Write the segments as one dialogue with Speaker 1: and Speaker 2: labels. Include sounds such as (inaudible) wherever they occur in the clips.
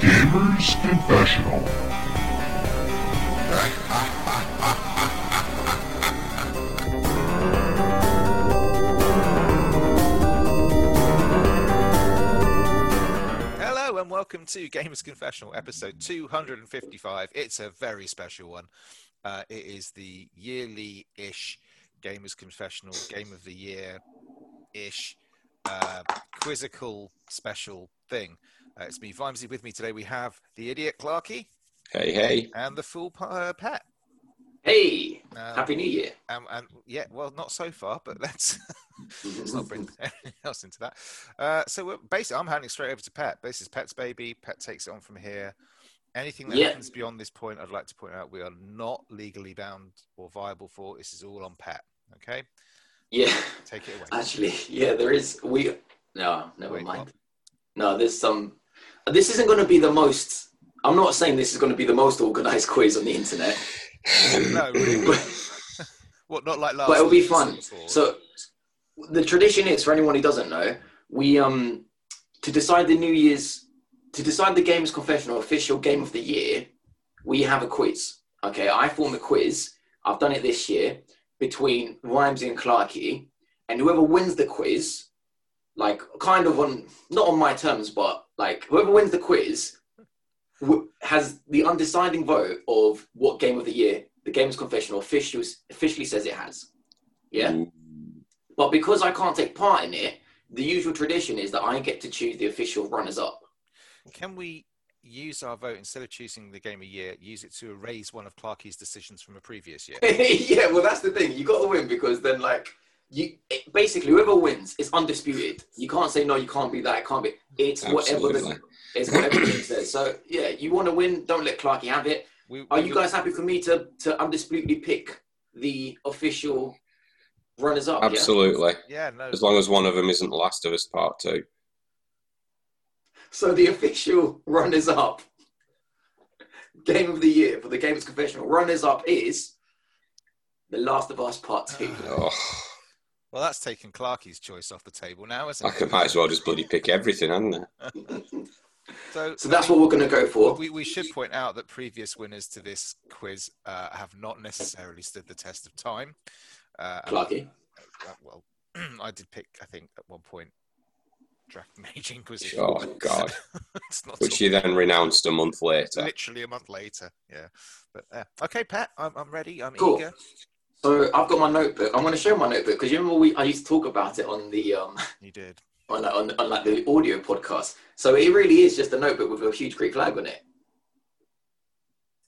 Speaker 1: Tim's Confessional.
Speaker 2: Hello and welcome to Gamers Confessional, episode 255. It's a very special one. Uh, it is the yearly ish Gamers Confessional Game of the Year ish uh, quizzical special thing. Uh, it's me, Vimesy. With me today, we have the idiot Clarky
Speaker 3: Hey, hey.
Speaker 2: and the fool Pa- uh, Pat.
Speaker 3: Hey.
Speaker 2: Um,
Speaker 3: Happy New Year.
Speaker 2: and, and yeah, well, not so far, but (laughs) let's let's
Speaker 3: Mm-hmm.
Speaker 2: not
Speaker 3: (laughs)
Speaker 2: bring (laughs) anything else into that. Uh, so we're basically, I'm handing straight over to Pat. This is Pat's baby. Pat takes it on from here. Anything that
Speaker 3: Yeah.
Speaker 2: happens beyond this point, I'd like to point out we are not legally bound or viable for. This is all on Pat. Okay,
Speaker 3: Yeah. (laughs)
Speaker 2: take it
Speaker 3: (coughs)
Speaker 2: away.
Speaker 3: Actually, yeah, there is. We. No, never
Speaker 2: Wait,
Speaker 3: mind. No, there's some. This isn't going to be the most. I'm not saying this is going to be the most organized (laughs) quiz on the internet,
Speaker 2: no, really,
Speaker 3: but
Speaker 2: (laughs) what? Not like last.
Speaker 3: But it'll be
Speaker 2: week's
Speaker 3: fun.
Speaker 2: or-
Speaker 3: so the tradition is for anyone who doesn't know, we um to decide the New Year's to decide the game's confessional official game of the year, we have a quiz. Okay, I form a quiz. I've done it this year between Rhymesy and Clarkey, and whoever wins the quiz, like kind of on not on my terms, but like whoever wins the quiz w- has the undeciding vote of what game of the year the game's confessional officials officially says it has. Yeah. But because I can't take part in it, the usual tradition is that I get to choose the official runners (laughs) up.
Speaker 2: can we use our vote instead of choosing the game of year? Use it to erase one of Clarky's decisions from a previous year.
Speaker 3: yeah, well, that's the thing. You got to win because then, like, you it, basically whoever wins is undisputed. You can't say no. You can't be that. It can't be. It's whatever.
Speaker 4: Absolutely.
Speaker 3: The, it's whatever the team says. So yeah, you want to win? Don't let Clarky have it.
Speaker 2: We,
Speaker 3: Are
Speaker 2: we-
Speaker 3: you guys happy for me to to undisputedly pick the official runners up?
Speaker 4: Absolutely.
Speaker 2: Yeah, no.
Speaker 4: As long as one of them isn't Last of Us Part 2.
Speaker 3: Yeah? So the (laughs) official runners up game of the year for the game's confessional runners up is The Last of Us Part Two.
Speaker 2: Uh,
Speaker 4: Oh,
Speaker 2: Well, that's taken Clarky's choice off the table now, isn't
Speaker 4: I
Speaker 2: it?
Speaker 4: could might as well just bloody pick everything, hadn't I?
Speaker 2: So,
Speaker 3: So that's what we're going to go for.
Speaker 2: we, we should point out that previous winners to this quiz uh, have not necessarily stood the test of time. Uh, and,
Speaker 3: Clarky.
Speaker 2: uh, well, (clears throat) I did pick, I think, at one point, (laughs) Draft Mage Inquisition.
Speaker 4: Oh, God.
Speaker 2: (laughs) it's not
Speaker 4: Which
Speaker 2: till-
Speaker 4: he then renounced a month later.
Speaker 2: literally a month later. Yeah. But uh, okay, Pat, I'm, I'm ready. I'm
Speaker 3: Cool.
Speaker 2: eager.
Speaker 3: So I've got my notebook. I'm going to show my notebook because you remember we I used to talk about it on the um (laughs)
Speaker 2: You did.
Speaker 3: on, on on like the audio podcast. So it really is just a notebook with a huge Greek flag on it.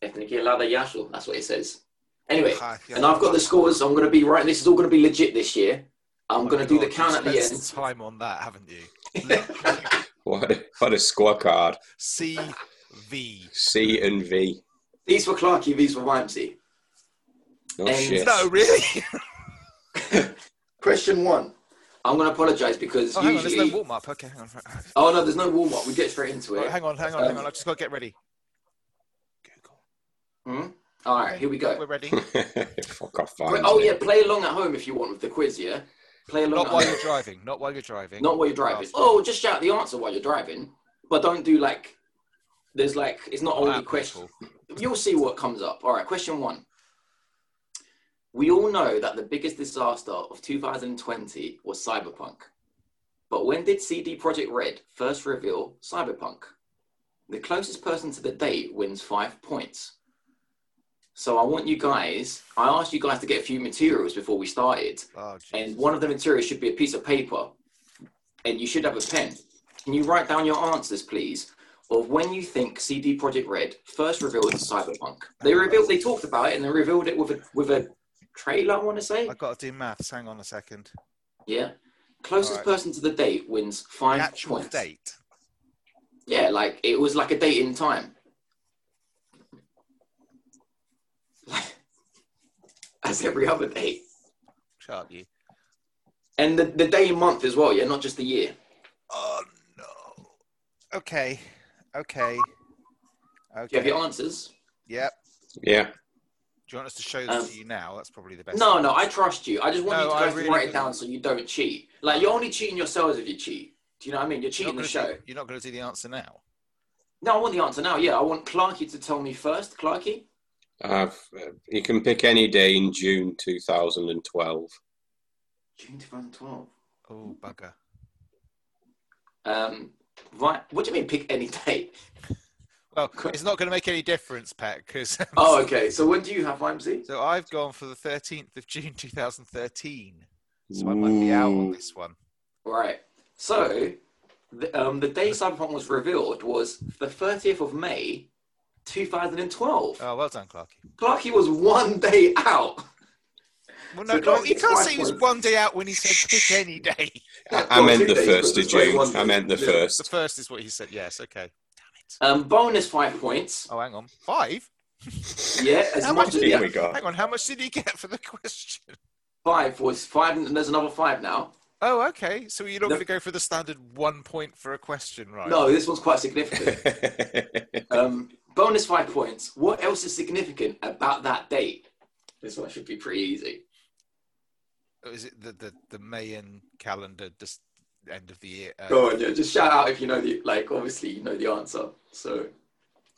Speaker 3: Ethnically allowed Yashul. That's what it says. Anyway,
Speaker 2: Ah, yeah.
Speaker 3: and I've got the scores. I'm going to be right. This is all going to be legit this year. I'm
Speaker 2: Oh,
Speaker 3: going to do the
Speaker 2: God,
Speaker 3: count at the
Speaker 2: you've
Speaker 3: end.
Speaker 2: spent some Time on that, haven't
Speaker 3: (laughs)
Speaker 2: you?
Speaker 4: What a, what a scorecard.
Speaker 2: C V.
Speaker 4: C and V.
Speaker 3: These were Clarky. These were Wimsey.
Speaker 4: No
Speaker 3: And-
Speaker 4: Oh, shit.
Speaker 2: No, really? (laughs)
Speaker 3: Question one. I'm going to apologise because
Speaker 2: Oh, hang on. There's
Speaker 3: usually.
Speaker 2: no warm up. Okay, hang on. Right.
Speaker 3: oh no, there's no warm up. We get straight into it.
Speaker 2: Right, hang on, hang on, hang on. I've just got to get ready. Google.
Speaker 3: Hmm? All right, here we go.
Speaker 2: We're
Speaker 3: (laughs)
Speaker 2: ready.
Speaker 4: (laughs) Fuck off,
Speaker 3: Wait,
Speaker 4: fans.
Speaker 3: oh yeah, play along at home if you want with the quiz. Yeah, play along.
Speaker 2: Not
Speaker 3: at
Speaker 2: while
Speaker 3: home.
Speaker 2: you're driving. Not while you're driving.
Speaker 3: Not while you're driving. Oh, just shout the answer while you're driving, but don't do like. There's like it's not only
Speaker 2: Apple.
Speaker 3: question. You'll see what comes up. All right, question one. We all know that the biggest disaster of 2020 was Cyberpunk, but when did CD Projekt Red first reveal Cyberpunk? The closest person to the date wins five points. So I want you guys. I asked you guys to get a few materials before we started
Speaker 2: Oh, geez.
Speaker 3: and one of the materials should be a piece of paper, and you should have a pen. Can you write down your answers, please, of when you think CD Projekt Red first revealed Cyberpunk? They revealed, they talked about it, and they revealed it with a with a trailer. I want to say,
Speaker 2: I've got to do maths. Hang on a second.
Speaker 3: yeah. Closest
Speaker 2: Alright.
Speaker 3: person to the date wins five
Speaker 2: The actual
Speaker 3: points.
Speaker 2: date.
Speaker 3: Yeah, like it was like a date in time. (laughs) As every other date.
Speaker 2: Chart you.
Speaker 3: And the, the day and month as well, yeah, not just the year.
Speaker 2: Oh no. Okay. Okay.
Speaker 3: Do you have
Speaker 2: Okay.
Speaker 3: your answers?
Speaker 2: Yep.
Speaker 4: Yeah.
Speaker 2: Do you want us to show this
Speaker 3: Um,
Speaker 2: to you now? That's probably the best.
Speaker 3: No, no, I trust you. I just want
Speaker 2: No,
Speaker 3: you to
Speaker 2: I
Speaker 3: guys
Speaker 2: really
Speaker 3: to write it
Speaker 2: do.
Speaker 3: down so you don't cheat. Like you're only cheating yourselves if you cheat. Do you know what I mean? You're
Speaker 2: You're
Speaker 3: cheating
Speaker 2: not
Speaker 3: the
Speaker 2: gonna
Speaker 3: show.
Speaker 2: do- You're not going to do the answer now.
Speaker 3: No, I want the answer now. Yeah, I want Clarkey to tell me first. Clarkey?
Speaker 4: I've, uh, you can pick any day in June 2012.
Speaker 3: June 2012.
Speaker 2: Oh, bugger.
Speaker 3: Um, right. What do you mean pick any
Speaker 2: (laughs)
Speaker 3: date?
Speaker 2: Well, it's not going to make any difference, Pat, (laughs) because.
Speaker 3: Oh, okay. So when do you have IMC?
Speaker 2: So I've gone for the 13th of (laughs) June 2013. So I might be out on this one.
Speaker 3: Right. So the, um, the day Cyberpunk was revealed was the 30th of May, 2012.
Speaker 2: Oh, well done, Clarky.
Speaker 3: Clarkey was one day out.
Speaker 2: Well,
Speaker 3: So
Speaker 2: no,
Speaker 3: Clarky,
Speaker 2: you can't
Speaker 3: it's
Speaker 2: say he was
Speaker 3: my point.
Speaker 2: one day out when he said
Speaker 3: (laughs)
Speaker 2: pick any day.
Speaker 4: I,
Speaker 3: Well,
Speaker 4: I
Speaker 3: two
Speaker 4: meant the
Speaker 3: days,
Speaker 4: first
Speaker 3: but
Speaker 4: of
Speaker 3: it's only
Speaker 4: June.
Speaker 3: one
Speaker 4: I
Speaker 3: day.
Speaker 4: meant the
Speaker 3: Yeah.
Speaker 2: The
Speaker 4: first.
Speaker 2: first is what he said. Yes, okay.
Speaker 3: Um, bonus five points.
Speaker 2: Oh, hang on. Five?
Speaker 3: Yeah, as
Speaker 2: How
Speaker 3: much
Speaker 2: much
Speaker 3: as
Speaker 2: did
Speaker 3: yeah,
Speaker 4: Here we go. (laughs)
Speaker 2: Hang on. How much did he get for the (laughs) question?
Speaker 3: five was five, and there's another five now.
Speaker 2: Oh, okay. So you're not
Speaker 3: No.
Speaker 2: going to go for the standard one point for a question, right?
Speaker 3: No, this one's quite
Speaker 4: (laughs)
Speaker 3: significant. um, bonus five points. What else is significant about that date? This one should be pretty easy.
Speaker 2: Or Is it the, the, the Mayan calendar, just end of the year? Uh,
Speaker 3: Go on, yeah, just shout out if you know the like. Obviously, you know the answer. So,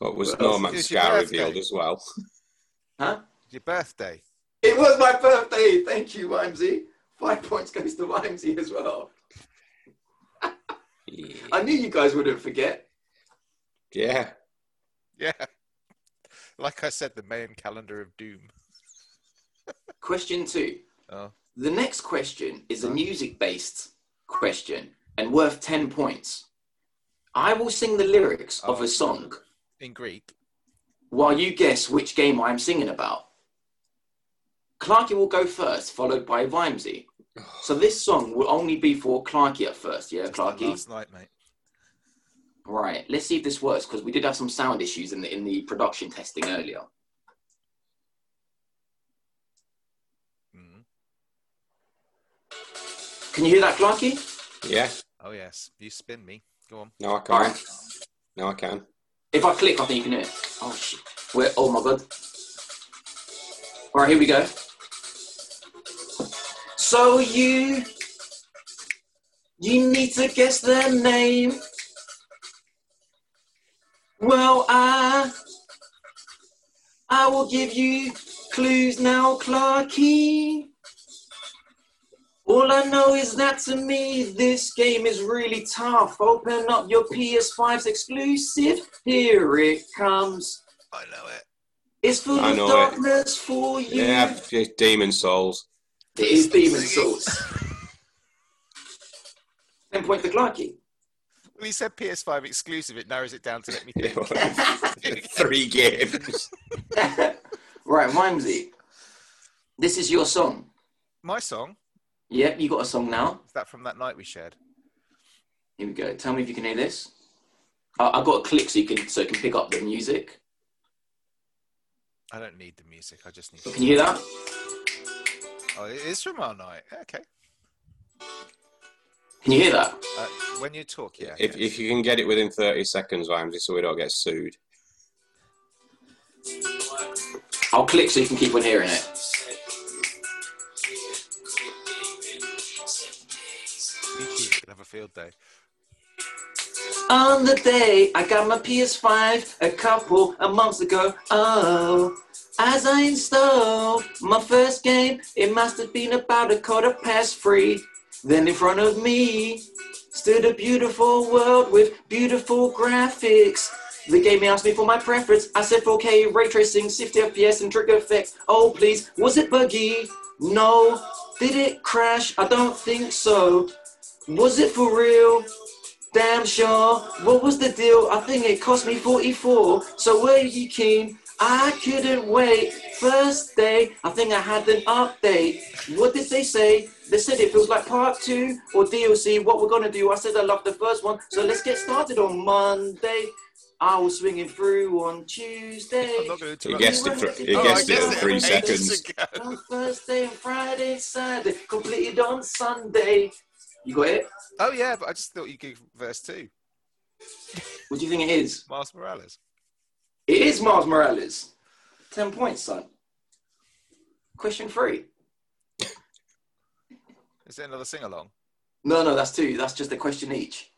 Speaker 4: what was
Speaker 3: Well,
Speaker 4: No Man's
Speaker 2: it's your
Speaker 4: Sky
Speaker 2: birthday.
Speaker 4: revealed as well?
Speaker 3: huh?
Speaker 2: Your birthday.
Speaker 3: It was my birthday. Thank you, Wimsey. Five points goes to Wimsey as well. I knew you guys wouldn't forget.
Speaker 4: Yeah.
Speaker 2: Yeah. (laughs) Like I said, the Mayan calendar of doom.
Speaker 3: Question two.
Speaker 2: Oh.
Speaker 3: The next question is a music based question and worth 10 points. I will sing the lyrics of
Speaker 2: Oh.
Speaker 3: a song
Speaker 2: In Greek.
Speaker 3: while you guess which game I'm singing about. Clarky will go first, followed by Vimesy.
Speaker 2: (sighs)
Speaker 3: So this song will only be for Clarky at first, yeah,
Speaker 2: Just like
Speaker 3: Clarky?
Speaker 2: Last night, mate.
Speaker 3: Right, let's see if this works because we did have some sound issues in the, in the production testing earlier.
Speaker 2: Mm.
Speaker 3: Can you hear that, Clarky?
Speaker 4: Yeah.
Speaker 2: Oh, yes. You spin me. Go on.
Speaker 4: No, I
Speaker 3: All
Speaker 4: can't.
Speaker 3: right.
Speaker 4: No, I can.
Speaker 3: If I click, I think you can hear it. Oh, shit. Wait, oh my god. All right, here we go. So you, you need to guess their name. Well, I, I will give you clues now, Clarky. All I know is that to me, this game is really tough. Open up your PS5's exclusive. Here it comes.
Speaker 2: I know it.
Speaker 3: It's full
Speaker 4: I
Speaker 3: of
Speaker 4: know it.
Speaker 3: darkness for you.
Speaker 4: Yeah, just Demon Souls.
Speaker 3: It is Demon (laughs) Souls. 10 point for Clarky.
Speaker 2: When he said PS5 exclusive, it narrows it down to let me
Speaker 4: (laughs) Yeah,
Speaker 2: think.
Speaker 4: well, (laughs) Three games.
Speaker 3: right, Mimesy. This is your song.
Speaker 2: My song
Speaker 3: Yep, you got a song now.
Speaker 2: is that from that night we shared.
Speaker 3: Here we go. Tell me if you can hear this. I I've got a click so you can so it can pick up the music.
Speaker 2: I don't need the music. I just need.
Speaker 3: (laughs) Can you hear that?
Speaker 2: Oh, it is from our night. Okay.
Speaker 3: Can you hear that?
Speaker 2: Uh, when you talk, yeah.
Speaker 4: If, if you can get it within 30 seconds, Ramsey, so we don't get sued.
Speaker 3: I'll click so you can keep on hearing it.
Speaker 2: YouTube can have a field day.
Speaker 3: On the day I got my PS5 a couple of months ago, oh, as I installed my first game, it must have been about a quarter past three. Then in front of me stood a beautiful world with beautiful graphics. The game asked me for my preference. I said 4K, ray tracing, 60 FPS, and trigger effects. Oh, please, was it buggy? No. Did it crash? I don't think so. Was it for real? Damn sure. What was the deal? I think it cost me 44. So were you keen? I couldn't wait. First day, I think I had an update. What did they say? They said it feels like part two or DLC. What we're gonna do? I said I love the first one, so let's get started on Monday. I was swinging through on Tuesday.
Speaker 2: I'm not going to.
Speaker 4: You guessed it. For, you
Speaker 2: Oh, I
Speaker 4: guessed it in
Speaker 2: guessed it
Speaker 4: three
Speaker 2: ages
Speaker 4: seconds.
Speaker 2: ago.
Speaker 3: On Thursday and Friday, Saturday, completed on Sunday. You got it?
Speaker 2: Oh yeah, but I just thought you gave verse two.
Speaker 3: What do you think it is?
Speaker 2: Miles Morales.
Speaker 3: It is Miles Morales. 10 points, son. Question three.
Speaker 2: Is it another sing along?
Speaker 3: No, no, that's two. That's just a question each.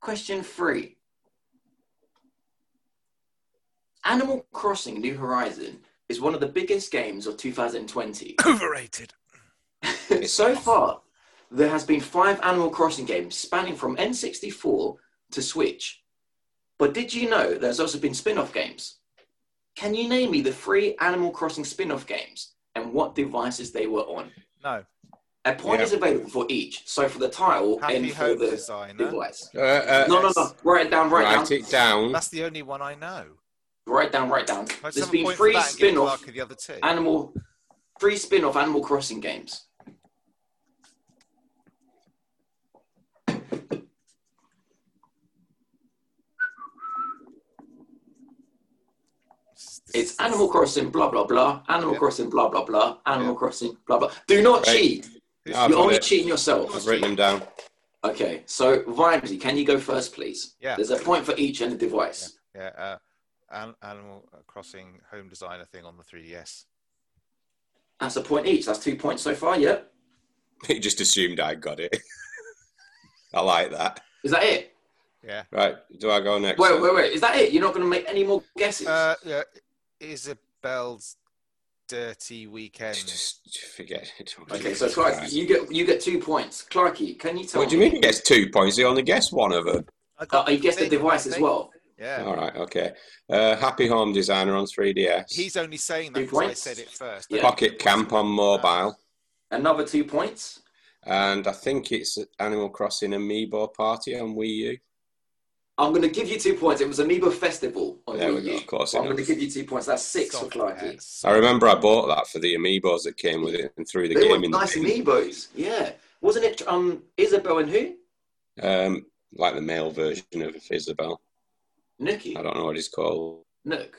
Speaker 3: Question three. Animal Crossing New Horizon is one of the biggest games of 2020.
Speaker 2: Overrated.
Speaker 3: so far, there has been five Animal Crossing games spanning from N64 to Switch. But did you know there's also been spin-off games? Can you name me the three Animal Crossing spin-off games and what devices they were on?
Speaker 2: No.
Speaker 3: A point
Speaker 4: Yeah.
Speaker 3: is available for each, so for the tile
Speaker 2: Happy
Speaker 3: Oh, and for
Speaker 2: Home
Speaker 3: the
Speaker 2: Designer.
Speaker 3: device.
Speaker 4: Uh, uh,
Speaker 3: No, no, no. Write it down, write it
Speaker 4: Write
Speaker 3: down.
Speaker 4: it down.
Speaker 2: That's the only one I know.
Speaker 3: Write down, write down.
Speaker 2: Can I just
Speaker 3: There's
Speaker 2: have a
Speaker 3: been
Speaker 2: point for
Speaker 3: three
Speaker 2: that and give
Speaker 3: spin-off
Speaker 2: Clarke the other two.
Speaker 3: Animal, three spin-off Animal Crossing games. It's Animal Crossing, blah blah blah. Animal
Speaker 2: Yeah.
Speaker 3: Crossing, blah blah blah. Animal
Speaker 2: Yeah.
Speaker 3: Crossing, blah blah. Do not
Speaker 4: Right.
Speaker 3: cheat.
Speaker 2: Who's-
Speaker 4: I've
Speaker 3: You're
Speaker 4: got
Speaker 3: only
Speaker 4: it.
Speaker 3: cheating yourself.
Speaker 4: I've written them down. (laughs)
Speaker 3: Okay, so Vimesy, can you go first, please?
Speaker 2: Yeah.
Speaker 3: There's a point for each and a device.
Speaker 2: Yeah, uh, an- Animal Crossing home designer thing on the 3DS.
Speaker 3: That's a point each. That's two points so far. Yeah.
Speaker 4: He just assumed I got it. (laughs) I like that.
Speaker 3: Is that it?
Speaker 2: Yeah.
Speaker 4: Right, do I go next?
Speaker 3: Wait,
Speaker 4: then?
Speaker 3: wait, wait. Is that it? You're not going to make any more guesses.
Speaker 2: Uh, yeah, Isabel's Dirty Weekend.
Speaker 4: Just just forget it.
Speaker 3: okay, so Clark, you get you get two points. Clarky, can you tell
Speaker 4: What do you
Speaker 3: me?
Speaker 4: mean he gets two points? He only guessed one of them.
Speaker 2: I
Speaker 3: Uh, you guessed the
Speaker 2: thing,
Speaker 3: device
Speaker 2: I
Speaker 3: as
Speaker 2: think.
Speaker 3: well.
Speaker 2: Yeah.
Speaker 4: All right, okay. Uh, Happy Home Designer on 3DS.
Speaker 2: He's only saying that
Speaker 3: Two
Speaker 2: because I
Speaker 3: points.
Speaker 2: said it first.
Speaker 3: Yeah.
Speaker 4: Pocket Camp on mobile.
Speaker 3: Another two points.
Speaker 4: And I think it's Animal Crossing Amiibo Party on Wii U.
Speaker 3: I'm going to give you two points. It was Amiibo Festival on
Speaker 4: There we
Speaker 3: Wii U.
Speaker 4: go, close
Speaker 3: I'm going to
Speaker 4: enough.
Speaker 3: give you two points. That's six
Speaker 2: Stop
Speaker 3: for Clarky.
Speaker 2: it.
Speaker 4: I remember I bought that for the Amiibos that came with it and threw the
Speaker 3: They were
Speaker 4: game in
Speaker 3: nice
Speaker 4: the
Speaker 3: Amiibos. Yeah. Wasn't it um Isabel and who?
Speaker 4: bin. Um, like the male version of Isabel.
Speaker 3: Nookie.
Speaker 4: I don't know what it's called.
Speaker 3: Nook.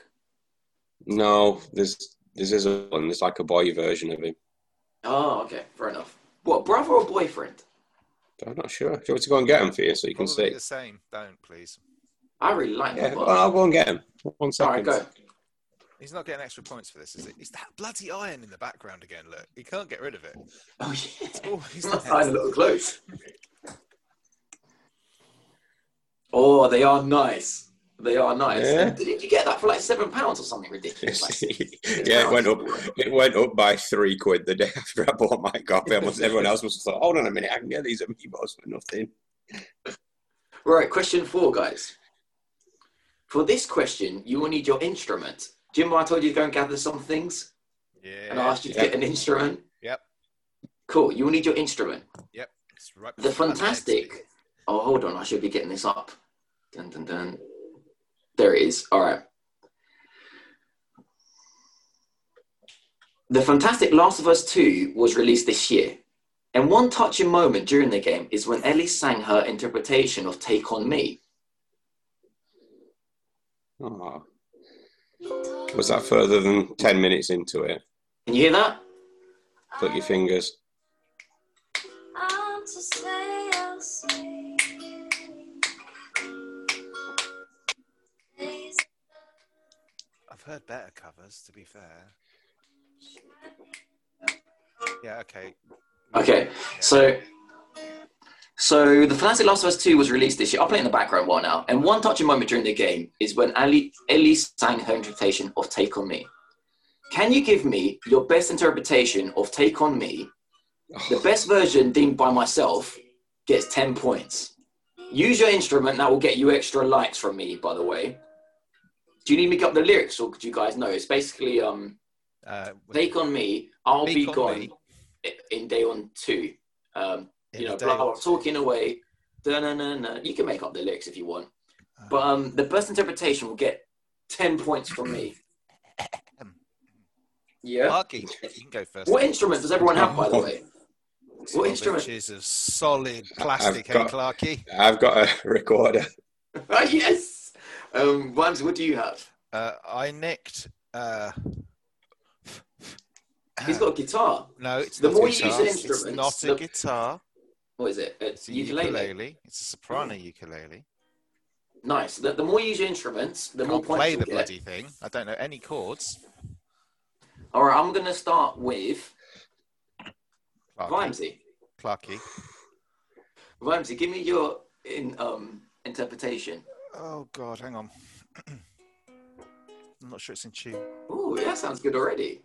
Speaker 4: No, there's there's Isabel and there's like a boy version of him.
Speaker 3: Oh, okay. Fair enough. What, brother or boyfriend?
Speaker 4: But I'm not sure. Do you want to go and get him for you so you can
Speaker 2: Probably
Speaker 4: see?
Speaker 2: the same. Don't, please.
Speaker 3: I really like
Speaker 4: Yeah,
Speaker 3: that
Speaker 4: well,
Speaker 3: one.
Speaker 4: I'll go and get him. One
Speaker 3: All right,
Speaker 4: second. (laughs)
Speaker 3: go.
Speaker 2: He's not getting extra points for this, is it? It's that bloody iron in the background again. Look, he can't get rid of it.
Speaker 3: Oh, (laughs)
Speaker 2: It's
Speaker 3: yeah.
Speaker 2: always
Speaker 3: I had a
Speaker 2: there.
Speaker 3: little close. Oh, they are nice. They are nice.
Speaker 4: Yeah.
Speaker 3: And Did you get that for like seven pounds or something ridiculous?
Speaker 4: (laughs)
Speaker 3: Like six- six
Speaker 4: yeah, it
Speaker 3: pounds.
Speaker 4: went up. It went up by three quid the day (laughs) after I bought my copy. I must- everyone else must have thought, "Hold on a minute, I can get these amiibos for nothing."
Speaker 3: Right, question four, guys. For this question, you will need your instrument. Jimbo, I told you to go and gather some things, and I
Speaker 2: Yeah,
Speaker 3: asked you to
Speaker 4: Yeah.
Speaker 3: get an instrument.
Speaker 2: Yep.
Speaker 3: Cool. You will need your instrument.
Speaker 2: it's right
Speaker 3: The
Speaker 2: before that
Speaker 3: fantastic. Oh, hold on. I should be getting this up. Dun, dun, dun. There it is. All right. The Fantastic Last of Us 2 was released this year. And one touching moment during the game is when Ellie sang her interpretation of Take On Me.
Speaker 4: Oh. Was that further than ten minutes into it?
Speaker 3: Can you hear that?
Speaker 4: Click your fingers.
Speaker 1: I'm to say I'll say Days
Speaker 2: I've heard better covers, to be fair. Yeah, okay.
Speaker 3: Okay, so so the Fantastic Last of Us 2 was released this year. I'll play it in the background while now. And one touching moment during the game is when Ali Ellie sang her interpretation of Take On Me. Can you give me your best interpretation of Take On Me? The best version deemed by myself gets 10 points. Use your instrument, that will get you extra likes from me, by the way. Do you need me to pick up the lyrics or do you guys know? It's basically um,
Speaker 2: Uh,
Speaker 3: Take On Me, I'll
Speaker 2: Take
Speaker 3: Be
Speaker 2: on
Speaker 3: Gone
Speaker 2: me
Speaker 3: i- in Day On 2. Um,
Speaker 2: in
Speaker 3: you know,
Speaker 2: the
Speaker 3: blah,
Speaker 2: day.
Speaker 3: blah, talking away. Da-na-na-na. You can make up the lyrics if you want.
Speaker 2: Uh,
Speaker 3: But um, the best interpretation will get 10 points from me.
Speaker 2: (clears throat)
Speaker 3: Yeah.
Speaker 2: Marky, you can go first.
Speaker 3: What instrument does everyone have, by
Speaker 2: (laughs)
Speaker 3: the way?
Speaker 2: Twelve
Speaker 3: instrument? (laughs)
Speaker 2: Inches of solid plastic,
Speaker 4: got-
Speaker 2: eh, Clarky?
Speaker 4: I've got a (laughs) recorder.
Speaker 3: Ah, yes. Um, Wimes, what do you have?
Speaker 2: Uh, I nicked. Uh,
Speaker 3: He's got a guitar.
Speaker 2: no, it's
Speaker 3: the
Speaker 2: not
Speaker 3: more
Speaker 2: a
Speaker 3: you use
Speaker 2: guitar.
Speaker 3: an
Speaker 2: It's
Speaker 3: instrument,
Speaker 2: not a
Speaker 3: the-
Speaker 2: guitar.
Speaker 3: What is it? It's
Speaker 2: It's a
Speaker 3: ukulele. Hmm.
Speaker 2: ukulele. It's a soprano ukulele.
Speaker 3: Nice. The, the more you use your instruments, the more
Speaker 2: Can't
Speaker 3: points
Speaker 2: play
Speaker 3: you
Speaker 2: the
Speaker 3: get.
Speaker 2: bloody thing. I don't know any chords.
Speaker 3: All right, I'm going to start with
Speaker 2: Clarky,
Speaker 3: Vimesy.
Speaker 2: Clarky.
Speaker 3: Vimesy, give me your in, um, interpretation.
Speaker 2: Oh God, hang on. (clears throat) I'm not sure it's in tune.
Speaker 3: Ooh, yeah, sounds good already.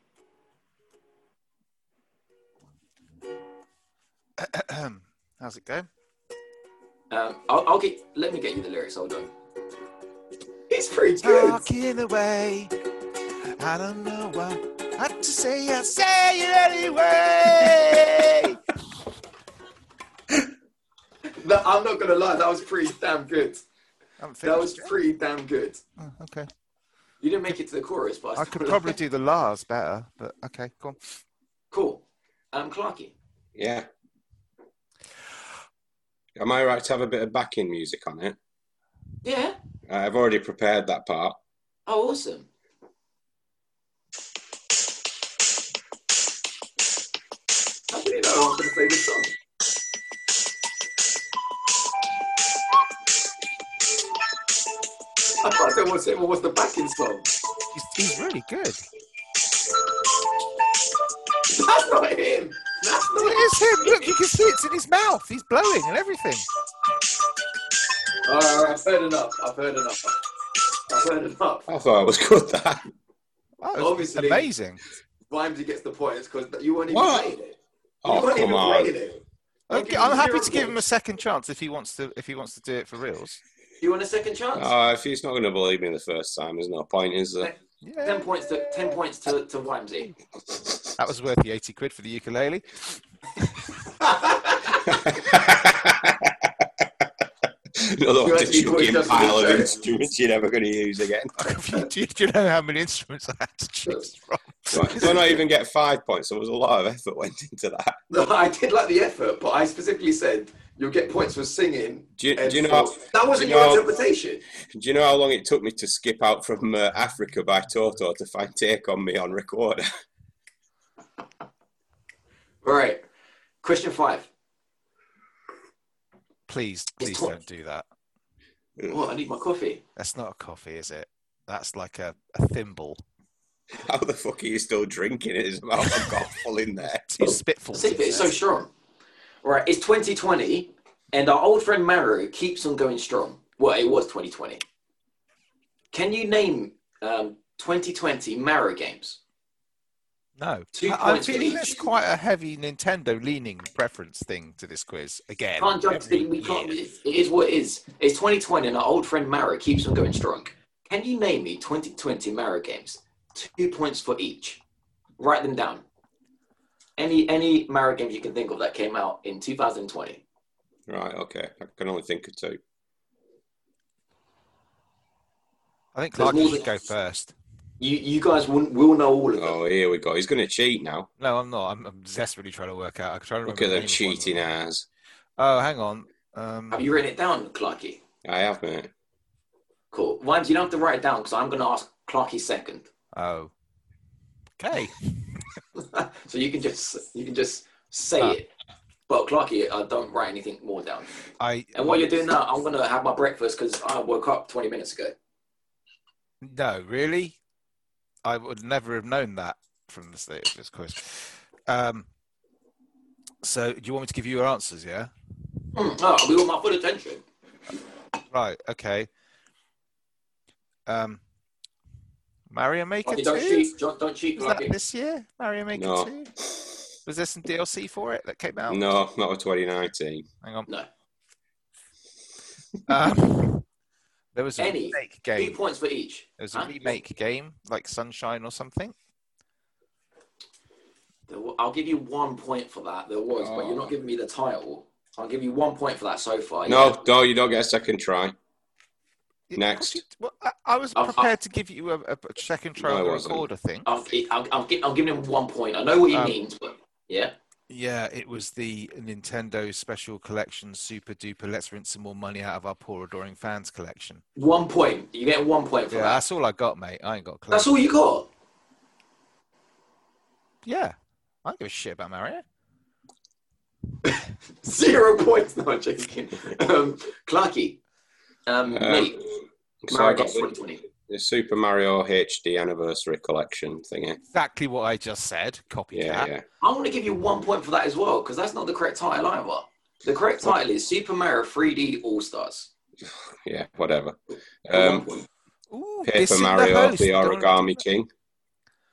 Speaker 2: How's it go?
Speaker 3: Um, I'll, I'll get. Let me get you the lyrics. Hold on. It's pretty good.
Speaker 2: Talking away. I don't know what I have to say. I say it anyway. (laughs)
Speaker 3: That- I'm not gonna lie. That was pretty damn good.
Speaker 2: I'm Mm,
Speaker 3: That was pretty damn good.
Speaker 2: okay.
Speaker 3: You didn't make it to the chorus, but
Speaker 2: I could probably do the Lars better, but okay, go on.
Speaker 3: (laughs) Cool. Um, Clarky.
Speaker 4: Yeah. Am I right to have a bit of backing music on it?
Speaker 3: Yeah.
Speaker 4: I've already prepared that part.
Speaker 3: Oh, awesome. How did you know I was going to play this song? I thought there was him. What's the backing song? (laughs)
Speaker 2: He's, he's really good.
Speaker 3: That's not him. That's
Speaker 2: It
Speaker 3: not him.
Speaker 2: is him. Look, you can see it's in his mouth. He's blowing and everything.
Speaker 3: All right, all right, I've heard enough. I've heard enough. I've heard enough.
Speaker 4: I thought it was (laughs) good that.
Speaker 2: Wow, it's
Speaker 3: Obviously.
Speaker 2: amazing.
Speaker 3: Rhymesy gets the points because you weren't even
Speaker 4: What?
Speaker 3: playing it. You
Speaker 4: Oh
Speaker 3: weren't
Speaker 4: come
Speaker 3: even
Speaker 4: on.
Speaker 3: playing it. I'll
Speaker 2: Okay,
Speaker 3: give
Speaker 2: I'm
Speaker 3: you
Speaker 2: happy
Speaker 3: zero
Speaker 2: to give him a
Speaker 3: points.
Speaker 2: second chance if he wants to. If he wants to do it for reals.
Speaker 3: You want a second chance?
Speaker 2: Uh,
Speaker 4: Oh, if he's not going to believe me the first time, there's no point, is there?
Speaker 2: Yeah.
Speaker 3: ten points to ten points to to Wimsey. (laughs)
Speaker 2: That was worth the 80 quid for the ukulele. (laughs)
Speaker 4: Another
Speaker 3: You
Speaker 4: one to
Speaker 3: actually
Speaker 4: chuck
Speaker 3: put
Speaker 4: in
Speaker 3: just
Speaker 4: pile of
Speaker 3: in there.
Speaker 4: instruments you're never going to use again.
Speaker 2: do, you, do you know how many instruments I had to choose from?
Speaker 4: Right. Don't I even get five points? There was a lot of effort went into that.
Speaker 3: no, I did like the effort, but I specifically said you'll get points for singing.
Speaker 4: Do you,
Speaker 3: and
Speaker 4: do you know?
Speaker 3: for- that wasn't
Speaker 4: do you
Speaker 3: your
Speaker 4: know-
Speaker 3: interpretation?
Speaker 4: Do you know how long it took me to skip out from uh, Africa by Toto to find "Take on Me" on record? (laughs)
Speaker 3: All right. Question five.
Speaker 2: Please, please
Speaker 3: tw-
Speaker 2: don't do that.
Speaker 3: Oh, I need my coffee.
Speaker 2: That's not a coffee, is it? That's like a, a thimble.
Speaker 4: How the fuck are you still drinking it? There's a mouth of God full in there.
Speaker 2: Two spitfuls.
Speaker 3: Sip it, it's Oh, so strong. All right, it's 2020, and our old friend Maru keeps on going strong. Well, it was 2020. Can you name um, 2020 Maru games?
Speaker 2: No.
Speaker 3: Two
Speaker 2: I, am
Speaker 3: points for
Speaker 2: feeling
Speaker 3: each.
Speaker 2: that's quite a heavy Nintendo leaning preference thing to this quiz. Again.
Speaker 3: can't judge
Speaker 2: every
Speaker 3: the, we can't
Speaker 2: year.
Speaker 3: it is what it is it's 2020 and our old friend mara keeps on going strong can you name me 2020 mara games two points for each write them down any any mara games you can think of that came out in 2020
Speaker 4: Right, okay. I can only think of two.
Speaker 2: I think
Speaker 3: There's
Speaker 2: Clark
Speaker 3: more
Speaker 2: should go
Speaker 3: than-
Speaker 2: first.
Speaker 3: you you guys will, will know all of them
Speaker 4: Oh, here we go. He's going to cheat now.
Speaker 2: No, I'm not. I'm, I'm desperately trying to work out. I'm trying to
Speaker 4: Look
Speaker 2: remember the
Speaker 4: at them
Speaker 2: name of one of
Speaker 4: cheating eyes.
Speaker 2: Oh, hang on. Um,
Speaker 3: have you written it down clarky
Speaker 4: I have, mate.
Speaker 3: cool Vimes, you don't have to write it down because i'm going to ask clarky second (laughs)
Speaker 2: oh. Okay.
Speaker 3: so you can just you can just say
Speaker 2: Ah.
Speaker 3: it but clarky i don't write anything more down
Speaker 2: I
Speaker 3: And while you're doing that, I'm gonna have my breakfast because I woke up 20 minutes ago.
Speaker 2: No, really? I would never have known that from the state of this quiz. Um, so, do you want me to give you your answers? Yeah. Hmm.
Speaker 3: Mm, oh, we want my full attention.
Speaker 2: Right. Okay. Um, Mario
Speaker 4: Oh,
Speaker 2: Maker
Speaker 3: Okay,
Speaker 2: Two.
Speaker 3: don't
Speaker 2: Is
Speaker 3: cheat, don't, don't cheat.
Speaker 2: that
Speaker 3: Clarky.
Speaker 2: this year? Mario Maker
Speaker 4: No.
Speaker 2: Two. Was there some DLC for it that came out?
Speaker 4: No, not with 2019.
Speaker 2: Hang on.
Speaker 3: No.
Speaker 2: (laughs) Um, there was a
Speaker 3: Any.
Speaker 2: remake
Speaker 3: Two
Speaker 2: game.
Speaker 3: points for each.
Speaker 2: There was a
Speaker 3: Huh?
Speaker 2: remake game, like Sunshine or something.
Speaker 3: There wa- I'll give you one point for that. There was, but you're
Speaker 4: Oh.
Speaker 3: not giving me the title. I'll give you one point for that so far.
Speaker 4: No,
Speaker 3: yeah.
Speaker 4: no, you don't get a second try.
Speaker 2: Yeah,
Speaker 4: Next.
Speaker 2: what you- Well, I- I was
Speaker 3: I'll- I'll-
Speaker 2: prepared to give you a, a a second try
Speaker 4: Oh, No,
Speaker 2: on
Speaker 4: I
Speaker 2: the
Speaker 4: wasn't. Oh.
Speaker 2: recorder thing.
Speaker 3: I'll, I'll, I'll, gi- I'll give him one point. I know what he
Speaker 2: Um,
Speaker 3: means, but yeah.
Speaker 2: Yeah, it was the Nintendo Special Collection Super Duper Let's Rinse Some More Money Out of Our Poor Adoring Fans collection.
Speaker 3: One point. You get one point for
Speaker 2: Yeah,
Speaker 3: that.
Speaker 2: that's all I got, mate. I ain't got a clue.
Speaker 3: That's all you got.
Speaker 2: Yeah. I don't give a shit about Mario.
Speaker 3: Zero points. (laughs) No, I'm joking. Um, Clarky, um,
Speaker 4: Um,
Speaker 3: mate,
Speaker 4: So I
Speaker 3: Mario
Speaker 4: got
Speaker 3: Games
Speaker 4: the,
Speaker 3: 2020.
Speaker 4: the Super Mario HD Anniversary Collection thingy.
Speaker 2: Exactly what I just said. Copycat.
Speaker 4: Yeah, yeah.
Speaker 3: I want to give you one point for that as well because that's not the correct title either. The correct title is Super Mario 3D All Stars.
Speaker 4: Yeah, whatever.
Speaker 3: One
Speaker 4: Um,
Speaker 3: point.
Speaker 2: Ooh, oh, this
Speaker 4: Paper
Speaker 2: is the
Speaker 4: Mario,
Speaker 2: host,
Speaker 4: the
Speaker 2: Dominic.
Speaker 4: Origami King.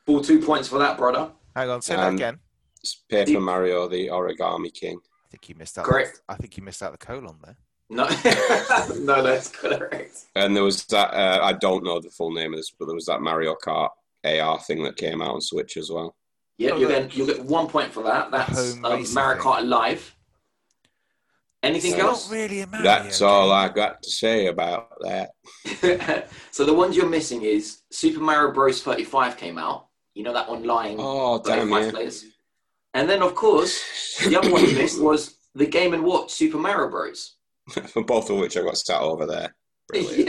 Speaker 3: Full two points for that, brother.
Speaker 2: Hang on, say that
Speaker 4: Um,
Speaker 2: again.
Speaker 4: It's Paper
Speaker 3: Deep-
Speaker 4: Mario, the Origami King.
Speaker 2: I think you missed out.
Speaker 3: Correct.
Speaker 2: I think you missed out the colon there.
Speaker 3: No, (laughs) no, that's correct.
Speaker 4: And there was that. Uh, I don't know the full name of this, but there was that Mario Kart AR thing that came out on Switch as well.
Speaker 3: Yeah,
Speaker 2: Oh,
Speaker 3: you'll
Speaker 2: look.
Speaker 3: get, you'll get one point for that. That's
Speaker 2: Home
Speaker 3: um,
Speaker 2: racing
Speaker 3: Mario
Speaker 2: thing.
Speaker 3: Kart Live. Anything
Speaker 2: It's
Speaker 3: else? (laughs)
Speaker 2: not really a Mario.
Speaker 4: That's
Speaker 2: game.
Speaker 4: all I got to say about that.
Speaker 3: so the ones you're missing is Super Mario Bros. 35 came out. You know that online
Speaker 4: Oh
Speaker 3: 35
Speaker 4: damn yeah.
Speaker 3: players. And then, of course, the other one you missed was the Game and Watch Super Mario Bros.
Speaker 4: (laughs) Both of which I got sat
Speaker 2: (laughs)
Speaker 4: over there. Brilliant.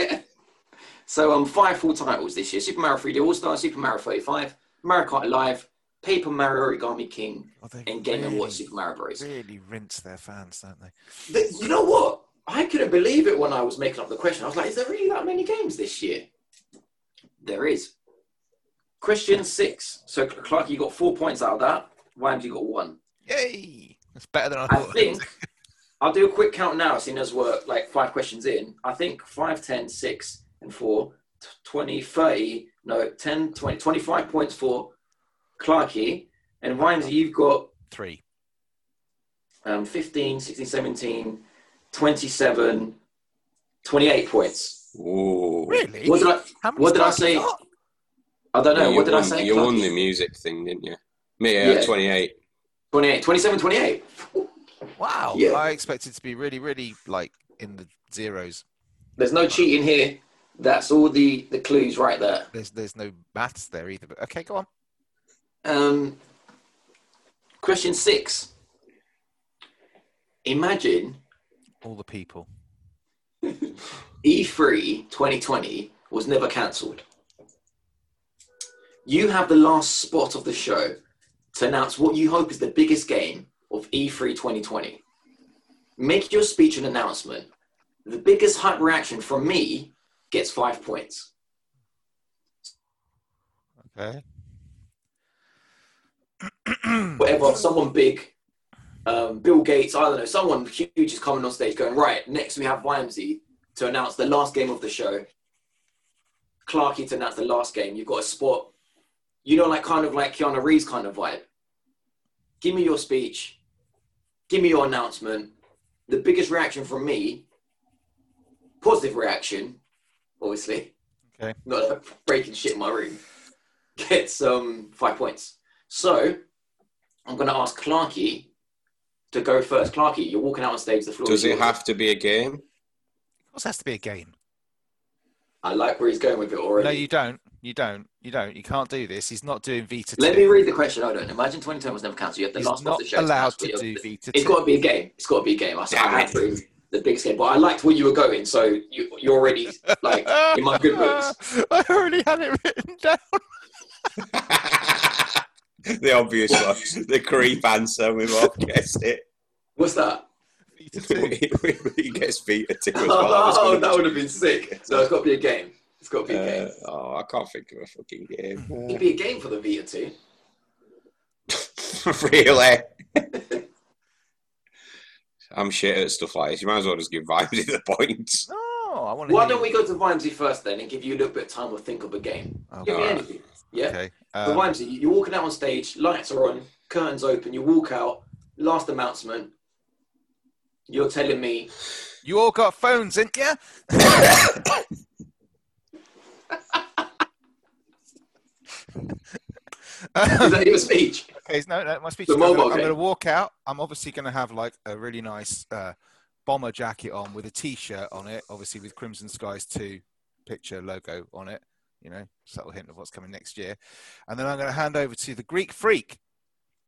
Speaker 3: (laughs) yeah. So um, five full titles this year: Super Mario 3D All Star, Super Mario 35, Mario Kart Live, Paper Mario Origami King,
Speaker 2: Oh, they
Speaker 3: and Game and
Speaker 2: really,
Speaker 3: Watch Super Mario Bros.
Speaker 2: Really rinse their fans, don't they?
Speaker 3: The- you know what? I couldn't believe it when I was making up the question. I was like, is there really that many games this year? There is. Question six. So, Clark, you got four points out of that. Whams, you got one.
Speaker 2: Yay! That's better than I
Speaker 3: I
Speaker 2: (laughs) thought.
Speaker 3: think I'll do a quick count now, seeing as we're like five questions in. I think 5, 10, 6, and 4, t- 20, 30, no, 10, 20, 25 points for Clarkey. And Whams, you've got
Speaker 2: Three.
Speaker 3: um, 15, 16, 17, 27, 28 points.
Speaker 4: Ooh.
Speaker 2: Really?
Speaker 3: What did I,
Speaker 2: How many
Speaker 3: what did I
Speaker 2: stars you
Speaker 3: say?
Speaker 2: got?
Speaker 3: I don't know.
Speaker 4: You
Speaker 3: what did I
Speaker 4: won-
Speaker 3: say?
Speaker 4: You
Speaker 3: Clarkey?
Speaker 4: won the music thing, didn't you? Me, uh,
Speaker 3: Yeah.
Speaker 4: 28.
Speaker 3: 28, 27, 28.
Speaker 2: Wow.
Speaker 3: Yeah.
Speaker 2: I expected to be really, really like in the zeros.
Speaker 3: There's no cheating here. That's all the, the clues right there.
Speaker 2: There's there's no maths there either. But okay, go on.
Speaker 3: Um, question six. Imagine
Speaker 2: All the people.
Speaker 3: E E3 2020 was never cancelled. You have the last spot of the show to announce what you hope is the biggest game of E E3 2020. Make your speech and announcement. The biggest hype reaction from me gets five points.
Speaker 2: Okay.
Speaker 3: Whatever, someone big, um, Bill Gates, I don't know, someone huge is coming on stage going, right, next we have YMZ to announce the last game of the show. Clarky to announce the last game. You've got a spot, you know, like kind of like Keanu Reeves kind of vibe. Give me your speech. Give me your announcement. The biggest reaction from me, positive reaction, obviously.
Speaker 2: Okay.
Speaker 3: Not like breaking shit in my room. (laughs) Gets um five points. So I'm gonna ask Clarky to go first. Clarky, you're walking out on stage. The floor.
Speaker 4: Does
Speaker 3: is
Speaker 4: it
Speaker 3: yours.
Speaker 4: have to be a game? (laughs)
Speaker 2: Of course, it has to be a game.
Speaker 3: I like where he's going with it already.
Speaker 2: No, you don't. You don't. You don't. You can't do this. He's not doing Vita.
Speaker 3: Let
Speaker 2: 2.
Speaker 3: me read the question. Hold on. Imagine 2010 was never cancelled. You have the
Speaker 2: He's
Speaker 3: last
Speaker 2: not
Speaker 3: the show.
Speaker 2: allowed to
Speaker 3: It's
Speaker 2: do Vita. 2.
Speaker 3: It's got to be a game. It's got to be a game. I,
Speaker 4: Damn
Speaker 3: I
Speaker 4: it.
Speaker 3: had to read the biggest game, but I liked where you were going. So you, you're already like in my
Speaker 2: (laughs)
Speaker 3: good books.
Speaker 2: I already had it written (laughs) down.
Speaker 4: the obvious one. The creep answer. We've all guessed it. (laughs)
Speaker 3: What's that?
Speaker 2: Vita
Speaker 3: (laughs)
Speaker 2: 2.
Speaker 4: he gets Vita too as well. I was
Speaker 3: Oh,
Speaker 4: gonna-
Speaker 3: that would have been sick. No, it's got to be a game. It's got to be a game.
Speaker 4: Uh, oh, I can't think of a fucking game. (laughs)
Speaker 3: It'd be a game for the Vita too.
Speaker 4: really?
Speaker 3: (laughs)
Speaker 4: I'm shit at stuff like this. You might as well just give Vimesy the points.
Speaker 2: Oh, I want to.
Speaker 3: Why don't we go to Vimesy first then and give you a little bit of time to think of a game?
Speaker 2: Oh,
Speaker 3: Give me
Speaker 4: Alright.
Speaker 3: anything. Yeah.
Speaker 2: Okay.
Speaker 3: So
Speaker 2: Um,
Speaker 3: Vimesy, you're walking out on stage, lights are on, curtains open, you walk out, last announcement. You're telling me
Speaker 2: you all got phones, didn't you?
Speaker 3: is that your
Speaker 4: (laughs)
Speaker 3: speech?
Speaker 2: Okay, no, no, my speech.
Speaker 3: The
Speaker 2: is- I'm,
Speaker 3: mobile
Speaker 2: gonna, I'm
Speaker 3: game.
Speaker 2: gonna walk out. I'm obviously gonna have like a really nice uh, bomber jacket on with a t-shirt on it, obviously with Crimson Skies two picture logo on it. You know, subtle hint of what's coming next year. And then I'm gonna hand over to the Greek Freak,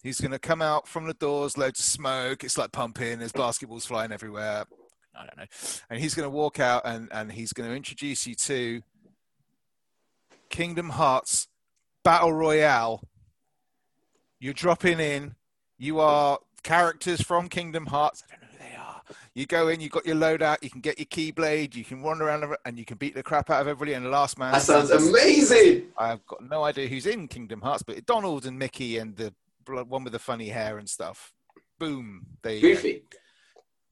Speaker 2: who's gonna come out from the doors, loads of smoke. It's like pumping. There's basketballs flying everywhere. I don't know. And he's gonna walk out and and he's gonna introduce you to Kingdom Hearts Battle Royale you're dropping in. You are characters from Kingdom Hearts. I don't know who they are. You go in, you've got your loadout, you can get your keyblade, you can wander around the- and you can beat the crap out of everybody. And the last man,
Speaker 3: That sounds
Speaker 2: stands.
Speaker 3: amazing.
Speaker 2: I've got no idea who's in Kingdom Hearts, but Donald and Mickey and the bl- one with the funny hair and stuff. Boom. There you go.
Speaker 3: Goofy.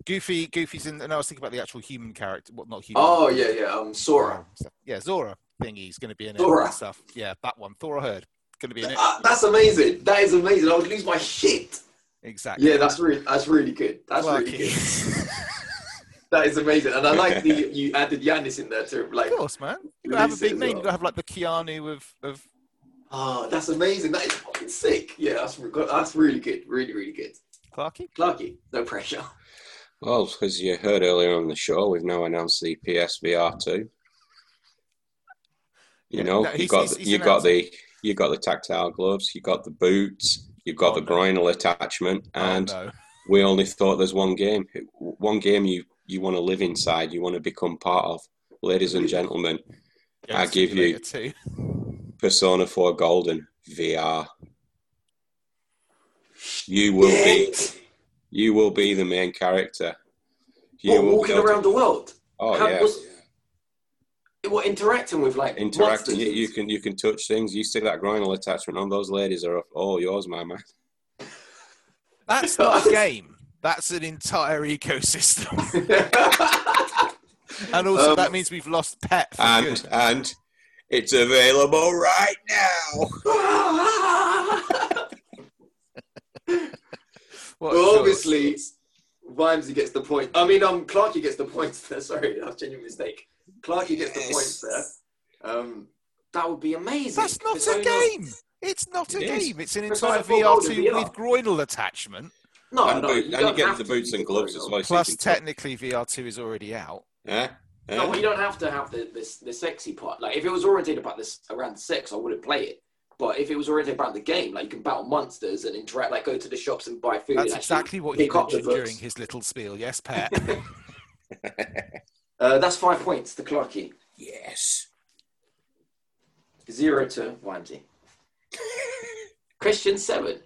Speaker 2: Goofy. Goofy's in. And I was thinking about the actual human character. Well, not human.
Speaker 3: Oh yeah, yeah. Um, Sora.
Speaker 2: Yeah, Zora. thingy is going to be in it
Speaker 3: Thora.
Speaker 2: and stuff. Yeah, that one. Thora Heard going to be in it.
Speaker 3: Ah, that's amazing. That is amazing. I would lose my shit.
Speaker 2: Exactly.
Speaker 3: Yeah, that's really that's really good. That's really
Speaker 2: Clarky.
Speaker 3: good.
Speaker 4: (laughs)
Speaker 3: That is amazing. And I like the you added Yanis in there to like
Speaker 2: of course, man. You gotta have a
Speaker 3: Release it
Speaker 2: big
Speaker 3: as
Speaker 2: name. You
Speaker 3: well.
Speaker 2: gotta have like the Keanu of of.
Speaker 3: Oh, that's amazing. That is fucking sick. Yeah, that's re- go- that's really good. Really, really good.
Speaker 2: Clarky?
Speaker 3: Clarky, no pressure.
Speaker 4: Well, as you heard earlier on the show, we've now announced the PSVR two.
Speaker 2: Yeah,
Speaker 4: You know,
Speaker 2: no,
Speaker 4: you
Speaker 2: he's-
Speaker 4: got
Speaker 2: he's- he's
Speaker 4: you got the you got the tactile gloves, you got the boots, you've got
Speaker 2: Oh,
Speaker 4: the
Speaker 2: no.
Speaker 4: groinal attachment, and
Speaker 2: oh, no.
Speaker 4: we only thought there's one game, one game you you want to live inside, you want to become part of. Ladies and gentlemen, I
Speaker 2: Game
Speaker 4: give you-
Speaker 2: Simulator two.
Speaker 4: Persona Four Golden VR. You will be you will be the main character. You
Speaker 3: What,
Speaker 4: will be
Speaker 3: walking
Speaker 4: able to-
Speaker 3: around the world.
Speaker 4: Oh
Speaker 3: How-
Speaker 4: yeah.
Speaker 3: was- What interacting with like
Speaker 4: interacting.
Speaker 3: monsters
Speaker 4: You,
Speaker 3: and-
Speaker 4: you can you can touch things. You stick that groinal attachment on. Those ladies are all yours,
Speaker 3: (laughs)
Speaker 4: my man.
Speaker 2: That's not
Speaker 4: (laughs)
Speaker 2: a game. That's an entire ecosystem,
Speaker 3: (laughs)
Speaker 2: and also
Speaker 3: Um,
Speaker 2: that means we've lost pet. For
Speaker 4: And
Speaker 2: good.
Speaker 4: and it's available right now.
Speaker 2: What
Speaker 3: well,
Speaker 2: are
Speaker 3: obviously, Vimesy gets the point. I mean, um, Clarky gets the points there. (laughs) Sorry, that was a genuine mistake. Clarky gets the
Speaker 4: Yes.
Speaker 3: points there. Um, that would be
Speaker 2: yours?
Speaker 3: amazing.
Speaker 2: that's not a
Speaker 3: Persona-
Speaker 2: game. It's not a
Speaker 4: It is.
Speaker 2: game. It's an
Speaker 3: Persona
Speaker 2: entire
Speaker 3: 4
Speaker 2: VR
Speaker 3: Golden
Speaker 2: two
Speaker 3: VR.
Speaker 2: with groinal attachment.
Speaker 3: No,
Speaker 4: and,
Speaker 3: Oh, no,
Speaker 4: boot- and you
Speaker 3: don't
Speaker 4: get
Speaker 3: have
Speaker 4: the
Speaker 3: to
Speaker 4: boots
Speaker 3: use
Speaker 4: and
Speaker 3: the
Speaker 4: gloves as
Speaker 3: groinal.
Speaker 4: well. so you
Speaker 2: Plus,
Speaker 4: can touch-
Speaker 2: technically, VR two is already out.
Speaker 4: Eh? Eh?
Speaker 3: No, but you don't have to have the, the the sexy part. Like, if it was oriented about this around sex, I wouldn't play it. But if it was oriented about the game, like you can battle monsters and interact, like go to the shops and buy food.
Speaker 2: That's
Speaker 3: and actually
Speaker 2: exactly what he
Speaker 3: pick up the
Speaker 2: mentioned
Speaker 3: books.
Speaker 2: during his little spiel. Yes, Pet.
Speaker 3: Uh, that's five points to Clarky,
Speaker 4: Yes.
Speaker 3: zero to
Speaker 2: (laughs)
Speaker 3: Wimsey. Question seven.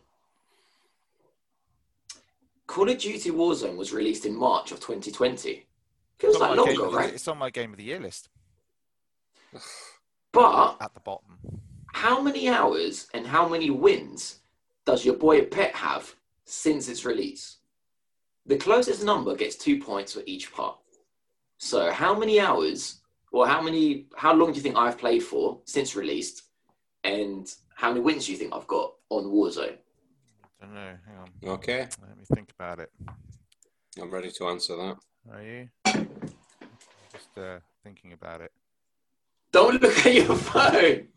Speaker 3: Call of Duty Warzone was released in March of 2020. Feels
Speaker 2: it's,
Speaker 3: like
Speaker 2: on
Speaker 3: long
Speaker 2: my game
Speaker 3: ago,
Speaker 2: of the,
Speaker 3: right?
Speaker 2: it's on my game of the year list
Speaker 3: But
Speaker 2: at the bottom.
Speaker 3: how many hours and how many wins does your boy Pet have since its release? The closest number gets two points for each part. So how many hours or how many how long do you think I've played for since released? And how many wins do you think I've got on Warzone?
Speaker 2: I don't know. Hang on.
Speaker 4: Okay,
Speaker 2: Let me think about it.
Speaker 4: I'm ready to answer that.
Speaker 2: Are you? Just uh, thinking about it.
Speaker 3: Don't look at your phone.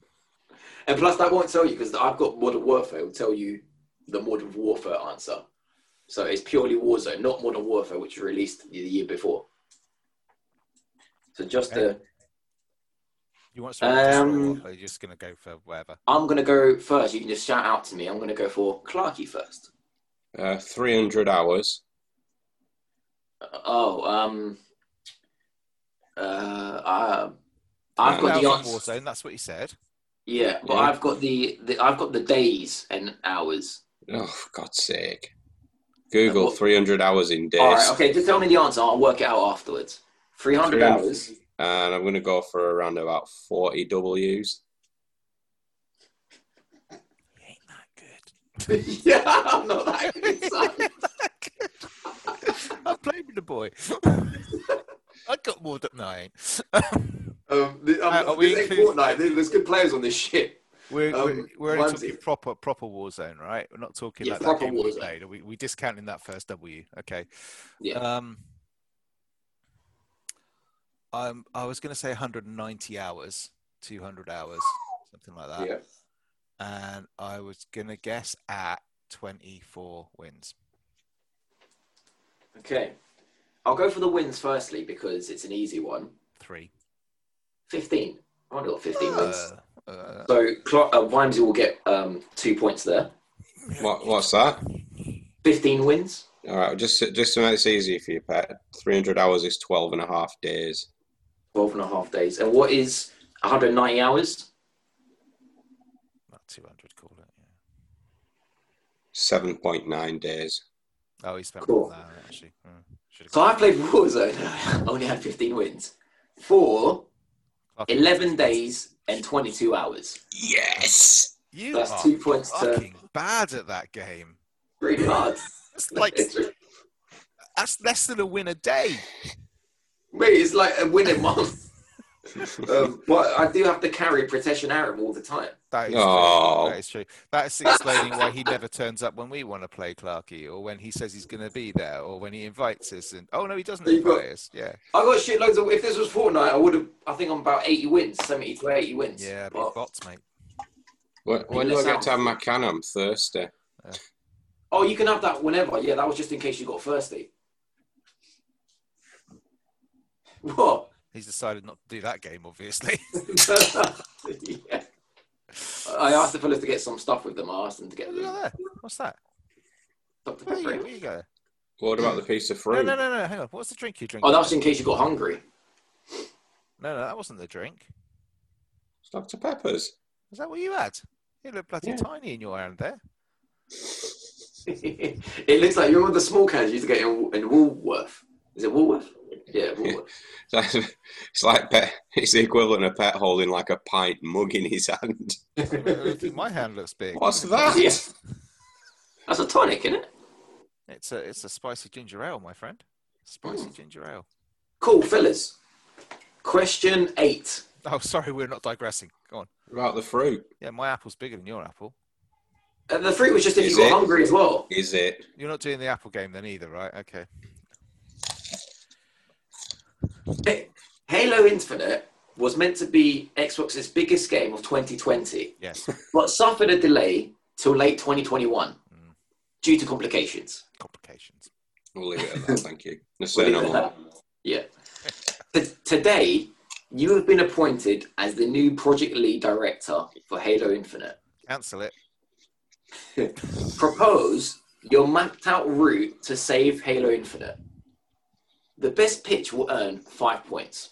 Speaker 3: And plus that won't tell you because I've got Modern Warfare will tell you the Modern Warfare answer. So it's purely Warzone, not Modern Warfare, which was released the year before. So just uh,
Speaker 2: You want some? Um,
Speaker 3: Um,
Speaker 2: or you're just gonna go for whatever.
Speaker 3: I'm gonna go first. You can just shout out to me. I'm gonna go for Clarky first.
Speaker 4: Uh, 300 hours.
Speaker 3: Uh, Oh, um, uh, uh, I've got the
Speaker 2: Thousand
Speaker 3: answer.
Speaker 2: Warzone. That's what he said.
Speaker 3: Yeah, but
Speaker 4: Yeah.
Speaker 3: I've got the, the I've got the days and hours.
Speaker 4: Oh, for God's sake. Google
Speaker 3: What-
Speaker 4: 300 hours in days.
Speaker 3: All right, okay. Just tell me the answer. I'll work it out afterwards. Three hundred
Speaker 4: 300.
Speaker 3: hours.
Speaker 4: And I'm going to go for around about 40 W's.
Speaker 2: He ain't (laughs) that
Speaker 3: (laughs) yeah, I'm not that good. son.
Speaker 2: good. I played with the boy. (laughs) I got more than nine.
Speaker 3: um, the, um,
Speaker 2: Uh, are we
Speaker 3: this ain't
Speaker 2: including-
Speaker 3: Fortnite. There- There's good players on this shit.
Speaker 2: We're,
Speaker 3: Um,
Speaker 2: we're, we're only
Speaker 3: one's-
Speaker 2: talking proper proper Warzone, right? We're not talking
Speaker 3: Yeah,
Speaker 2: about that
Speaker 3: proper
Speaker 2: game we
Speaker 3: Warzone.
Speaker 2: played. Are we, we discounting that first W? Okay.
Speaker 3: Yeah.
Speaker 2: Um, I'm, um, I was going to say 190 hours, 200 hours, something like that.
Speaker 3: Yeah.
Speaker 2: And I was going to guess at 24 wins.
Speaker 3: Okay. I'll go for the wins firstly because it's an easy one.
Speaker 2: Three.
Speaker 3: Fifteen. I've only got fifteen wins.
Speaker 2: Uh, uh,
Speaker 3: So Cl- uh, Wimsey will get um, two points there.
Speaker 4: What, what's that?
Speaker 3: Fifteen wins.
Speaker 4: All right, just just to make this easy for you, Pat, 300 hours is 12 and a half days.
Speaker 3: 12 and a half days. And what is 190 hours?
Speaker 2: not 200, call it. Yeah.
Speaker 4: 7.9 days.
Speaker 2: Oh, he spent
Speaker 3: Cool.
Speaker 2: more than that, actually. Mm. Should've
Speaker 3: So I
Speaker 2: got-
Speaker 3: played Warzone. (laughs) I only had 15 wins for
Speaker 2: Clark-
Speaker 3: 11 days and 22 hours.
Speaker 4: Yes!
Speaker 2: You
Speaker 3: That's
Speaker 2: are
Speaker 3: two points uh, to
Speaker 2: fucking bad at that game.
Speaker 3: really hard.
Speaker 2: It's like
Speaker 3: (laughs) It's re-
Speaker 2: that's less than a win a day.
Speaker 3: Mate, it's like a win a (laughs) month. um, but I do have to carry Protection Aram all the time.
Speaker 2: That is,
Speaker 4: Oh.
Speaker 2: true. that is true. That's explaining why he never turns up when we want to play Clarky, or when he says he's going to be there, or when he invites us. And oh no, he doesn't
Speaker 3: There you go.
Speaker 2: invite us. Yeah,
Speaker 3: I got shitloads of. If this was Fortnite, I would have. I think I'm about 80 wins, 70 to 80 wins.
Speaker 2: yeah,
Speaker 3: But-
Speaker 2: but bots, mate.
Speaker 4: When, when do I get to have my can? I'm thirsty.
Speaker 3: oh, you can have that whenever. Yeah, that was just in case you got thirsty. (laughs) What? (laughs)
Speaker 2: He's decided not to do that game, obviously. (laughs)
Speaker 3: yeah. I asked the fellas to get some stuff with them. I asked them to get
Speaker 2: Look
Speaker 3: them.
Speaker 2: at that. What's that?
Speaker 3: Dr.
Speaker 2: Where you,
Speaker 3: Pepper.
Speaker 2: where you go?
Speaker 4: What about the piece of
Speaker 2: No,
Speaker 4: fruit?
Speaker 2: no, no, no. Hang on. What's the drink you drink?
Speaker 3: Oh, that was in case you got hungry.
Speaker 2: No, no, that wasn't the drink.
Speaker 4: It's Dr. Peppers. (laughs)
Speaker 2: Is that what you had? You look bloody
Speaker 4: Yeah.
Speaker 2: tiny in your hand
Speaker 3: (laughs)
Speaker 2: there.
Speaker 3: it looks like you remember the small cans you used to get in, in Woolworth. Is it Woolworth? Yeah, Woolworth.
Speaker 4: It's like pet, it's the equivalent of pet holding like a pint mug in his hand.
Speaker 2: I think My hand looks big. (laughs)
Speaker 4: What's that?
Speaker 3: Yeah. That's a tonic, isn't it?
Speaker 2: It's a it's a spicy ginger ale, my friend. Spicy ginger ale.
Speaker 3: Cool, fellas. Question eight.
Speaker 2: Oh, (laughs) sorry, we're not digressing. Go on.
Speaker 4: About the fruit.
Speaker 2: Yeah, my apple's bigger than your apple.
Speaker 3: And Uh, the fruit was just if
Speaker 4: Is
Speaker 3: you got
Speaker 4: it?
Speaker 3: hungry as well. (laughs)
Speaker 4: Is it?
Speaker 2: You're not doing the apple game then either, right? Okay.
Speaker 3: Halo Infinite was meant to be Xbox's biggest game of 2020, (laughs)
Speaker 2: Yes.
Speaker 3: but suffered a delay till late 2021 due to complications.
Speaker 2: Complications.
Speaker 4: We'll leave it at that, thank
Speaker 2: (laughs)
Speaker 4: you. No, say no more.
Speaker 3: (laughs) Yeah. T- today, you have been appointed as the new project lead director for Halo Infinite.
Speaker 2: Cancel it.
Speaker 3: Propose your mapped out route to save Halo Infinite. The best pitch will earn five points.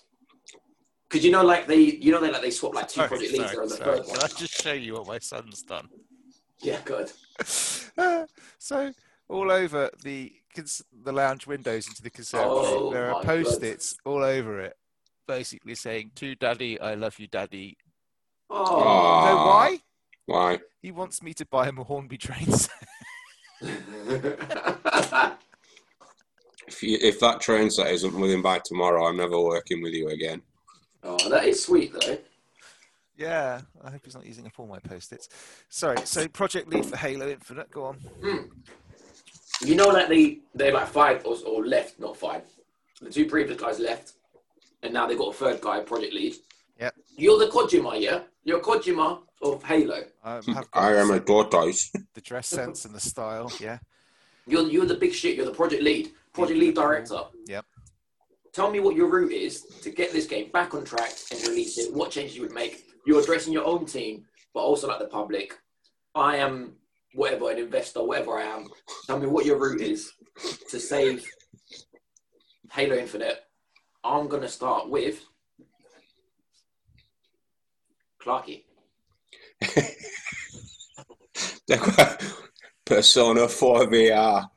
Speaker 3: Because you know, like they, you know, they like they swap like two
Speaker 2: Sorry,
Speaker 3: project leads
Speaker 2: sorry,
Speaker 3: on the
Speaker 2: sorry.
Speaker 3: third
Speaker 2: (laughs) Can
Speaker 3: one.
Speaker 2: I just show you what my son's done? (laughs)
Speaker 3: Yeah, good.
Speaker 2: Uh, so all over the cons- the lounge windows into the conservatory,
Speaker 3: Oh,
Speaker 2: there are
Speaker 3: my God.
Speaker 2: post-its all over it, basically saying "To Daddy, I love you, Daddy."
Speaker 3: Oh.
Speaker 2: You know
Speaker 4: Ah.
Speaker 2: why?
Speaker 4: Why?
Speaker 2: He wants me to buy him a Hornby train set. (laughs)
Speaker 4: If, you, if that train set isn't with him by tomorrow, I'm never working with you again.
Speaker 3: (laughs) oh, that is sweet though.
Speaker 2: yeah, I hope he's not using up all my post-its. Sorry. So project lead for Halo Infinite. Go on.
Speaker 3: You know that they they like five or, or left, not five. The two previous guys left, and now they've got a third guy, project lead.
Speaker 2: Yep.
Speaker 3: You're the Kojima, yeah. You're Kojima of Halo.
Speaker 2: I, Um, have got
Speaker 4: Hmm. I am
Speaker 2: the-
Speaker 4: a tortoise.
Speaker 2: the dress sense and the style. Yeah.
Speaker 3: You're you're the big shit. You're the project lead, project lead director.
Speaker 2: Yep.
Speaker 3: Tell me what your route is to get this game back on track and release it. What changes you would make? You're addressing your own team, but also like the public. I am whatever an investor, whatever I am. Tell me what your route is to save Halo Infinite. I'm gonna start with Clarky.
Speaker 4: (laughs) Persona 4 VR.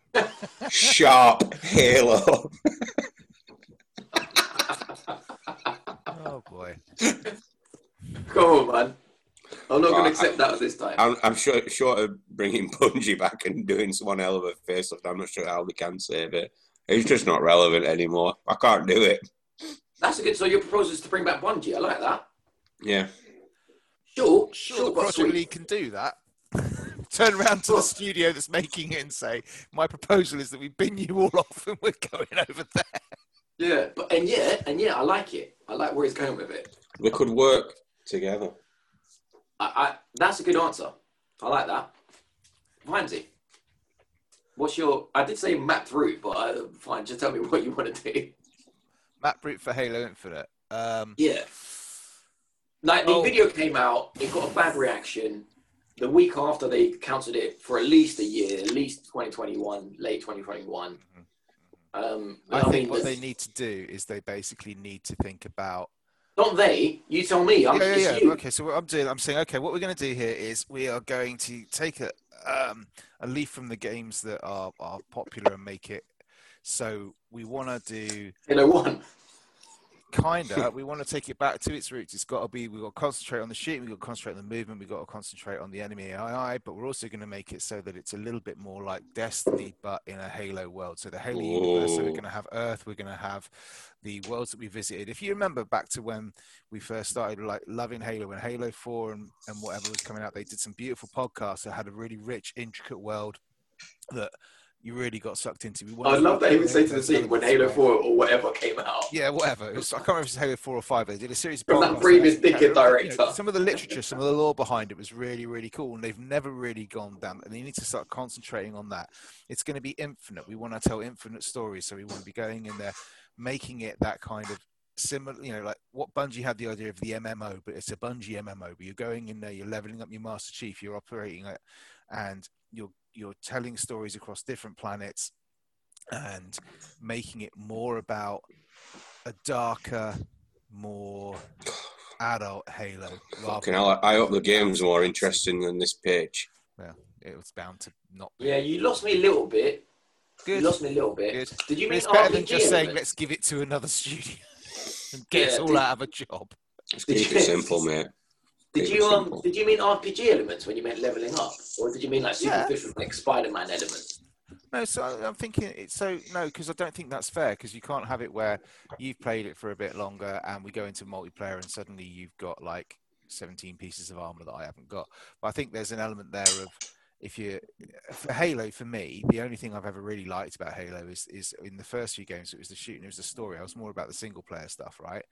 Speaker 4: Sharp Halo.
Speaker 2: Oh boy.
Speaker 3: Come on, man. I'm not
Speaker 4: Uh, I-
Speaker 3: gonna accept that this time.
Speaker 4: I'm, I'm sure, short of bringing Bungie back and doing one hell of a face off. I'm not sure how they can save it. It's just not relevant anymore. I can't do it.
Speaker 3: That's a good. So your proposal is to bring back Bungie. I like that.
Speaker 4: Yeah.
Speaker 3: Sure,
Speaker 2: Sure,
Speaker 3: sure,
Speaker 2: the
Speaker 3: but
Speaker 2: project
Speaker 3: sweet.
Speaker 2: lead can do that. (laughs) Turn around to the studio that's making it and say, "My proposal is that we bin you all (laughs) off and we're going over there."
Speaker 3: Yeah, but and yeah, and yeah, I like it. I like where he's going with it.
Speaker 4: We could work together.
Speaker 3: I, I that's a good answer. I like that. Vimesy, what's your? I did say mapped route, but uh, fine. Just tell me (laughs) what you want to do.
Speaker 2: Map route for Halo Infinite. Um,
Speaker 3: Yeah. Like the
Speaker 2: Oh.
Speaker 3: video came out, it got a bad reaction. The week after they cancelled it for at least a year, at least 2021, late 2021. Um,
Speaker 2: Mm-hmm. I think what
Speaker 3: there's-
Speaker 2: they need to do is they basically need to think about.
Speaker 3: Not they. You tell me. I'm,
Speaker 2: yeah, yeah,
Speaker 3: it's
Speaker 2: yeah.
Speaker 3: you.
Speaker 2: Okay, so what I'm doing, I'm saying, okay, what we're going to do here is we are going to take a um, a leaf from the games that are are popular and make it. So we want to do
Speaker 3: Halo One. (laughs)
Speaker 2: kinda. we want to take it back to its roots. It's got to be. We've got to concentrate on the shooting. We've got to concentrate on the movement. We've got to concentrate on the enemy AI. But we're also going to make it so that it's a little bit more like Destiny, but in a Halo world. So the Halo universe. So we're
Speaker 4: Ooh.
Speaker 2: going to have Earth. We're going to have the worlds that we visited. If you remember back to when we first started like loving Halo and Halo Four and, and whatever was coming out, they did some beautiful podcasts that had a really rich, intricate world that. You really got sucked into. We
Speaker 3: I
Speaker 2: wanted
Speaker 3: love that he would say to the
Speaker 2: those
Speaker 3: team when
Speaker 2: elements,
Speaker 3: Halo
Speaker 2: right?
Speaker 3: 4 or whatever came out.
Speaker 2: Yeah, whatever. It was, I can't remember if it was Halo 4 or 5. They did a series of
Speaker 3: From that
Speaker 2: podcasts.
Speaker 3: previous
Speaker 2: Yeah,
Speaker 3: Dickhead
Speaker 2: you know,
Speaker 3: director.
Speaker 2: Some of the literature, some of the lore behind it was really, really cool. And they've never really gone down. And they need to start concentrating on that. It's going to be infinite. We want to tell infinite stories. So we want to be going in there, making it that kind of similar, you know, like what Bungie had the idea of the MMO, but it's a Bungie MMO. But you're going in there, you're leveling up your Master Chief, you're operating it, and you're you're telling stories across different planets and making it more about a darker, more adult Halo.
Speaker 4: Fucking hell, I hope the game's more interesting than this pitch.
Speaker 2: It was bound to not be
Speaker 3: Yeah, you lost me a little bit.
Speaker 2: good.
Speaker 3: You lost me a little bit.
Speaker 2: Good.
Speaker 3: Did you
Speaker 2: But
Speaker 3: mean
Speaker 2: it's better than
Speaker 3: RPG
Speaker 2: just saying
Speaker 3: elements?
Speaker 2: let's give it to another studio (laughs) and get us
Speaker 3: Yeah,
Speaker 2: all
Speaker 3: did-
Speaker 2: out of a job.
Speaker 4: Just
Speaker 3: Did
Speaker 4: keep
Speaker 3: you-
Speaker 4: it simple, mate.
Speaker 3: Did
Speaker 4: Keep
Speaker 3: you
Speaker 4: it
Speaker 3: um?
Speaker 4: simple.
Speaker 3: Did you mean RPG elements when you meant leveling up, or did you mean like
Speaker 2: Yeah.
Speaker 3: superficial, like Spider-Man elements?
Speaker 2: No, so I- I'm thinking it's so no because I don't think that's fair because you can't have it where you've played it for a bit longer and we go into multiplayer and suddenly you've got like 17 pieces of armor that I haven't got. But I think there's an element there of if you for Halo for me the only thing I've ever really liked about Halo is is in the first few games it was the shooting it was the story I was more about the single player stuff right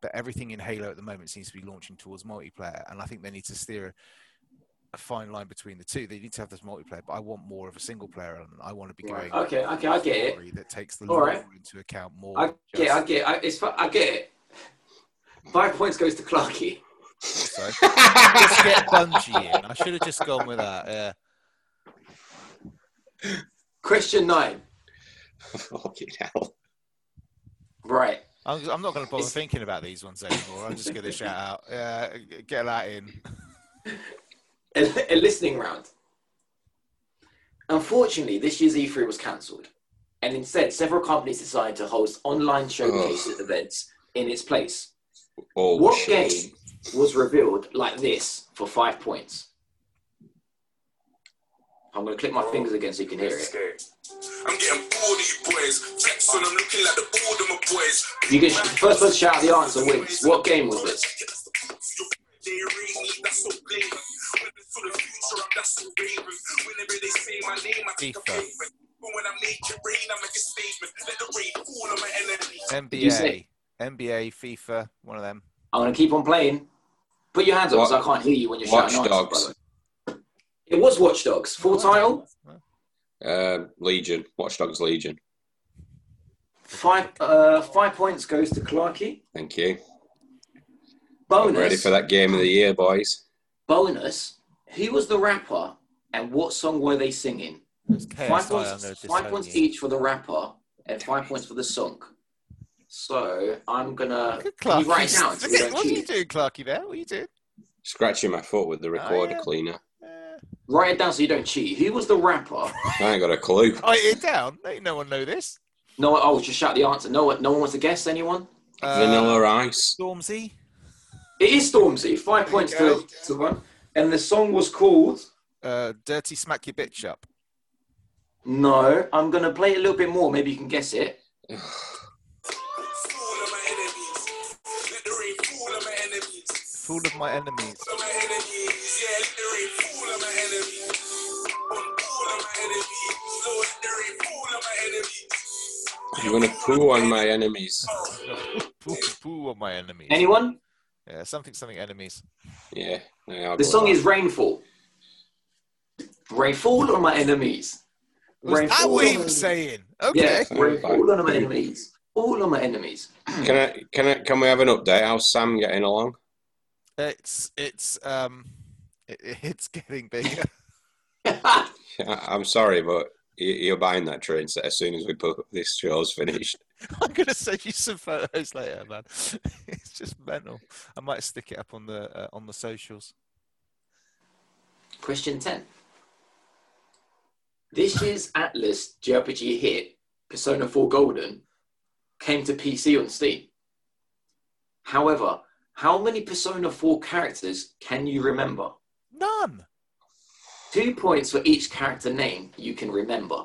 Speaker 2: but everything in Halo at the moment seems to be launching towards multiplayer and I think they need to steer a fine line between the two. They need to have this multiplayer, but I want more of a single player element. I want to be
Speaker 3: Right.
Speaker 2: going
Speaker 3: Okay, okay, I get it.
Speaker 2: story that takes the
Speaker 3: All
Speaker 2: lore
Speaker 3: right.
Speaker 2: into account more.
Speaker 3: I
Speaker 2: than
Speaker 3: get, it, I
Speaker 2: just-
Speaker 3: get, it. I, it's, fi- I get it. Five points goes to Clarky.
Speaker 2: Sorry. (laughs) just get Bungie in. I should have just gone with that. Yeah.
Speaker 3: Question nine.
Speaker 4: Fucking hell.
Speaker 3: Right.
Speaker 2: I'm, I'm not going to bother
Speaker 3: It's-
Speaker 2: thinking about these ones anymore. I'm just going to shout out. Yeah, get that in.
Speaker 3: A, a listening round. Unfortunately, this year's E3 was cancelled, and instead, several companies decided to host online showcases events in its place.
Speaker 4: Oh,
Speaker 3: what
Speaker 4: shit.
Speaker 3: game was revealed like this for five points? I'm going to click my fingers again so you can hear it.
Speaker 5: I'm getting bored of you boys. Flex when I'm looking like the board of my boys.
Speaker 3: You can first one shout out the answer wins. What game was this?
Speaker 5: They really, that's so lame. When it's for the future, I'm that's so raving. Whenever they say my name, I take a
Speaker 2: FIFA.
Speaker 5: payment. But when I make it rain, I make a statement. Let the rain fall on my enemy.
Speaker 3: you
Speaker 2: NBA,
Speaker 3: say?
Speaker 2: NBA, FIFA, one of them.
Speaker 3: I'm going to keep on playing. Put your hands up
Speaker 4: What-
Speaker 3: so I can't hear you when you're
Speaker 4: Watch
Speaker 3: shouting answers. by
Speaker 4: Dogs.
Speaker 3: the way. It was Watch Dogs. Full title,
Speaker 4: Um, Legion. Watch Dogs Legion.
Speaker 3: five uh, five points goes to Clarkey.
Speaker 4: Thank you. I'm
Speaker 3: Bonus.
Speaker 4: ready for that game of the year, boys.
Speaker 3: Bonus. Who was the rapper and what song were they singing? Five points, five points each for the rapper and five points for the song. So I'm gonna
Speaker 2: Good
Speaker 3: can
Speaker 2: Clarky.
Speaker 3: you write it down so we don't
Speaker 2: what are you
Speaker 3: cheat.
Speaker 2: doing, Clarky? There, what are you doing?
Speaker 4: Scratching my foot with the recorder
Speaker 2: Oh, yeah.
Speaker 4: cleaner.
Speaker 2: Uh,
Speaker 3: Write it down so you don't cheat. Who was the rapper?
Speaker 4: I ain't got a clue.
Speaker 2: write it down. Ain't no one know this.
Speaker 3: No, one- oh, just shout the answer. No one, no one wants to guess. Anyone?
Speaker 4: Vanilla Ice.
Speaker 2: Uh, Stormzy.
Speaker 3: It is Stormzy. Five points to, to one. And the song was called.
Speaker 2: Uh, dirty smack your bitch up.
Speaker 3: No, I'm gonna play it a little bit more. Maybe you can guess it.
Speaker 5: Fall on my enemies. Let the rain fall on my enemies.
Speaker 2: Fool of my enemies.
Speaker 5: Fall on my enemies. Yeah, let the rain fall on my enemies. On all of my enemies. Lord, let the rain fall on my enemies.
Speaker 4: I'm gonna poo on my enemies.
Speaker 2: Poo, poo on my enemies.
Speaker 3: Anyone?
Speaker 2: yeah, something, something enemies.
Speaker 4: Yeah. yeah, I'll
Speaker 3: The
Speaker 4: go
Speaker 3: song
Speaker 4: with
Speaker 3: is Rainfall. Rainfall on my enemies.
Speaker 2: Was that what he
Speaker 3: on-
Speaker 2: was saying?
Speaker 3: Yeah,
Speaker 2: Okay.
Speaker 3: rainfall on my enemies. All on my enemies. (laughs)
Speaker 4: that. Can I? Can I? Can we have an update? How's Sam getting along?
Speaker 2: It's it's um it, it's getting bigger. (laughs)
Speaker 4: I- I'm sorry, but you- you're buying that train set as soon as we put this show's finished.
Speaker 2: I'm gonna send you some photos later, man. (laughs) It's just mental. I might stick it up on the uh, on the socials.
Speaker 3: Question 10. This year's Atlas JRPG hit, Persona 4 Golden, came to PC on Steam. However, how many Persona 4 characters can you remember?
Speaker 2: None.
Speaker 3: Two points for each character name you can remember.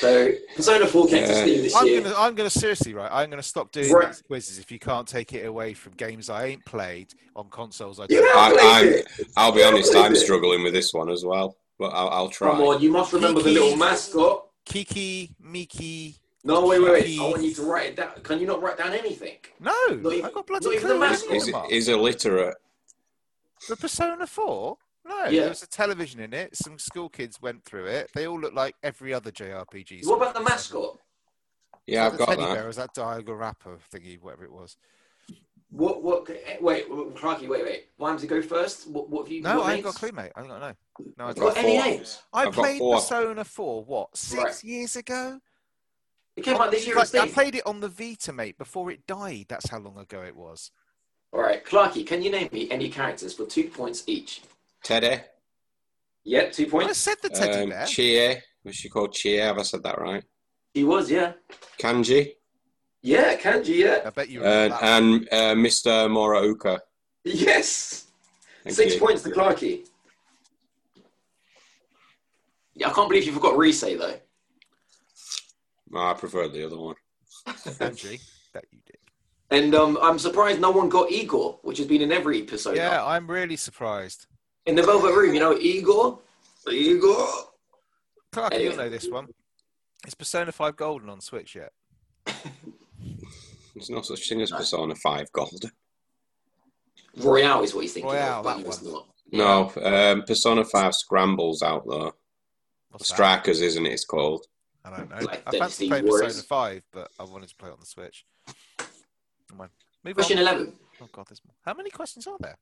Speaker 3: So, Persona 4 came to
Speaker 4: Yeah.
Speaker 3: Steam this
Speaker 2: I'm
Speaker 3: year.
Speaker 2: gonna, I'm gonna seriously, right? I'm gonna stop doing
Speaker 3: Right.
Speaker 2: these quizzes if you can't take it away from games I ain't played on consoles. I
Speaker 3: You
Speaker 2: don't.
Speaker 4: I-
Speaker 3: have played
Speaker 4: I'm-
Speaker 3: it!
Speaker 4: I'll be honest,
Speaker 3: What is
Speaker 4: I'm
Speaker 3: it?
Speaker 4: struggling with this one as well, but I'll, I'll try.
Speaker 3: Come on, you must remember the little
Speaker 2: Kiki.
Speaker 3: mascot.
Speaker 2: Kiki, Miki.
Speaker 3: No, wait, wait, wait. I
Speaker 2: Kiki.
Speaker 3: want you to write it down. Can you not write down anything?
Speaker 2: No,
Speaker 3: Not even-
Speaker 2: I've got
Speaker 3: not
Speaker 2: bloody
Speaker 3: even
Speaker 2: clue.
Speaker 3: the
Speaker 2: what
Speaker 3: mascot.
Speaker 2: you're
Speaker 4: Is,
Speaker 2: talking about.
Speaker 4: is illiterate.
Speaker 2: The Persona 4? No,
Speaker 3: Yeah.
Speaker 2: there was a television in it. Some school kids went through it. They all look like every other JRPG.
Speaker 3: What about the mascot?
Speaker 2: Is
Speaker 4: Yeah, I've
Speaker 2: that the
Speaker 4: got
Speaker 2: teddy
Speaker 4: that.
Speaker 2: Bear, or is that Diagonal Rapper thingy, whatever it was?
Speaker 3: What? What? eh, Wait, wait, Clarky, wait, wait. Why to go first? What, what have you?
Speaker 2: No,
Speaker 3: what
Speaker 2: I ain't got a
Speaker 3: names?
Speaker 2: clue, mate. I ain't got no. No, I
Speaker 4: I've
Speaker 2: don't.
Speaker 3: Got
Speaker 4: got
Speaker 3: any
Speaker 4: four.
Speaker 3: names?
Speaker 2: I
Speaker 4: I've got
Speaker 2: played
Speaker 4: four.
Speaker 2: Persona 4, what, six
Speaker 3: Right.
Speaker 2: years ago?
Speaker 3: It came out this year on
Speaker 2: Like, I
Speaker 3: Steam.
Speaker 2: played it on the Vita, mate, before it died. That's how long ago it was.
Speaker 3: All right, Clarky, can you name me any characters for two points each?
Speaker 4: Teddy.
Speaker 3: Yep, two
Speaker 2: I
Speaker 3: points.
Speaker 2: said the teddy
Speaker 4: Um,
Speaker 2: bear.
Speaker 4: Chie. Was she called Chie? Have I said that right?
Speaker 3: He was, yeah.
Speaker 4: Kanji.
Speaker 3: Yeah, Kanji, yeah.
Speaker 2: I bet you
Speaker 4: And,
Speaker 2: remember that.
Speaker 4: and uh, Mr. Moraoka.
Speaker 3: Yes.
Speaker 4: Thank
Speaker 3: Six
Speaker 4: you.
Speaker 3: points to Clarky. Yeah, I can't believe you forgot Risei though.
Speaker 4: No, I prefer the other one.
Speaker 2: (laughs) Angie, bet you did.
Speaker 3: And um, I'm surprised no one got Igor, which has been in every episode.
Speaker 2: Yeah, I'm really surprised.
Speaker 3: In the Velvet Room, you know, Igor? Igor?
Speaker 2: Clark,
Speaker 3: Anyway.
Speaker 2: you'll know this one. It's Persona 5 Golden on Switch yet.
Speaker 4: There's no such thing as
Speaker 3: No.
Speaker 4: Persona 5 Gold.
Speaker 3: Royale is what he's thinking
Speaker 2: Royale,
Speaker 3: of, but
Speaker 2: that
Speaker 3: it's
Speaker 2: one.
Speaker 3: not.
Speaker 4: No, um, Persona 5 Scrambles out though.
Speaker 2: What's that?
Speaker 4: Strikers, isn't it? It's called.
Speaker 2: I don't know.
Speaker 3: Like
Speaker 2: I
Speaker 3: Dead
Speaker 2: fancy
Speaker 3: Sea
Speaker 2: playing
Speaker 3: Wars.
Speaker 2: Persona 5, but I wanted to play it on the Switch. Come on. Move
Speaker 3: Question
Speaker 2: on.
Speaker 3: 11.
Speaker 2: Oh, God, there's more. How many questions are there?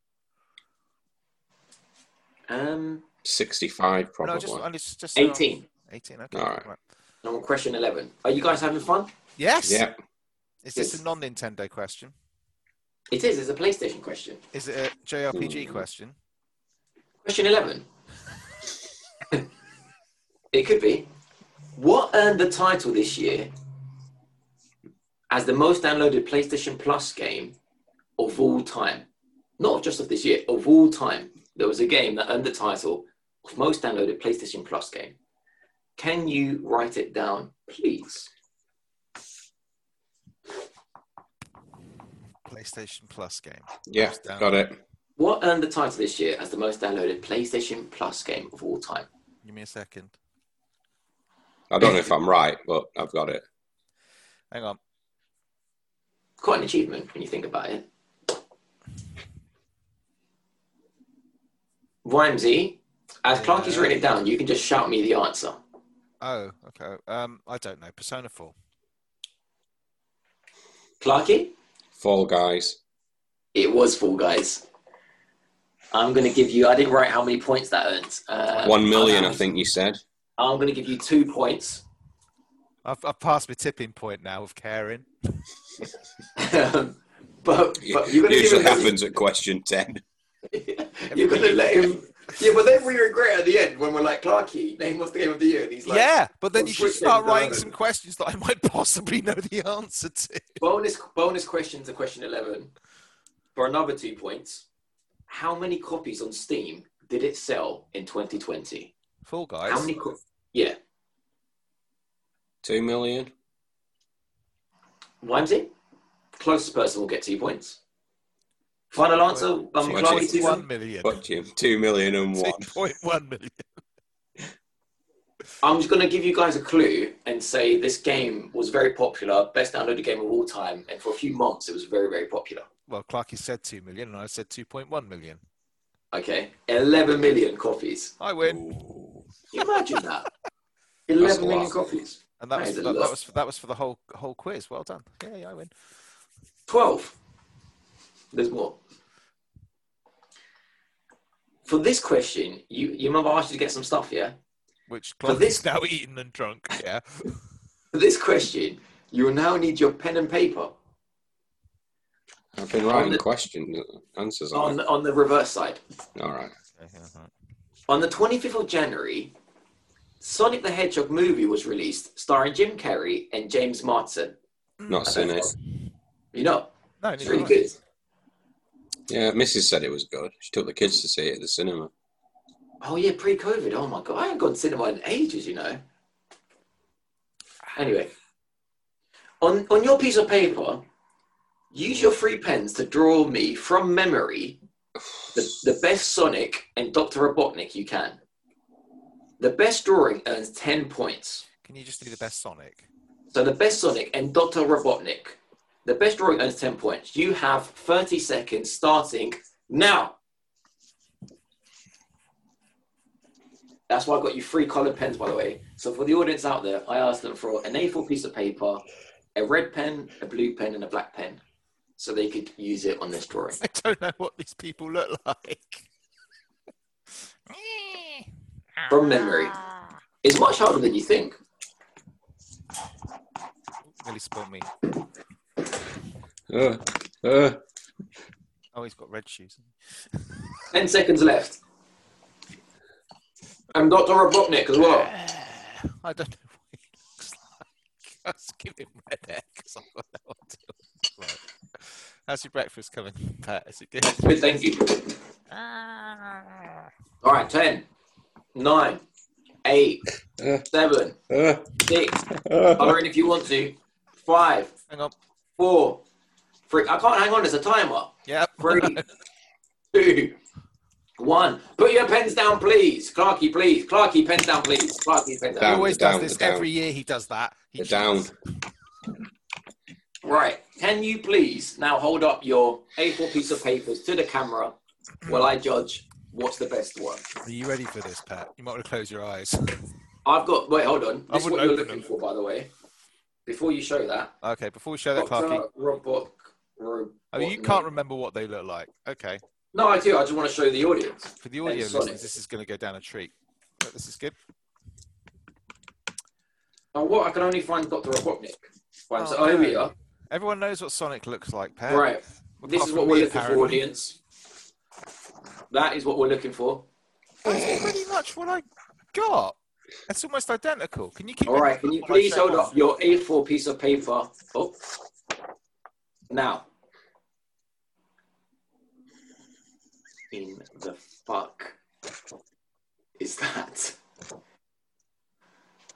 Speaker 3: Um,
Speaker 4: 65 probably.
Speaker 2: No, just, I just, just
Speaker 3: 18.
Speaker 2: 18, okay.
Speaker 4: All right.
Speaker 2: right.
Speaker 3: I'm on question 11. Are you guys having fun?
Speaker 2: Yes.
Speaker 4: yeah.
Speaker 2: Is this
Speaker 3: Yes.
Speaker 2: a non Nintendo question?
Speaker 3: It is. It's a PlayStation question.
Speaker 2: Is it a JRPG
Speaker 4: Hmm.
Speaker 2: question?
Speaker 3: Question 11. (laughs) it could be. What earned the title this year as the most downloaded PlayStation Plus game of all time? Not just of this year, of all time. There was a game that earned the title of most downloaded PlayStation Plus game. Can you write it down, please?
Speaker 2: PlayStation Plus game.
Speaker 4: Yeah,
Speaker 2: Just um, down.
Speaker 4: got it.
Speaker 3: What earned the title this year as the most downloaded PlayStation Plus game of all time?
Speaker 2: Give me a second.
Speaker 4: I don't know
Speaker 2: (laughs)
Speaker 4: if I'm right, but I've got it.
Speaker 2: Hang on.
Speaker 3: Quite an achievement when you think about it. Rhymesy, as Clark is written it down, you can just shout me the answer.
Speaker 2: Oh, okay. Um, I don't know. Persona 4.
Speaker 3: Clarky,
Speaker 4: Fall Guys.
Speaker 3: it was Fall Guys. I'm going to give you, I didn't write how many points that earns. Uh,
Speaker 4: One million,
Speaker 3: I'm-
Speaker 4: I think you said.
Speaker 3: I'm going to give you two points.
Speaker 2: I've, I've passed my tipping point now with Karen.
Speaker 3: but, Um, but you're going to give
Speaker 4: Usually
Speaker 3: him
Speaker 4: happens at question 10.
Speaker 3: You're going to let him. Yeah, but then we regret at the end when we're like, Clarky, name what's the game of the year? And he's like,
Speaker 2: yeah, but then
Speaker 3: Well,
Speaker 2: you should
Speaker 3: Switch
Speaker 2: start
Speaker 3: games are
Speaker 2: writing
Speaker 3: relevant.
Speaker 2: some questions that I might (laughs) possibly know the answer to.
Speaker 3: Bonus bonus question to question eleven for another two points. How many copies on Steam did it sell in 2020?
Speaker 2: Fall Guys.
Speaker 3: How many? Co- yeah,
Speaker 4: Two million?
Speaker 3: Wimsey, closest person will get two points. Final answer, um,
Speaker 4: Well,
Speaker 3: Clarky,
Speaker 4: it's
Speaker 3: two
Speaker 2: One million. (laughs)
Speaker 4: What, Jim? Two million and one.
Speaker 2: 2.1 million.
Speaker 3: I'm just going to give you guys a clue and say this game was very popular, best downloaded game of all time, and for a few months it was very very popular.
Speaker 2: Well, Clarky said 2 million and I said 2.1 million.
Speaker 3: Okay, 11 million copies.
Speaker 2: I win.
Speaker 4: Ooh.
Speaker 3: Can you imagine that?
Speaker 4: That's a
Speaker 3: 11 million
Speaker 4: lot.
Speaker 3: copies.
Speaker 2: And that
Speaker 3: That
Speaker 2: was,
Speaker 3: is
Speaker 2: for
Speaker 3: a
Speaker 2: the, that,
Speaker 3: lot.
Speaker 2: was for, that was for the whole whole quiz. Well done. Yeah, yeah, I win.
Speaker 3: 12. There's more. For this question, you, you remember I asked you to get some stuff, yeah?
Speaker 2: Which
Speaker 3: For
Speaker 2: Clarky's
Speaker 3: this-
Speaker 2: now eaten and drunk. Yeah.
Speaker 3: For this question, you will now need your pen and paper
Speaker 4: I've been
Speaker 3: On
Speaker 4: writing
Speaker 3: Oh, the- Oh,
Speaker 4: question answers on
Speaker 3: on,
Speaker 4: it.
Speaker 3: on the reverse side.
Speaker 4: All right.
Speaker 2: Okay, yeah, all right.
Speaker 3: On the 25th of January, Sonic the Hedgehog movie was released starring Jim Carrey and James Martin.
Speaker 4: Not seen it.
Speaker 3: You know,
Speaker 2: No,
Speaker 3: It's
Speaker 2: neither
Speaker 3: really
Speaker 2: am I.
Speaker 3: good.
Speaker 4: Yeah, Mrs. said it was good. She took the kids to see it at the cinema.
Speaker 3: Oh yeah, pre-COVID. Oh my god, I haven't gone to cinema in ages, you know. Anyway, on on your piece of paper, use your free pens to draw me from memory the, the best Sonic and Doctor Robotnik you can. The best drawing earns ten points.
Speaker 2: Can you just do the best Sonic? (laughs)
Speaker 3: So the best Sonic and Doctor Robotnik, the best drawing earns ten points. You have thirty seconds starting now. That's why I got you three coloured pens, by the way. So for the audience out there, I asked them for an A4 piece of paper, a red pen, a blue pen, and a black pen, so they could use it on this drawing.
Speaker 2: I don't know what these people look like.
Speaker 3: From memory, it's much harder than you think.
Speaker 2: Nearly spoiled me.
Speaker 4: Uh, uh,
Speaker 2: Oh, he's got red shoes.
Speaker 3: Ten seconds left. And Doctor Robotnik as well.
Speaker 2: I don't know what he looks like. (laughs) I was giving him red hair because I've got no idea what he looks like. How's your breakfast coming, Pat? Is it good?
Speaker 3: Good, thank you. All right, 10, 9, 8,
Speaker 4: Uh.
Speaker 3: 7,
Speaker 4: uh,
Speaker 3: 6,
Speaker 4: uh.
Speaker 3: color in if you want to, 5,
Speaker 2: Hang on.
Speaker 3: 4, 3. I can't hang on, it's a timer.
Speaker 2: Yep. (laughs)
Speaker 3: 3, 2, 1. Put your pens down, please. Clarky, please. Clarky, pens down, please. Clarky, pens
Speaker 2: He
Speaker 3: down.
Speaker 4: Down.
Speaker 2: always
Speaker 4: the down,
Speaker 2: does this.
Speaker 4: the down.
Speaker 2: Every year he does that. He
Speaker 4: The down.
Speaker 2: cheats.
Speaker 3: Right, can you please now hold up your A4 piece of papers to the camera while I judge what's the best one?
Speaker 2: Are you ready for this, Pat? You might want to close your eyes.
Speaker 3: I've got, wait, hold on.
Speaker 2: I
Speaker 3: This is what
Speaker 2: wouldn't
Speaker 3: you're
Speaker 2: open
Speaker 3: looking
Speaker 2: them.
Speaker 3: for, by the way. Before you show that,
Speaker 2: Okay, before we show that, Clarky.
Speaker 3: Doctor Robot. Rob-
Speaker 2: Oh, you
Speaker 3: Robotnik.
Speaker 2: can't remember what they look like. Okay.
Speaker 3: No, I do. I just want to show the audience.
Speaker 2: For the audio
Speaker 3: Thanks, Sonic.
Speaker 2: listeners, this is going to go down a treat. But this is good.
Speaker 3: Oh, what? I can only find Doctor Robotnik. Right,
Speaker 2: Oh,
Speaker 3: so, oh, here we
Speaker 2: no.
Speaker 3: are.
Speaker 2: Everyone knows what Sonic looks like, Pat.
Speaker 3: Right.
Speaker 2: Apart
Speaker 3: This is
Speaker 2: from
Speaker 3: what we're
Speaker 2: me,
Speaker 3: looking for,
Speaker 2: apparently.
Speaker 3: audience. That is what we're looking for.
Speaker 2: That's pretty much what I got. That's almost identical. Can you keep?
Speaker 3: All
Speaker 2: it-
Speaker 3: right. Can you
Speaker 2: what I
Speaker 3: please
Speaker 2: showed
Speaker 3: hold
Speaker 2: off?
Speaker 3: up your A4 piece of paper? Oh. Now. In the fuck is that?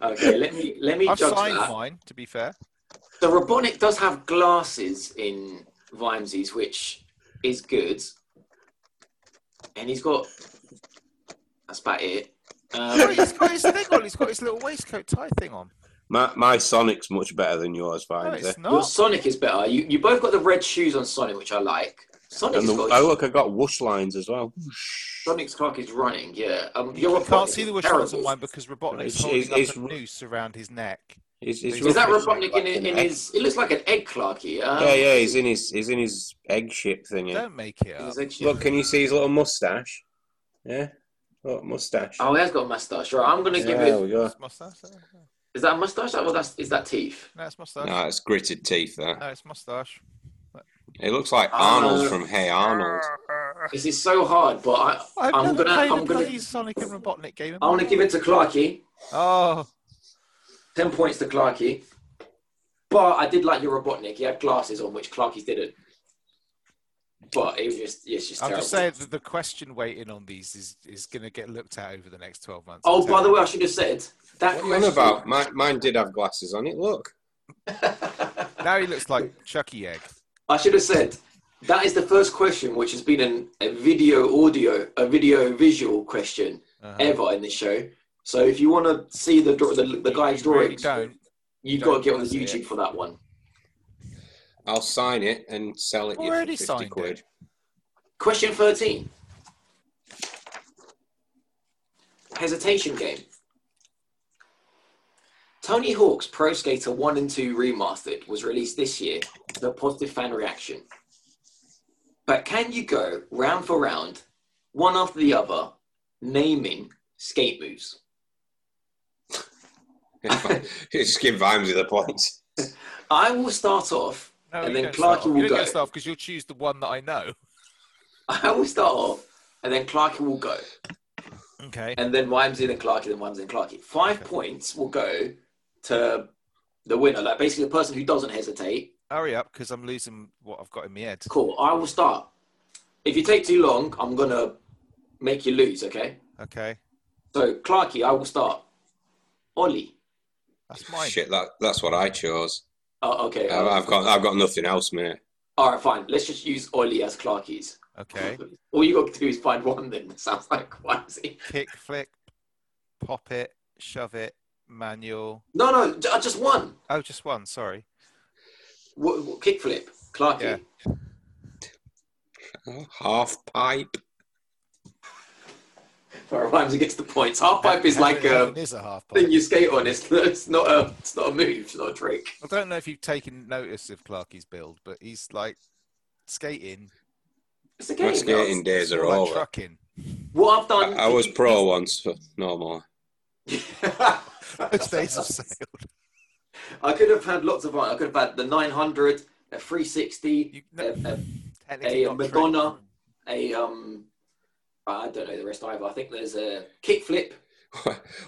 Speaker 3: Okay, let me let me
Speaker 2: I've
Speaker 3: judge
Speaker 2: signed
Speaker 3: that.
Speaker 2: mine. To be fair,
Speaker 3: The Robotnik does have glasses in Vimesy's, which is good. And he's got. That's about it.
Speaker 2: Wait,
Speaker 3: Um,
Speaker 2: Oh, he's got his thing on. He's got his little waistcoat tie thing on.
Speaker 4: My, my Sonic's much better than yours,
Speaker 2: No,
Speaker 4: finds
Speaker 2: Oh, it's
Speaker 3: your
Speaker 2: not.
Speaker 3: Sonic is better. You, you both got the red shoes on Sonic, which I like. Sonic's,
Speaker 4: And the,
Speaker 3: got,
Speaker 4: oh, look, I got whoosh lines as well. Whoosh.
Speaker 3: Sonic's clock is running, yeah. Um,
Speaker 2: You
Speaker 3: your Robotnik
Speaker 2: can't see
Speaker 3: is
Speaker 2: the wish lines on
Speaker 3: terrible.
Speaker 2: mine because Robotnik is
Speaker 4: It's-
Speaker 2: holding
Speaker 4: it's-
Speaker 2: up
Speaker 4: it's-
Speaker 2: a noose around his neck.
Speaker 4: He's,
Speaker 2: Is
Speaker 3: Is that
Speaker 4: roughly
Speaker 3: Robotnik in,
Speaker 4: like an
Speaker 3: in
Speaker 4: egg-
Speaker 3: his. It looks like an egg, Clarky. Um,
Speaker 4: Yeah, yeah, he's in his he's in his egg ship thingy.
Speaker 2: Don't make it
Speaker 3: in
Speaker 2: up.
Speaker 3: his egg shape.
Speaker 4: Look, can you see his little mustache? Yeah, little mustache.
Speaker 3: Oh, he has got a mustache. Right, I'm going to
Speaker 4: yeah,
Speaker 3: give
Speaker 4: there
Speaker 3: it.
Speaker 4: we go.
Speaker 2: It's mustache. uh,
Speaker 3: Is that a mustache? Well, that's, is that teeth?
Speaker 2: No, it's mustache.
Speaker 4: No, it's gritted teeth. That
Speaker 2: No, it's mustache.
Speaker 4: it looks
Speaker 2: uh,
Speaker 4: like
Speaker 3: Ah.
Speaker 4: Arnold from Hey Arnold.
Speaker 3: This is so hard, but I,
Speaker 2: I've
Speaker 3: I'm
Speaker 2: never
Speaker 3: gonna,
Speaker 2: played a
Speaker 3: I'm gonna,
Speaker 2: bloody Sonic and Robotnik game. in
Speaker 3: I want
Speaker 2: my
Speaker 3: to give it to Clarky.
Speaker 2: life. Oh,
Speaker 3: Ten points to Clarky. But I did like your Robotnik. He had glasses on, which Clarky's didn't. But it was just, it's just
Speaker 2: I'm
Speaker 3: terrible.
Speaker 2: just saying that the question waiting on these is, is going to get looked at over the next 12 months.
Speaker 3: Oh,
Speaker 2: I'm
Speaker 3: by the
Speaker 2: telling
Speaker 3: way, I should have said
Speaker 2: uh,
Speaker 3: that.
Speaker 4: What are you on
Speaker 3: question-
Speaker 4: about? Mine, mine did have glasses on it. Look,
Speaker 2: you. Now he looks like Chucky Egg.
Speaker 3: (laughs) I should have said that is the first question, which has been an, a video audio, a video visual question
Speaker 2: Uh-huh.
Speaker 3: ever in this show. So if you want to see the draw- the, the guy's
Speaker 2: You really
Speaker 3: drawings,
Speaker 2: don't.
Speaker 3: you've
Speaker 2: don't
Speaker 3: got to get on the
Speaker 2: see it.
Speaker 3: YouTube for that one.
Speaker 4: I'll sign it and sell it. you for
Speaker 2: Already
Speaker 4: 50
Speaker 2: signed
Speaker 4: quid.
Speaker 2: it.
Speaker 3: Question 13. Hesitation game. Tony Hawk's Pro Skater 1 and 2 Remastered was released this year to a positive fan reaction. But can you go round for round, one after the other, naming skate moves?
Speaker 4: (laughs) Just give Vimesy the points.
Speaker 3: I will start off,
Speaker 2: No,
Speaker 3: and
Speaker 2: you
Speaker 3: then
Speaker 2: don't
Speaker 3: Clarky
Speaker 2: start off.
Speaker 3: will
Speaker 2: You don't
Speaker 3: go.
Speaker 2: get stuff because you'll choose the one that I know.
Speaker 3: (laughs) I will start off, and then Clarky will go.
Speaker 2: Okay.
Speaker 3: And then Wimsey, then Clarky, then Wimsey, then Clarky. Five
Speaker 2: Okay.
Speaker 3: points will go to the winner, like basically the person who doesn't hesitate,
Speaker 2: Hurry up, because I'm losing what I've got in my head.
Speaker 3: Cool. I will start. If you take too long, I'm gonna make you lose. Okay.
Speaker 2: Okay,
Speaker 3: So Clarky, I will start. Ollie.
Speaker 2: that's mine.
Speaker 4: Shit, that, that's what I chose.
Speaker 3: Oh, okay.
Speaker 2: Uh,
Speaker 4: I've, I've got I've got nothing else, mate.
Speaker 3: All right, fine. Let's just use Ollie as Clarky's.
Speaker 2: Okay,
Speaker 3: (laughs) All you got to do is find one. Then (laughs) sounds like quite easy.
Speaker 2: kick, flick, pop it, shove it, manual.
Speaker 3: No, no, j- uh, just one.
Speaker 2: Oh, just one. Sorry.
Speaker 3: W- w- kickflip, Clarky.
Speaker 2: Yeah.
Speaker 4: Half pipe.
Speaker 3: All right, rhymes against the points. Half pipe is
Speaker 2: Heaven-
Speaker 3: like um, a
Speaker 2: heaven is a half pipe.
Speaker 3: thing you skate on. It's, (laughs) it's not a. It's not a move. It's not a trick.
Speaker 2: I don't know if you've taken notice of Clarky's build, but he's like skating,
Speaker 3: It's a game.
Speaker 4: My
Speaker 3: guys.
Speaker 4: skating days are
Speaker 2: or like
Speaker 4: over.
Speaker 2: trucking. (laughs)
Speaker 3: What I've
Speaker 4: I,
Speaker 3: done.
Speaker 4: I was pro once, but no more.
Speaker 2: Those days have
Speaker 3: (laughs)
Speaker 2: sailed.
Speaker 3: (laughs) I could have had lots of. I could have had the 900, a 360,
Speaker 2: You, no,
Speaker 3: Uh, uh,
Speaker 2: technically
Speaker 3: a
Speaker 2: not trick.
Speaker 3: Madonna. a um. I don't know the rest either. I think there's a kickflip.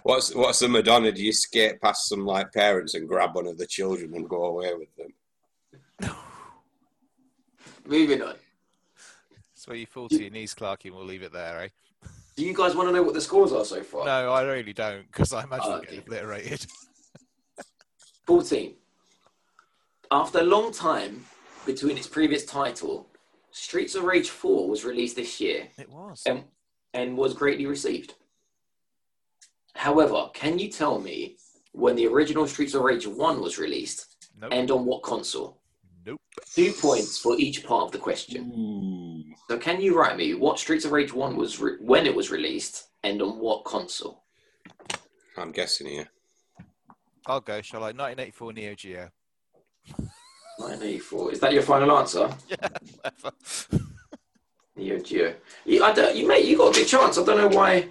Speaker 4: What's what's the Madonna? Do you skate past some like parents and grab one of the children and go away with them?
Speaker 3: Moving on.
Speaker 2: It's where you fall to your knees, Clarky, and we'll leave it there, eh?
Speaker 3: Do you guys want to know what the scores are so far?
Speaker 2: No, I really don't, because I imagine
Speaker 3: Oh,
Speaker 2: I'm getting
Speaker 3: okay.
Speaker 2: obliterated. (laughs)
Speaker 3: 14. After a long time between its previous title, Streets of Rage 4 was released this year
Speaker 2: It was.
Speaker 3: and, Um, and was greatly received. However, can you tell me when the original Streets of Rage 1 was released
Speaker 2: Nope.
Speaker 3: and on what console?
Speaker 2: nope.
Speaker 3: Two points for each part of the question. So, can you write me what Streets of Rage 1 was re- when it was released and on what console?
Speaker 4: I'm guessing here.
Speaker 2: I'll go, shall I? 1984 Neo Geo.
Speaker 3: 984. Is that your final answer?
Speaker 2: Whatever. (laughs)
Speaker 3: Neo Geo. You, I don't, you mate, you got a good chance. I don't know why,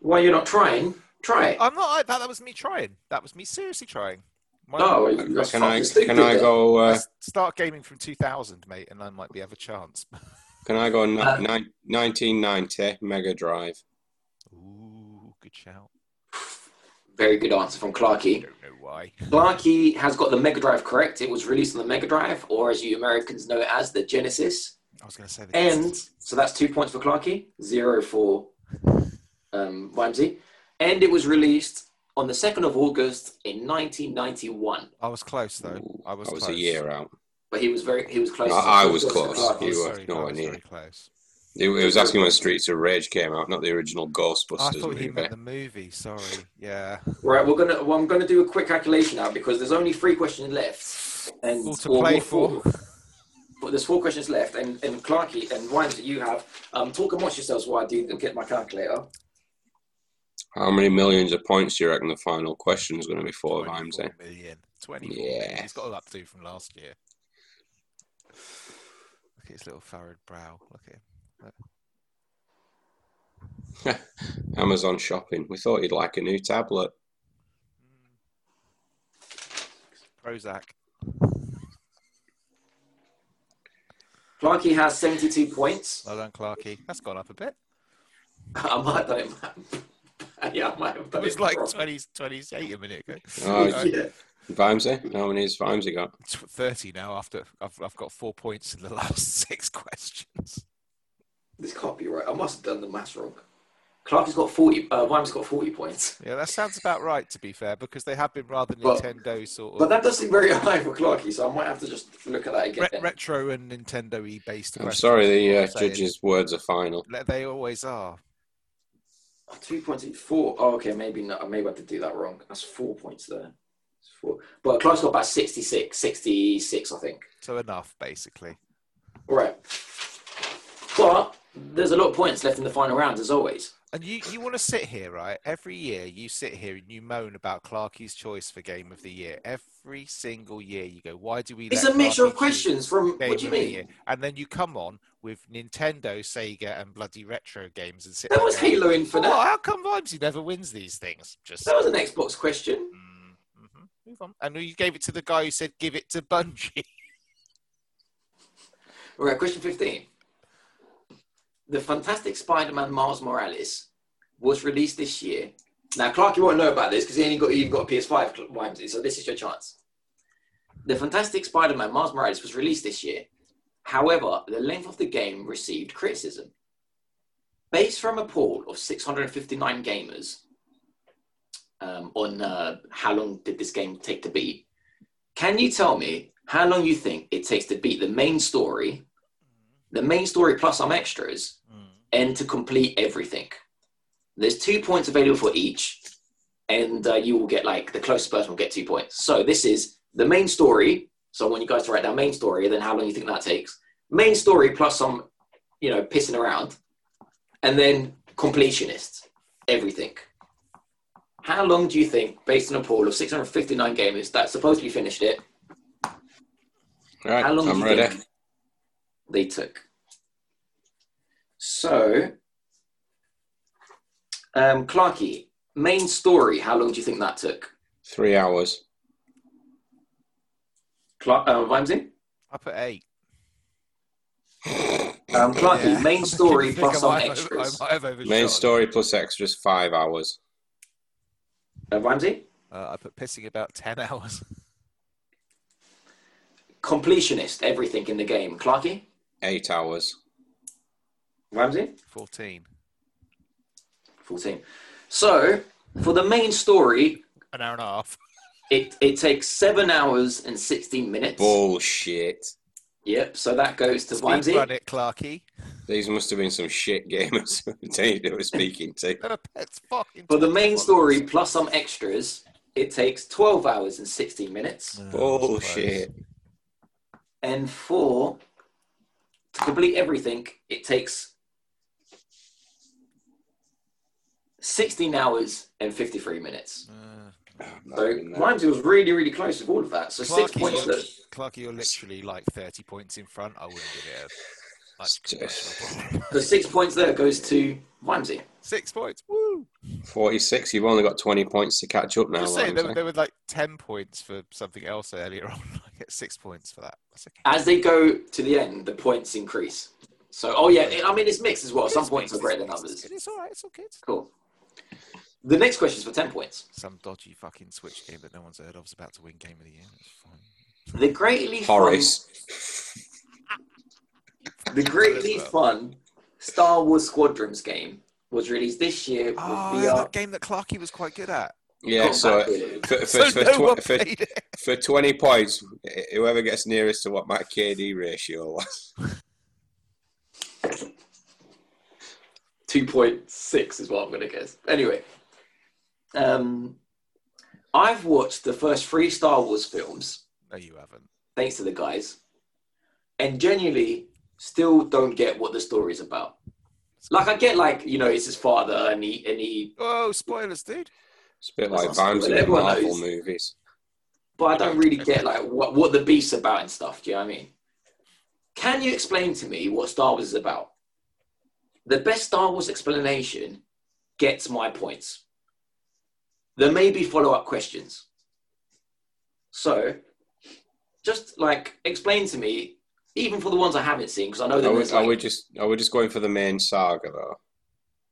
Speaker 3: why you're not trying. Try
Speaker 4: Uh,
Speaker 3: it.
Speaker 2: I'm not like that. That was me trying. That was me seriously trying. My,
Speaker 3: No, you- that's
Speaker 4: Can I
Speaker 3: Oh, fucking stupid
Speaker 4: can I
Speaker 3: then.
Speaker 4: go?
Speaker 2: I
Speaker 4: Uh,
Speaker 2: s- start gaming from 2000, mate, and I might be have a chance. (laughs)
Speaker 4: can I go? Ni-
Speaker 3: Uh,
Speaker 4: nine- 1990 Mega Drive.
Speaker 2: Ooh, good shout.
Speaker 3: Very good answer from
Speaker 2: I
Speaker 3: Clarky.
Speaker 2: don't know why. (laughs)
Speaker 3: Clarky has got the Mega Drive correct. It was released on the Mega Drive, or as you Americans know it as, the Genesis.
Speaker 2: I was going to say the
Speaker 3: And so that's two points for Clarky, zero for um, Rhymesy. And it was released on the 2nd of August in 1991.
Speaker 2: I was close though.
Speaker 4: Ooh,
Speaker 2: I was.
Speaker 4: I was
Speaker 2: close.
Speaker 4: a year out.
Speaker 3: But he was very, he was close.
Speaker 4: No,
Speaker 3: to-
Speaker 4: I was
Speaker 3: to
Speaker 4: close.
Speaker 2: I was
Speaker 3: Clarky.
Speaker 4: You were
Speaker 2: very-
Speaker 4: nowhere
Speaker 2: I was
Speaker 4: near.
Speaker 2: very close.
Speaker 4: It, it was asking when Streets of Rage came out, not the original
Speaker 2: I
Speaker 4: Ghostbusters
Speaker 2: thought he
Speaker 4: movie.
Speaker 2: meant the movie.
Speaker 4: (laughs)
Speaker 2: Sorry. Yeah.
Speaker 3: Right, we're gonna. Well, I'm gonna do a quick calculation now because there's only three questions left, and
Speaker 2: All to
Speaker 3: or-
Speaker 2: play
Speaker 3: or
Speaker 2: for.
Speaker 3: four. But there's four questions left, and and Clarky and Ryan, that you have. Um, talk amongst yourselves while I do get my calculator.
Speaker 4: How many millions of points do you reckon the final question is going to be for, Vimesy?
Speaker 2: 24 million. 24
Speaker 4: Yeah.
Speaker 2: million. He's got an updo from last year. Look at his little furrowed brow. Look at him.
Speaker 4: Amazon shopping. We thought you'd like a new tablet.
Speaker 2: Prozac.
Speaker 3: Clarky has 72 points. (laughs)
Speaker 2: Well done, Clarky. That's gone up a bit.
Speaker 3: I might have done it. (laughs) yeah, I might have
Speaker 2: That
Speaker 3: done
Speaker 2: was
Speaker 3: it
Speaker 2: like (laughs)
Speaker 3: wrong.
Speaker 2: 20, 28 a minute ago.
Speaker 4: Oh,
Speaker 2: Uh,
Speaker 3: yeah.
Speaker 4: Vimesy? How many has Vimesy got?
Speaker 2: It's 30 now after I've, I've got four points in the (laughs) last six questions.
Speaker 3: This can't be right. I must have done the maths wrong. Clarky's got 40. Uh, Rhymes got 40 points.
Speaker 2: Yeah, that sounds about right, to be fair, because they have been rather
Speaker 3: But-
Speaker 2: Nintendo sort
Speaker 3: But
Speaker 2: of
Speaker 3: that does seem very (laughs) high for Clarky, so I might have to just look at that again.
Speaker 2: re- retro and Nintendo y based.
Speaker 4: I'm
Speaker 2: questions,
Speaker 4: sorry,
Speaker 2: is
Speaker 4: the
Speaker 2: what
Speaker 4: uh,
Speaker 2: I'm saying.
Speaker 4: judges' words are final.
Speaker 2: Le- They always are.
Speaker 3: Oh, Two points each. Four. Oh, okay, maybe not. Maybe I did do that wrong. That's four points there. It's four. But Clark's got about 66, 66, I think.
Speaker 2: So enough, basically.
Speaker 3: All right. But there's a lot of points left in the final round, as always.
Speaker 2: And you, you want to sit here, right? Every year you sit here and you moan about Clarkie's choice for game of the year. Every single year you go, why do we?
Speaker 3: It's
Speaker 2: let
Speaker 3: a mixture of
Speaker 2: Clarkie choose
Speaker 3: questions from.
Speaker 2: game
Speaker 3: What do you
Speaker 2: of the
Speaker 3: mean?
Speaker 2: year? And then you come on with Nintendo, Sega, and bloody retro games and sit.
Speaker 3: That
Speaker 2: there
Speaker 3: was
Speaker 2: going,
Speaker 3: Halo Infinite.
Speaker 2: "Oh, how come Vimesy never wins these things? Just
Speaker 3: That was an Xbox question.
Speaker 2: Mm, mhm. move on. And you gave it to the guy who said, "Give it to Bungie." (laughs)
Speaker 3: All right, question 15. The Fantastic Spider Man Miles Morales was released this year. Now, Clark, you won't know about this because he only got, you've got a PS5, Cl- Wimsey, so this is your chance. The Fantastic Spider Man Miles Morales was released this year. However, the length of the game received criticism. Based from a poll of 659 gamers um, on uh, how long did this game take to beat, can you tell me how long you think it takes to beat the main story, the main story plus some extras,
Speaker 2: Mm-hmm.
Speaker 3: and to complete everything. There's two points available for each, and uh, you will get like the closest person will get two points. So this is the main story. So I want you guys to write down main story, then how long you think that takes. Main story plus some, you know, pissing around, and then completionist, everything. How long do you think, based on a poll of 659 gamers that supposedly finished it,
Speaker 4: All right,
Speaker 3: how long
Speaker 4: I'm
Speaker 3: do you
Speaker 4: ready.
Speaker 3: think they took? So, um, Clarky, main story. How long do you think that took?
Speaker 4: Three hours.
Speaker 3: Clark, uh, Vimesy?
Speaker 2: I put eight.
Speaker 3: Um, Clarky,
Speaker 2: Yeah.
Speaker 3: main
Speaker 2: (laughs)
Speaker 3: story
Speaker 2: I think
Speaker 3: plus
Speaker 2: I
Speaker 3: some
Speaker 2: might have-
Speaker 3: extras.
Speaker 2: I might have overshot.
Speaker 4: Main story plus extras, five hours.
Speaker 3: Uh, Vimesy?
Speaker 2: Uh, I put pissing about ten hours. (laughs)
Speaker 3: Completionist, everything in the game. Clarky,
Speaker 4: Eight hours.
Speaker 3: Ramsey,
Speaker 2: Fourteen.
Speaker 3: 14. So, for the main story,
Speaker 2: An hour and a half.
Speaker 3: it, it takes 7 hours and 16 minutes.
Speaker 4: Bullshit.
Speaker 3: Yep, so that goes to
Speaker 2: Speed
Speaker 3: Vimesy.
Speaker 2: run it, Clarky. (laughs)
Speaker 4: These must have been some shit gamers (laughs) they were speaking
Speaker 2: (laughs)
Speaker 4: to.
Speaker 2: That's fucking.
Speaker 3: For the main
Speaker 2: terrible.
Speaker 3: story plus some extras, it takes 12 hours and 16 minutes.
Speaker 2: Uh,
Speaker 4: Oh, Bullshit.
Speaker 3: And for to complete everything, it takes 16 hours and 53 minutes.
Speaker 2: Uh,
Speaker 3: So Rhymesy was really, really close with all of that. So six
Speaker 2: Clarky,
Speaker 3: points. That,
Speaker 2: Clarky, you're literally like thirty points in front. I wouldn't give it a. Like,
Speaker 3: so six points there goes to Rhymesy.
Speaker 2: six points. Woo!
Speaker 4: 46, you've only got 20 points to catch up now.
Speaker 2: Just saying,
Speaker 4: Ramsey.
Speaker 2: there, there were like ten points for something else earlier (laughs) on. I get six points for that. That's okay.
Speaker 3: As they go to the end, the points increase. So, oh yeah, I mean, it's mixed as well. Some points are greater than others.
Speaker 2: It's all right. It's all good.
Speaker 3: Cool. The next question is for 10 points.
Speaker 2: Some dodgy fucking Switch game that no one's heard of is about to win Game of the Year. It's fine.
Speaker 3: The greatly
Speaker 4: Horace.
Speaker 3: fun, the greatly fun Star Wars Squadrons game was released this year with
Speaker 2: Oh, yeah,
Speaker 3: VR.
Speaker 2: that game that Clarky was quite good at.
Speaker 4: Yeah, so
Speaker 3: combat really.
Speaker 4: for, for,
Speaker 2: So
Speaker 4: for,
Speaker 2: no one
Speaker 4: tw- for,
Speaker 2: played it.
Speaker 4: for 20 points, whoever gets nearest to what my KD ratio was. (laughs)
Speaker 3: 2.6 is what I'm going to guess. Anyway, um, I've watched the first three Star Wars films,
Speaker 2: No, you haven't.
Speaker 3: thanks to the guys, and genuinely still don't get what the story's about. Like, I get, like, you know, it's his father and he, and he
Speaker 2: Oh, spoilers, dude.
Speaker 4: It's a bit
Speaker 3: That's not
Speaker 4: like Vans
Speaker 3: stupid.
Speaker 4: in the
Speaker 3: Everyone
Speaker 4: Marvel
Speaker 3: knows.
Speaker 4: movies.
Speaker 3: but I don't really get, like, what, what the beast's about and stuff. Do you know what I mean? Can you explain to me what Star Wars is about? The best Star Wars explanation gets my points. There may be follow up questions. So, just like explain to me, even for the ones I haven't seen, because I know that
Speaker 4: Are we,
Speaker 3: there's
Speaker 4: are
Speaker 3: like,
Speaker 4: we just are we just going for the main saga though?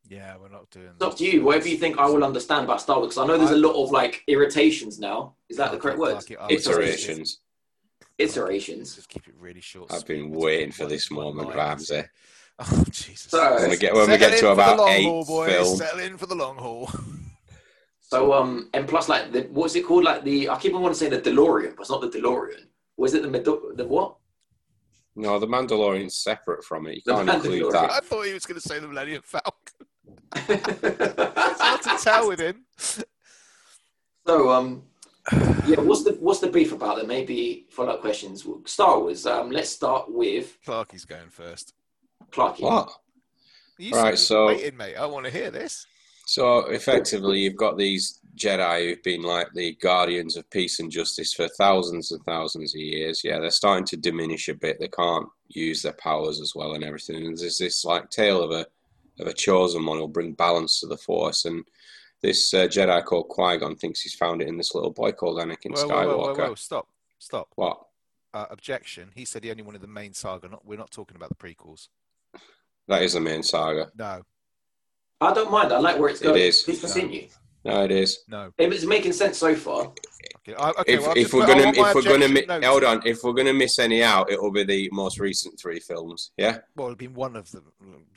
Speaker 2: Yeah, we're not doing
Speaker 3: it's up to you, whatever you think I will understand about Star Wars, because I know there's a lot of like irritations now. Is that the correct word?
Speaker 2: Clarky, I would just-
Speaker 4: Iterations.
Speaker 3: Iterations.
Speaker 2: Just keep it really short.
Speaker 4: I've been
Speaker 2: sweet.
Speaker 4: waiting for
Speaker 2: One-
Speaker 4: this
Speaker 2: one
Speaker 4: moment,
Speaker 2: line.
Speaker 4: Ramsey.
Speaker 2: Oh, Jesus.
Speaker 3: So-
Speaker 4: When we get when we
Speaker 2: Settle
Speaker 4: get
Speaker 2: in
Speaker 4: to
Speaker 2: for the
Speaker 4: about
Speaker 2: long
Speaker 4: eight
Speaker 2: haul, boys.
Speaker 4: film,
Speaker 2: Settle in for the long haul.
Speaker 3: So um, and plus like the, what's it called? Like the I keep on wanting to say the DeLorean, but it's not the DeLorean. Was it the Medo- the what? (laughs)
Speaker 4: no, the Mandalorian's separate from it. You
Speaker 3: The
Speaker 4: can't include that.
Speaker 2: I thought he was going to say the Millennium Falcon. It's hard to
Speaker 3: so
Speaker 2: tell with (laughs) him.
Speaker 3: um, yeah, what's the what's the brief about? There may be follow up questions. Star Wars. Um, let's start with
Speaker 2: Clarky's going first.
Speaker 3: Clarky.
Speaker 4: What?
Speaker 2: You
Speaker 4: All right,
Speaker 2: said you
Speaker 4: so-
Speaker 2: were waiting, mate. I want to hear this.
Speaker 4: So effectively, you've got these Jedi who've been like the guardians of peace and justice for thousands and thousands of years. Yeah, they're starting to diminish a bit. They can't use their powers as well and everything. And there's this like tale of a of a chosen one who'll bring balance to the Force. And this uh, Jedi called Qui Gon thinks he's found it in this little boy called Anakin
Speaker 2: Whoa, whoa,
Speaker 4: Skywalker.
Speaker 2: whoa, whoa, whoa, stop, stop.
Speaker 4: What?
Speaker 2: Uh, objection. He said he only wanted the main saga. Not, we're not talking about the prequels.
Speaker 4: That is the main saga.
Speaker 2: No.
Speaker 3: I don't mind. I like where it's
Speaker 4: It
Speaker 3: going.
Speaker 4: is.
Speaker 3: Please continue.
Speaker 4: No, it is.
Speaker 2: No.
Speaker 3: If it's making sense so far,
Speaker 2: Okay. I, okay
Speaker 4: If,
Speaker 2: well, I've
Speaker 4: if
Speaker 2: just
Speaker 4: we're
Speaker 2: put- I
Speaker 4: gonna
Speaker 2: want my
Speaker 4: if we're gonna mi-
Speaker 2: objection noted.
Speaker 4: hold on if we're gonna miss any out, it'll be the most recent three films. Yeah,
Speaker 2: Well, it'd been one of them.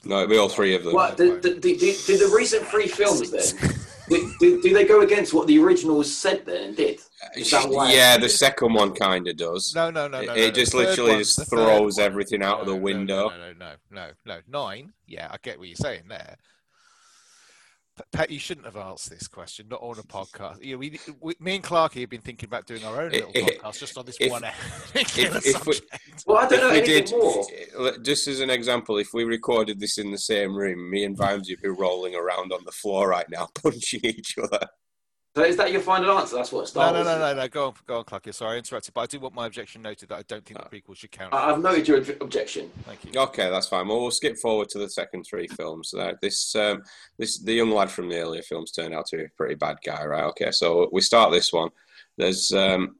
Speaker 4: no, it'll be all three of them.
Speaker 3: what the, the, the, the, do the recent three films then do, do, do they go against what the originals said then and did? Is that why-
Speaker 4: yeah, the second one kind of does.
Speaker 2: No, no, no, no.
Speaker 4: it,
Speaker 2: no,
Speaker 4: it just
Speaker 2: the third
Speaker 4: literally
Speaker 2: one's the
Speaker 4: just
Speaker 2: third
Speaker 4: throws
Speaker 2: one.
Speaker 4: everything out of
Speaker 2: No,
Speaker 4: the
Speaker 2: no,
Speaker 4: window.
Speaker 2: No, no, no, no, no. Nine. Yeah, I get what you're saying there. But Pat, you shouldn't have asked this question, not on a podcast. Yeah, we, we, me and Clarky have been thinking about doing our own
Speaker 4: It-
Speaker 2: little
Speaker 4: it-
Speaker 2: podcast just on this
Speaker 4: if-
Speaker 2: one (laughs)
Speaker 4: if-
Speaker 2: particular
Speaker 4: if we-
Speaker 2: subject.
Speaker 3: Well, I don't know
Speaker 4: If we
Speaker 3: anything
Speaker 4: did,
Speaker 3: more.
Speaker 4: uh, just as an example, if we recorded this in the same room, me and Vimes would be rolling around on the floor right now, (laughs) punching each other.
Speaker 3: So is that your final answer? That's what
Speaker 2: No,
Speaker 3: Star
Speaker 2: no,
Speaker 3: Wars
Speaker 2: no,
Speaker 3: is.
Speaker 2: no, no. Go on, go on, Clarky. Sorry, I interrupted, but I do want my objection noted that I don't think
Speaker 4: Uh,
Speaker 2: the prequel should count.
Speaker 3: I- I've noted your ob- objection.
Speaker 2: Thank you.
Speaker 4: Okay, that's fine. Well, we'll skip forward to the second three films. Uh, this, um, this, the young lad from the earlier films turned out to be a pretty bad guy, right? Okay, so we start this one. There's um,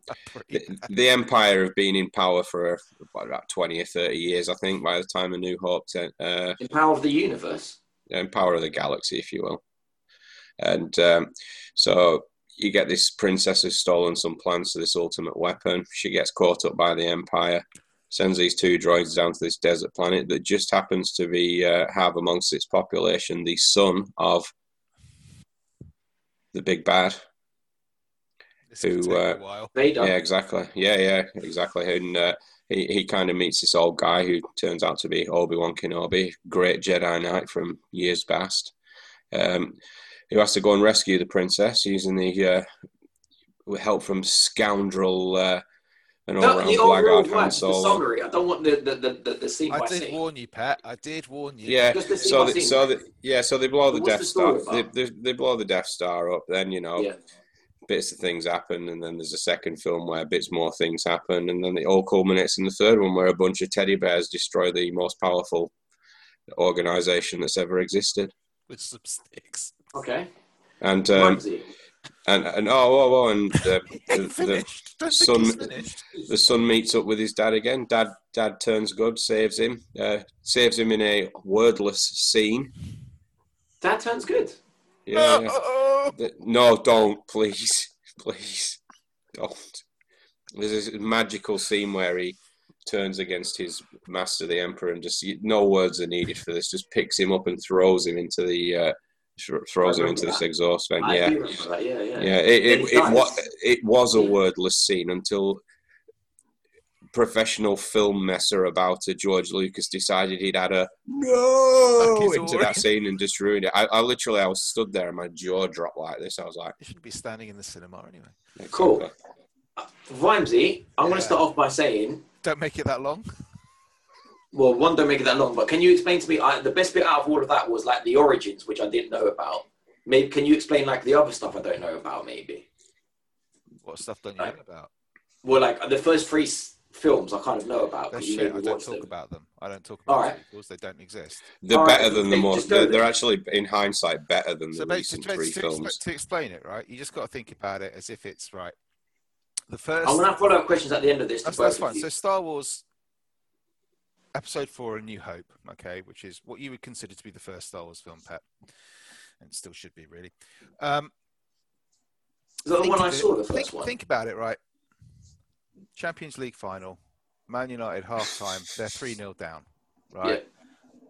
Speaker 4: the, the Empire have been in power for what, about 20 or 30 years, I think, by the time A New Hope ten- uh,
Speaker 3: In Power of the Universe.
Speaker 4: and Power of the Galaxy, if you will. And um, so you get this princess who's stolen some plans to this ultimate weapon. She gets caught up by the Empire, sends these two droids down to this desert planet that just happens to be uh, have amongst its population the son of the big bad.
Speaker 2: This could
Speaker 4: who,
Speaker 2: take a
Speaker 4: uh,
Speaker 2: while.
Speaker 3: Vader.
Speaker 4: Yeah, exactly. Yeah, yeah, exactly. And uh, he, he kind of meets this old guy who turns out to be Obi Wan Kenobi, great Jedi Knight from years past, um, who has to go and rescue the princess using the uh, with help from scoundrel uh, and all
Speaker 3: No,
Speaker 4: round
Speaker 3: the overall
Speaker 4: blackguard Han
Speaker 3: vibes, the
Speaker 4: Solo.
Speaker 3: summary. I don't want the the, the, the, the scene by
Speaker 2: I did
Speaker 3: scene.
Speaker 2: warn you, Pat. I did warn you.
Speaker 4: Yeah,
Speaker 3: Just the scene
Speaker 4: so
Speaker 3: by
Speaker 4: the,
Speaker 3: scene.
Speaker 4: so the, yeah, so they blow the
Speaker 3: What's the
Speaker 4: Death Star.
Speaker 3: story
Speaker 4: They,
Speaker 3: about?
Speaker 4: they, they blow the Death Star up. Then you know
Speaker 3: Yeah.
Speaker 4: bits of things happen, and then there's a second film where bits more things happen, and then it all culminates in the third one where a bunch of teddy bears destroy the most powerful organization that's ever existed.
Speaker 2: With some sticks.
Speaker 3: Okay.
Speaker 4: And um,
Speaker 3: Ramsey.
Speaker 4: and and oh, oh, oh and uh, (laughs) the,
Speaker 2: finished. Don't
Speaker 4: some-
Speaker 2: think he's finished.
Speaker 4: the the son meets up with his dad again. Dad dad turns good, saves him, uh, saves him in a wordless scene.
Speaker 3: That turns good.
Speaker 4: Yeah,
Speaker 2: (laughs) Oh,
Speaker 4: yeah.
Speaker 2: No.
Speaker 4: The- No, don't, please, (laughs) please, don't. There's this magical scene where he turns against his master, the emperor, and just no words are needed for this. Just picks him up and throws him into the uh, th- throws him into this exhaust vent.
Speaker 3: I
Speaker 4: Yeah,
Speaker 3: do remember that. Yeah, yeah.
Speaker 4: yeah. It it,
Speaker 3: It's
Speaker 4: it, wa-
Speaker 3: nice.
Speaker 4: it was a
Speaker 3: Yeah.
Speaker 4: wordless scene until professional film messer about it, George Lucas decided he'd add a no
Speaker 2: Fuck his
Speaker 4: into
Speaker 2: order.
Speaker 4: that scene and just ruined it. I, I literally I was stood there and my jaw dropped like this. I was like.
Speaker 2: You shouldn't be standing in the cinema anyway.
Speaker 3: Cool.
Speaker 4: Exactly.
Speaker 3: Vimesy, I'm going
Speaker 2: Yeah.
Speaker 3: to start off by saying,
Speaker 2: Don't make it that long.
Speaker 3: well, one, don't make it that long, but can you explain to me? I, the best bit out of all of that was like the origins, which I didn't know about. Maybe can you explain like the other stuff I don't know about? Maybe.
Speaker 2: What stuff don't you know about?
Speaker 3: Well, like the first three s- films I kind of know about.
Speaker 2: That's
Speaker 3: 'cause you
Speaker 2: shit.
Speaker 3: made me
Speaker 2: I don't
Speaker 3: watch
Speaker 2: talk
Speaker 3: them.
Speaker 2: about them. I don't talk about
Speaker 3: All right.
Speaker 2: sequels. They don't exist.
Speaker 4: They're
Speaker 3: All right,
Speaker 4: better than the
Speaker 3: just go
Speaker 4: most. They're,
Speaker 3: then.
Speaker 4: they're actually, in hindsight, better than
Speaker 2: So
Speaker 4: the
Speaker 2: basically,
Speaker 4: recent
Speaker 2: to,
Speaker 4: three
Speaker 2: to, expl-
Speaker 4: films.
Speaker 2: to explain it, right, you just got to think about it as if it's right. The
Speaker 3: I'm
Speaker 2: first.
Speaker 3: going to have follow up questions at the end of this. To
Speaker 2: That's,
Speaker 3: both
Speaker 2: that's
Speaker 3: of
Speaker 2: fine.
Speaker 3: you.
Speaker 2: So Star Wars. Episode four, A New Hope, okay, which is what you would consider to be the first Star Wars film, Pat, and still should be really. Um,
Speaker 3: Is that the
Speaker 2: think
Speaker 3: one I
Speaker 2: of it-
Speaker 3: saw the first
Speaker 2: think,
Speaker 3: one?
Speaker 2: think about it, right? Champions League final, Man United half time, they're 3 0 down, right?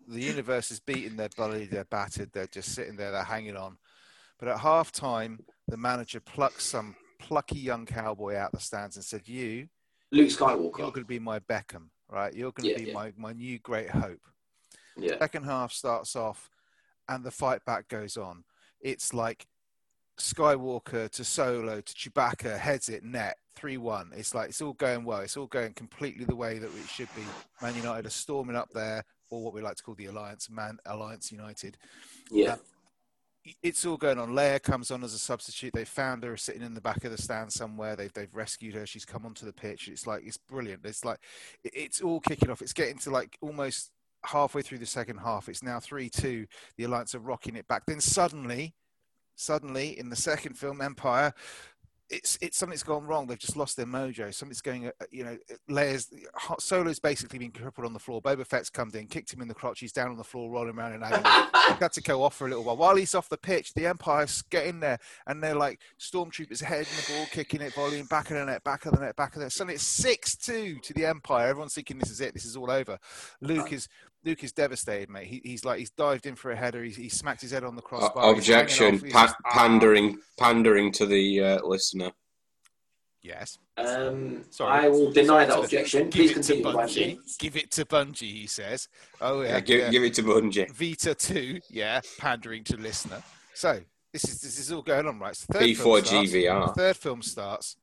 Speaker 2: The universe is beating their belly, they're battered, they're just sitting there, they're hanging on. But at half time, the manager plucks some plucky young cowboy out the stands and said, You,
Speaker 3: Yeah. Luke
Speaker 2: you're
Speaker 3: Skywalker.
Speaker 2: going to be my Beckham, right? You're going to
Speaker 3: Yeah,
Speaker 2: be
Speaker 3: yeah.
Speaker 2: My, my new great hope.
Speaker 3: Yeah.
Speaker 2: Second half starts off and the fight back goes on. It's like Skywalker to Solo to Chewbacca heads it net 3 1. It's like it's all going well. It's all going completely the way that it should be. Man United are storming up there, or what we like to call the Alliance, Man Alliance United. (laughs)
Speaker 3: Yeah.
Speaker 2: It's all going on. Leia comes on as a substitute. They found her sitting in the back of the stand somewhere. They've, they've rescued her. She's come onto the pitch. It's like, it's brilliant. It's like, it- it's all kicking off. It's getting to like almost halfway through the second half. It's now 3 2. The Alliance are rocking it back. Then suddenly, suddenly in the second film, Empire, it's it's something's gone wrong. They've just lost their mojo. Something's going, uh, you know, layers. Ho- Solo's basically been crippled on the floor. Boba Fett's come in, kicked him in the crotch. He's down on the floor, rolling around in agony. had to go off for a little while. While he's off the pitch, the Empire's get in there and they're like stormtroopers head and the ball, kicking it, volleying back of the net, back of the net, back of the net. Suddenly it's six two to the Empire. Everyone's thinking this is it, this is all over.
Speaker 3: Uh,
Speaker 2: Luke is Luke is devastated, mate. He, he's like he's dived in for a header. He's, he smacked his head on the
Speaker 4: O-
Speaker 2: crossbar. He's hanging off.
Speaker 4: objection.
Speaker 2: He's
Speaker 4: Pa-
Speaker 2: just-
Speaker 4: pandering, pandering to the uh, listener.
Speaker 2: Yes.
Speaker 3: (laughs) Um,
Speaker 2: Sorry.
Speaker 3: I will deny
Speaker 2: Sorry.
Speaker 3: that objection.
Speaker 2: Give
Speaker 3: Please
Speaker 2: it to
Speaker 3: continue.
Speaker 2: Bungie.
Speaker 3: Bungie.
Speaker 2: Give it to Bungie, he says. Oh yeah.
Speaker 4: Yeah, give,
Speaker 2: yeah.
Speaker 4: give it to Bungie.
Speaker 2: Vita two, yeah, pandering to listener. So this is this is all going on, right? So third film
Speaker 4: B4
Speaker 2: starts-
Speaker 4: GVR.
Speaker 2: Third film starts.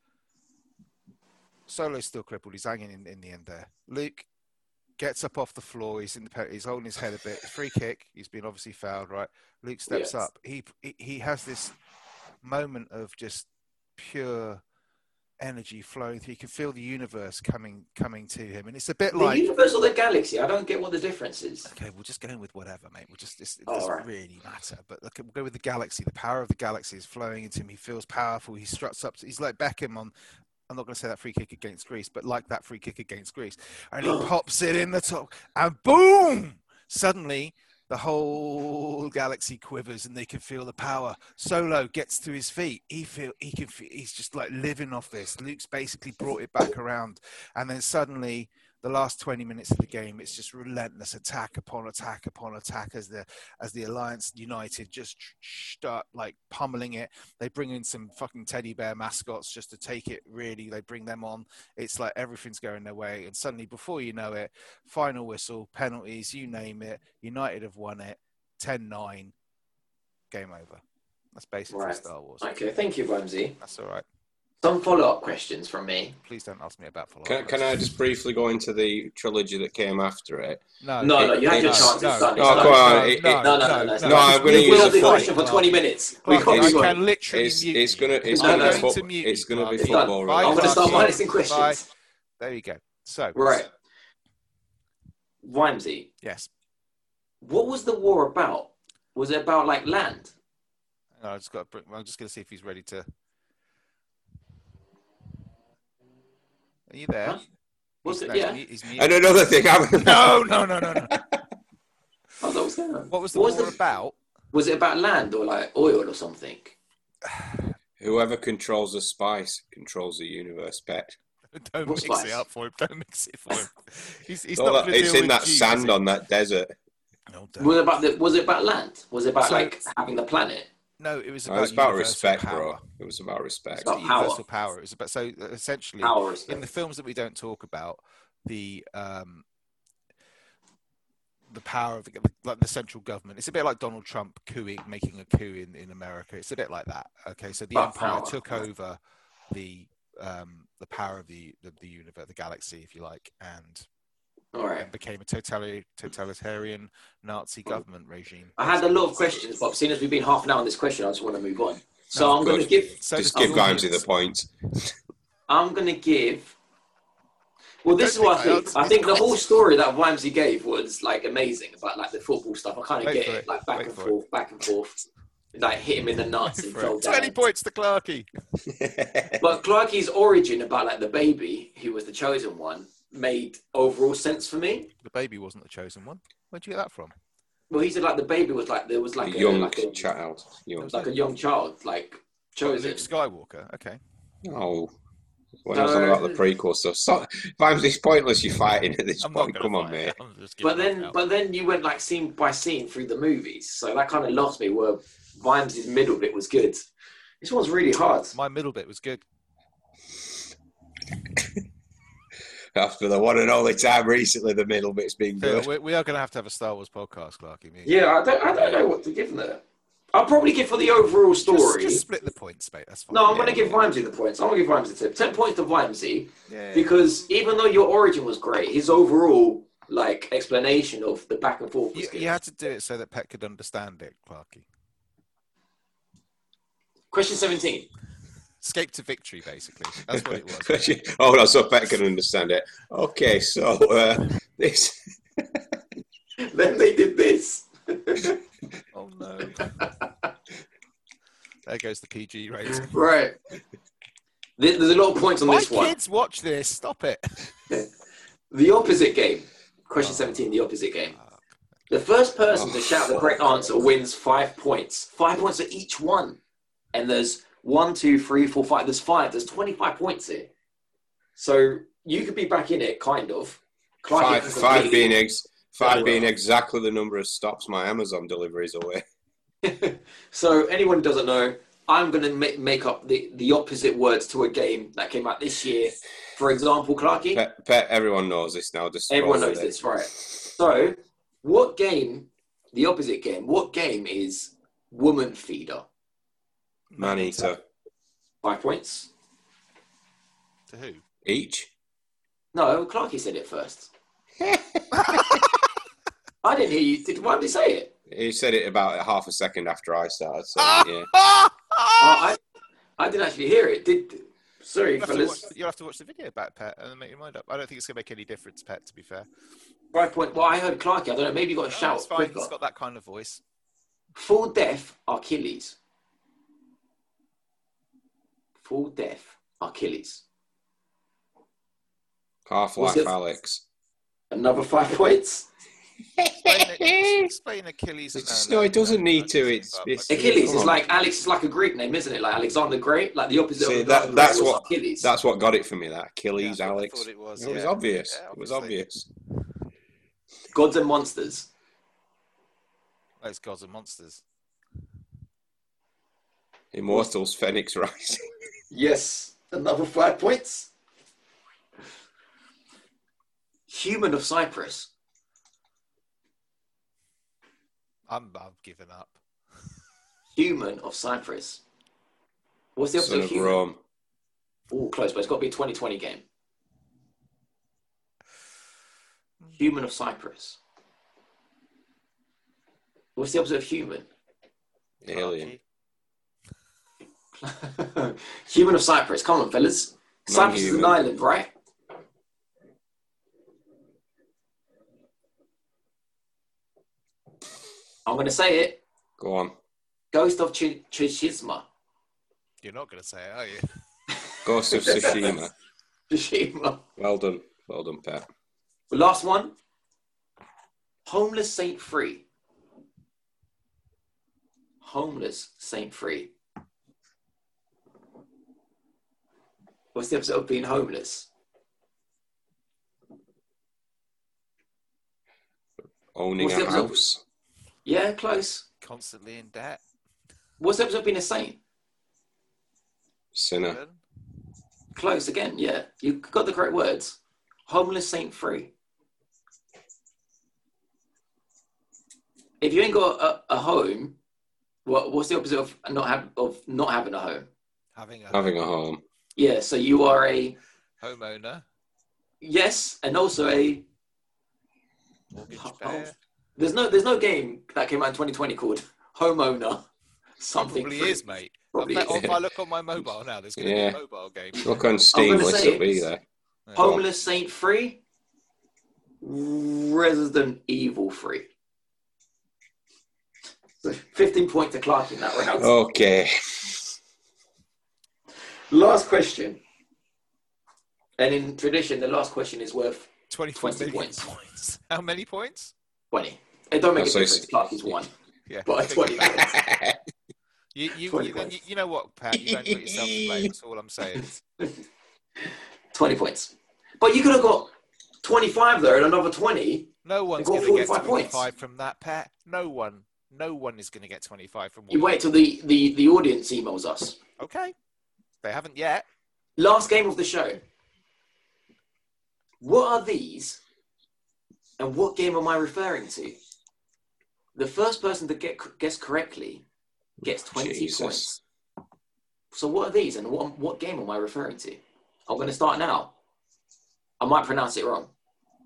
Speaker 2: Solo's still crippled. He's hanging in, in the end there. Luke gets up off the floor. He's in the pe- he's holding his head a bit. Free kick. He's been obviously fouled, right? Luke steps
Speaker 3: Yes.
Speaker 2: up. He, he he has this moment of just pure energy flowing through. You can feel the universe coming coming to him, and it's a bit
Speaker 3: The
Speaker 2: like
Speaker 3: universe or the galaxy? I don't get what the difference is.
Speaker 2: Okay, we'll just go in with whatever, mate. We'll just, it's, it
Speaker 3: Oh,
Speaker 2: doesn't
Speaker 3: alright.
Speaker 2: really matter. But look, we'll go with the galaxy. The power of the galaxy is flowing into him. He feels powerful. He struts up. He's like Beckham on. I'm not going to say that free kick against Greece, but like that free kick against Greece, and he pops it in the top, and boom! Suddenly, the whole galaxy quivers, and they can feel the power. Solo gets to his feet. He feel he can. Feel, he's just like living off this. Luke's basically brought it back around, and then suddenly the last 20 minutes of the game it's just relentless attack upon attack upon attack as the as the alliance united just tr- start like pummeling it they bring in some fucking teddy bear mascots just to take it really they bring them on it's like everything's going their way and suddenly before you know it final whistle penalties you name it united have won it 10-9 game over that's basically
Speaker 3: Right.
Speaker 2: star wars
Speaker 3: Okay, thank you, Ramsey.
Speaker 2: that's all right
Speaker 3: Some follow-up questions from me.
Speaker 2: please don't ask me about follow
Speaker 4: Can, can I just briefly go into the trilogy that came after it?
Speaker 2: no
Speaker 3: No, no, you had your
Speaker 4: It's-
Speaker 3: chance. It's done. It's
Speaker 4: no,
Speaker 3: done.
Speaker 4: Oh, come on. it-
Speaker 3: No, no, no, no.
Speaker 4: no, I'm gonna
Speaker 3: We've
Speaker 4: use
Speaker 3: been
Speaker 4: a
Speaker 3: on this
Speaker 4: fight.
Speaker 3: question for 20 minutes. We
Speaker 2: Clark,
Speaker 3: can't
Speaker 2: I
Speaker 3: keep going.
Speaker 2: can literally
Speaker 4: It's-
Speaker 2: mute
Speaker 4: it's
Speaker 2: you.
Speaker 4: gonna- it's
Speaker 2: I'm
Speaker 3: gonna-
Speaker 2: going to
Speaker 4: fo-
Speaker 2: mute
Speaker 4: it's
Speaker 2: you,
Speaker 4: gonna be
Speaker 2: Clark.
Speaker 3: It's done.
Speaker 4: football
Speaker 2: Bye,
Speaker 4: related.
Speaker 3: I'm going
Speaker 2: Clark.
Speaker 3: to start
Speaker 4: Bye.
Speaker 3: minusing questions.
Speaker 2: There you go. So
Speaker 3: Right. Ramsey,
Speaker 2: yes,
Speaker 3: what was the war about? Was it about like land?
Speaker 2: Hang on, I just got. To, I'm just going to see if he's ready to. Are you there?
Speaker 3: Huh? Was
Speaker 2: He's-
Speaker 3: it?
Speaker 2: no,
Speaker 3: Yeah.
Speaker 2: he's mu- he's
Speaker 4: And
Speaker 2: muted.
Speaker 4: another
Speaker 2: (laughs)
Speaker 4: thing, I'm,
Speaker 2: No, no, no, no, no.
Speaker 3: I thought it was there.
Speaker 2: What was the
Speaker 3: What was
Speaker 2: war
Speaker 3: the-
Speaker 2: about? (laughs)
Speaker 3: Was it about land or like oil or something?
Speaker 4: whoever controls the spice controls the universe, pet.
Speaker 2: Don't
Speaker 3: What's
Speaker 2: mix it
Speaker 3: that?
Speaker 2: up for him. (laughs) Don't mix it for him. He's, he's
Speaker 4: All
Speaker 2: not
Speaker 4: that-
Speaker 2: gonna
Speaker 4: it's
Speaker 2: deal
Speaker 4: in
Speaker 2: with
Speaker 4: that
Speaker 2: Jews, is
Speaker 4: sand
Speaker 2: he?
Speaker 4: on that desert.
Speaker 2: No, don't.
Speaker 3: Was it about the, Was it about land? Was it about
Speaker 2: So-
Speaker 3: like having the planet?
Speaker 2: no, it was
Speaker 4: No,
Speaker 2: about,
Speaker 4: it was about
Speaker 2: universal
Speaker 4: respect,
Speaker 2: power.
Speaker 4: bro. It was about respect.
Speaker 3: About power.
Speaker 2: universal power. It was about so uh, essentially.
Speaker 3: Power. is-
Speaker 2: in the films that we don't talk about the um the power of the, like the central government it's a bit like donald trump cooing making a coup in, in america it's a bit like that okay so the
Speaker 3: But
Speaker 2: empire
Speaker 3: power.
Speaker 2: took over the um the power of the the, the universe the galaxy if you like and,
Speaker 3: All right.
Speaker 2: and became a totali- totalitarian nazi government regime
Speaker 3: I had a lot of questions, but seeing as we've been half an hour on this question, I just want to move on. So
Speaker 2: No,
Speaker 3: I'm
Speaker 4: good.
Speaker 3: going to give
Speaker 2: so
Speaker 4: Just
Speaker 2: does
Speaker 4: give
Speaker 2: audience.
Speaker 4: (laughs) Grimesy the point.
Speaker 3: I'm gonna give. Well,
Speaker 2: I
Speaker 3: this is
Speaker 2: don't
Speaker 3: what I
Speaker 2: think I
Speaker 3: think.
Speaker 2: answered
Speaker 3: I think the
Speaker 2: this
Speaker 3: whole story that Ramsey gave was like amazing about like the football stuff. I kind
Speaker 2: Wait
Speaker 3: of get
Speaker 2: for
Speaker 3: it,
Speaker 2: it.
Speaker 3: like back
Speaker 2: Wait
Speaker 3: and
Speaker 2: for it.
Speaker 3: forth, back and forth. Like hit him in the nuts and fell
Speaker 2: Twenty
Speaker 3: down.
Speaker 2: points to Clarkey.
Speaker 3: (laughs) But Clarkey's origin about like the baby who was the chosen one made overall sense for me.
Speaker 2: The baby wasn't the chosen one. Where'd you get that from?
Speaker 3: Well, he said like the baby was like there was like
Speaker 4: a
Speaker 3: a,
Speaker 4: young
Speaker 3: like, a
Speaker 4: child. Young.
Speaker 3: like a young child like chosen.
Speaker 2: Luke Skywalker. Okay.
Speaker 4: Oh. When I was on
Speaker 3: No.
Speaker 4: about the prequel stuff, stop. Vimes, it's pointless you're fighting at this
Speaker 2: I'm not
Speaker 4: point.
Speaker 2: gonna
Speaker 4: Come on,
Speaker 2: fight.
Speaker 4: mate.
Speaker 2: (laughs) I'm just
Speaker 3: But
Speaker 2: giving that
Speaker 3: then,
Speaker 2: out.
Speaker 3: but then you went like scene by scene through the movies, so that kind of lost me. Where Vimes' middle bit was good. This one's really hard.
Speaker 2: my middle bit was good.
Speaker 4: After the one and only time recently, the middle bit's been
Speaker 2: So
Speaker 4: good.
Speaker 2: we, we are going to have to have a Star Wars podcast, Clarky. Me.
Speaker 3: Yeah, I don't, I don't know what to give there. I'll probably give for the overall
Speaker 2: Just,
Speaker 3: story.
Speaker 2: just split the points, mate. That's fine.
Speaker 3: no, I'm
Speaker 2: yeah.
Speaker 3: going to give Vimesy the points. I'm going to give Vimesy tip. Ten points to Vimesy
Speaker 4: (laughs)
Speaker 2: Yeah.
Speaker 3: because even though your origin was great, his overall like explanation of the back and forth was
Speaker 2: You,
Speaker 3: good.
Speaker 2: you had to do it so that Pet could understand it, Clarky.
Speaker 3: Question seventeen. (laughs)
Speaker 2: Escape to victory, basically. That's what it was.
Speaker 4: Question- oh no, so Pet can understand it. Okay, so uh, this
Speaker 3: then they did this.
Speaker 2: oh no. There goes the PG rating.
Speaker 3: Right. There- There's a lot of points on
Speaker 2: My
Speaker 3: (laughs) this one.
Speaker 2: kids watch this. Stop it. (laughs)
Speaker 3: The opposite game. Question 17, the opposite game. The first person to shout the correct answer wins five points. Five points for each one. And there's one, two, three, four, five. There's five. There's 25 points here. So you could be back in it, kind of. Clarke
Speaker 4: Five,
Speaker 3: hasn't
Speaker 4: five
Speaker 3: really-
Speaker 4: being ex, five
Speaker 2: Oh,
Speaker 3: Very
Speaker 4: being
Speaker 3: well.
Speaker 4: exactly the number of stops my Amazon deliveries away.
Speaker 3: So anyone who doesn't know, I'm going to ma- make up the, the opposite words to a game that came out this year. For example, Clarky,
Speaker 4: Pet, pet, everyone knows this now. Just scroll
Speaker 3: everyone
Speaker 4: with
Speaker 3: knows
Speaker 4: it.
Speaker 3: this, right? So what game, the opposite game, what game is Woman Feeder?
Speaker 4: Man eater
Speaker 3: Five points.
Speaker 2: To who?
Speaker 4: each.
Speaker 3: No, Clarky said it first. I didn't hear you. Did, why did you say it?
Speaker 4: He said it about half a second after I started. So,
Speaker 3: Ah!
Speaker 4: yeah.
Speaker 3: (laughs) Oh, I, I didn't actually hear it. Did sorry,
Speaker 2: You'll have, to watch,
Speaker 3: fellas.
Speaker 2: you'll have to watch the video about Pet and then make your mind up. I don't think it's going to make any difference, Pet, to be fair.
Speaker 3: Five point. Well, I heard Clarky. I don't know. Maybe you got a
Speaker 2: Oh,
Speaker 3: shout.
Speaker 2: it's fine.
Speaker 3: quicker.
Speaker 2: It's got that kind of
Speaker 3: (laughs)
Speaker 2: voice.
Speaker 3: Full death Achilles. Full death Achilles.
Speaker 4: Half
Speaker 3: What's
Speaker 4: life,
Speaker 3: it-
Speaker 4: Alex.
Speaker 3: Another five (laughs) points.
Speaker 2: Explain, it- explain Achilles. and
Speaker 4: It's-
Speaker 2: Merlin.
Speaker 4: no, it doesn't
Speaker 2: Uh,
Speaker 4: need to.
Speaker 2: uh,
Speaker 4: It's- it's-
Speaker 3: Achilles
Speaker 4: Come
Speaker 3: is
Speaker 4: on.
Speaker 3: like Alex is like a Greek name, isn't it? Like Alexander the Great, like the opposite
Speaker 4: See,
Speaker 3: of
Speaker 4: that-
Speaker 3: Alexander the
Speaker 4: that's
Speaker 3: Great was
Speaker 4: what-
Speaker 3: Achilles.
Speaker 4: That's what got it for me. That
Speaker 2: Yeah, I
Speaker 4: Achilles,
Speaker 2: thought- I
Speaker 4: Alex.
Speaker 2: thought It was,
Speaker 4: it was
Speaker 2: yeah.
Speaker 4: obvious.
Speaker 2: Yeah,
Speaker 4: it was
Speaker 2: obviously.
Speaker 4: obvious.
Speaker 3: Gods and monsters.
Speaker 2: Oh, it's gods and monsters.
Speaker 4: Immortals, Phoenix Rising.
Speaker 3: Yes, another five points. Human of Cyprus.
Speaker 2: I'm, I'm giving up.
Speaker 3: Human of Cyprus. What's the opposite
Speaker 4: Son
Speaker 3: of
Speaker 4: of
Speaker 3: human?
Speaker 4: Rome.
Speaker 3: Oh, close, but it's got to be a 2020 game. Human of Cyprus. What's the opposite of human? (laughs)
Speaker 4: Alien.
Speaker 2: Clarky.
Speaker 3: human of Cyprus. Come on, fellas. Cyprus is an
Speaker 4: Non-human.
Speaker 3: island, right? I'm going to say it.
Speaker 4: Go on.
Speaker 3: Ghost of Ch- (laughs) Tsushima.
Speaker 2: You're not going to say it, are you? (laughs)
Speaker 4: Ghost of Tsushima.
Speaker 3: Tsushima.
Speaker 4: Well done. Well done, Pet.
Speaker 3: The last one. Homeless Saint Free. Homeless Saint Free. What's the opposite of being homeless?
Speaker 4: Owning
Speaker 3: What's the
Speaker 4: a
Speaker 3: episode?
Speaker 4: house.
Speaker 3: Yeah, close.
Speaker 2: Constantly in debt.
Speaker 3: What's the opposite of being a saint?
Speaker 4: Sinner.
Speaker 2: Dylan?
Speaker 3: Close again, yeah. You got the correct words. Homeless Saint Free. If you ain't got a, a home, what, what's the opposite of not have, of not having a home?
Speaker 2: Having a
Speaker 4: Having a home.
Speaker 3: Yeah, so you are a
Speaker 2: homeowner.
Speaker 3: Yes, and also a
Speaker 2: Mortgage
Speaker 3: ho-
Speaker 2: bear.
Speaker 3: there's no there's no game that came out in 2020 called Homeowner. Something
Speaker 2: Probably
Speaker 3: free.
Speaker 2: is, mate. I
Speaker 3: Probably
Speaker 2: bet
Speaker 3: is.
Speaker 4: is.
Speaker 2: if I look on my mobile now, there's going to
Speaker 4: Yeah.
Speaker 2: be a mobile game.
Speaker 4: Look on Steam,
Speaker 3: gonna
Speaker 4: list
Speaker 3: say
Speaker 4: will be
Speaker 3: it's-
Speaker 4: there.
Speaker 3: Homeless Saint Free, Resident Evil Free. So 15 point to Clark in that round.
Speaker 4: Oh. Okay. (laughs)
Speaker 3: Last question. And in tradition, the last question is worth
Speaker 2: 24
Speaker 3: 20
Speaker 2: million
Speaker 3: points.
Speaker 2: points. How many points?
Speaker 3: 20. It don't make
Speaker 4: Oh,
Speaker 3: a
Speaker 4: so it's-
Speaker 3: difference. Clark is one,
Speaker 2: Yeah. (laughs)
Speaker 3: but it's 20 points.
Speaker 2: You, you,
Speaker 3: 20
Speaker 2: you, then you,
Speaker 3: points.
Speaker 2: you know what, Pat? You don't put yourself to blame. That's all I'm saying.
Speaker 3: 20 points. But you could have got 25 there and another 20.
Speaker 2: No one's
Speaker 3: got
Speaker 2: going to get
Speaker 3: 45
Speaker 2: 25
Speaker 3: points.
Speaker 2: from that, Pat. No one. No one is going to get 25 from
Speaker 3: You
Speaker 2: what
Speaker 3: wait till the, the, the audience emails us.
Speaker 2: Okay. They haven't yet.
Speaker 3: Last game of the show. What are these and what game am I referring to? The first person to get guess correctly gets 20
Speaker 4: Jesus.
Speaker 3: points. So what are these and what, what game am I referring to? I'm going to start now. I might pronounce it wrong.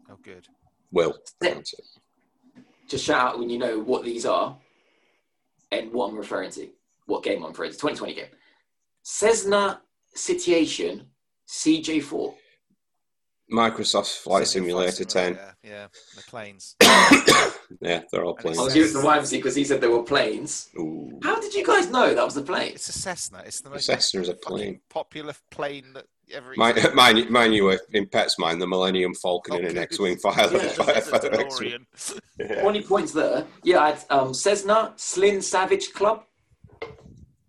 Speaker 2: Oh, good.
Speaker 4: Will.
Speaker 3: Yeah.
Speaker 4: That's it.
Speaker 3: Just shout out when you know what these are and what I'm referring to. What game I'm referring to. 2020 game. Cessna Situation CJ4.
Speaker 4: Microsoft Flight
Speaker 2: Send me a
Speaker 4: Simulator 10. (coughs)
Speaker 2: simulator, Yeah, the uh, planes.
Speaker 4: Yeah, they're all
Speaker 2: And it's-
Speaker 3: I
Speaker 4: planes.
Speaker 3: was using the Ramsey because he said there were planes.
Speaker 4: Ooh,
Speaker 3: How did you guys know that was the plane?
Speaker 2: It's a Cessna. It's the
Speaker 4: the
Speaker 2: most
Speaker 4: Cessna is a
Speaker 2: fucking
Speaker 4: plane.
Speaker 2: popular plane that ever
Speaker 4: Mine, (laughs)
Speaker 2: existed.
Speaker 4: mine, mine you were in Pets Mine, the Millennium Falcon in an
Speaker 2: Okay.
Speaker 4: X-wing fire.
Speaker 3: Yeah,
Speaker 2: It's a
Speaker 4: firefighter X-wing. (laughs)
Speaker 2: DeLorean.
Speaker 4: Yeah.
Speaker 3: Twenty points there. Yeah, I had um, Cessna, Slin Savage Club,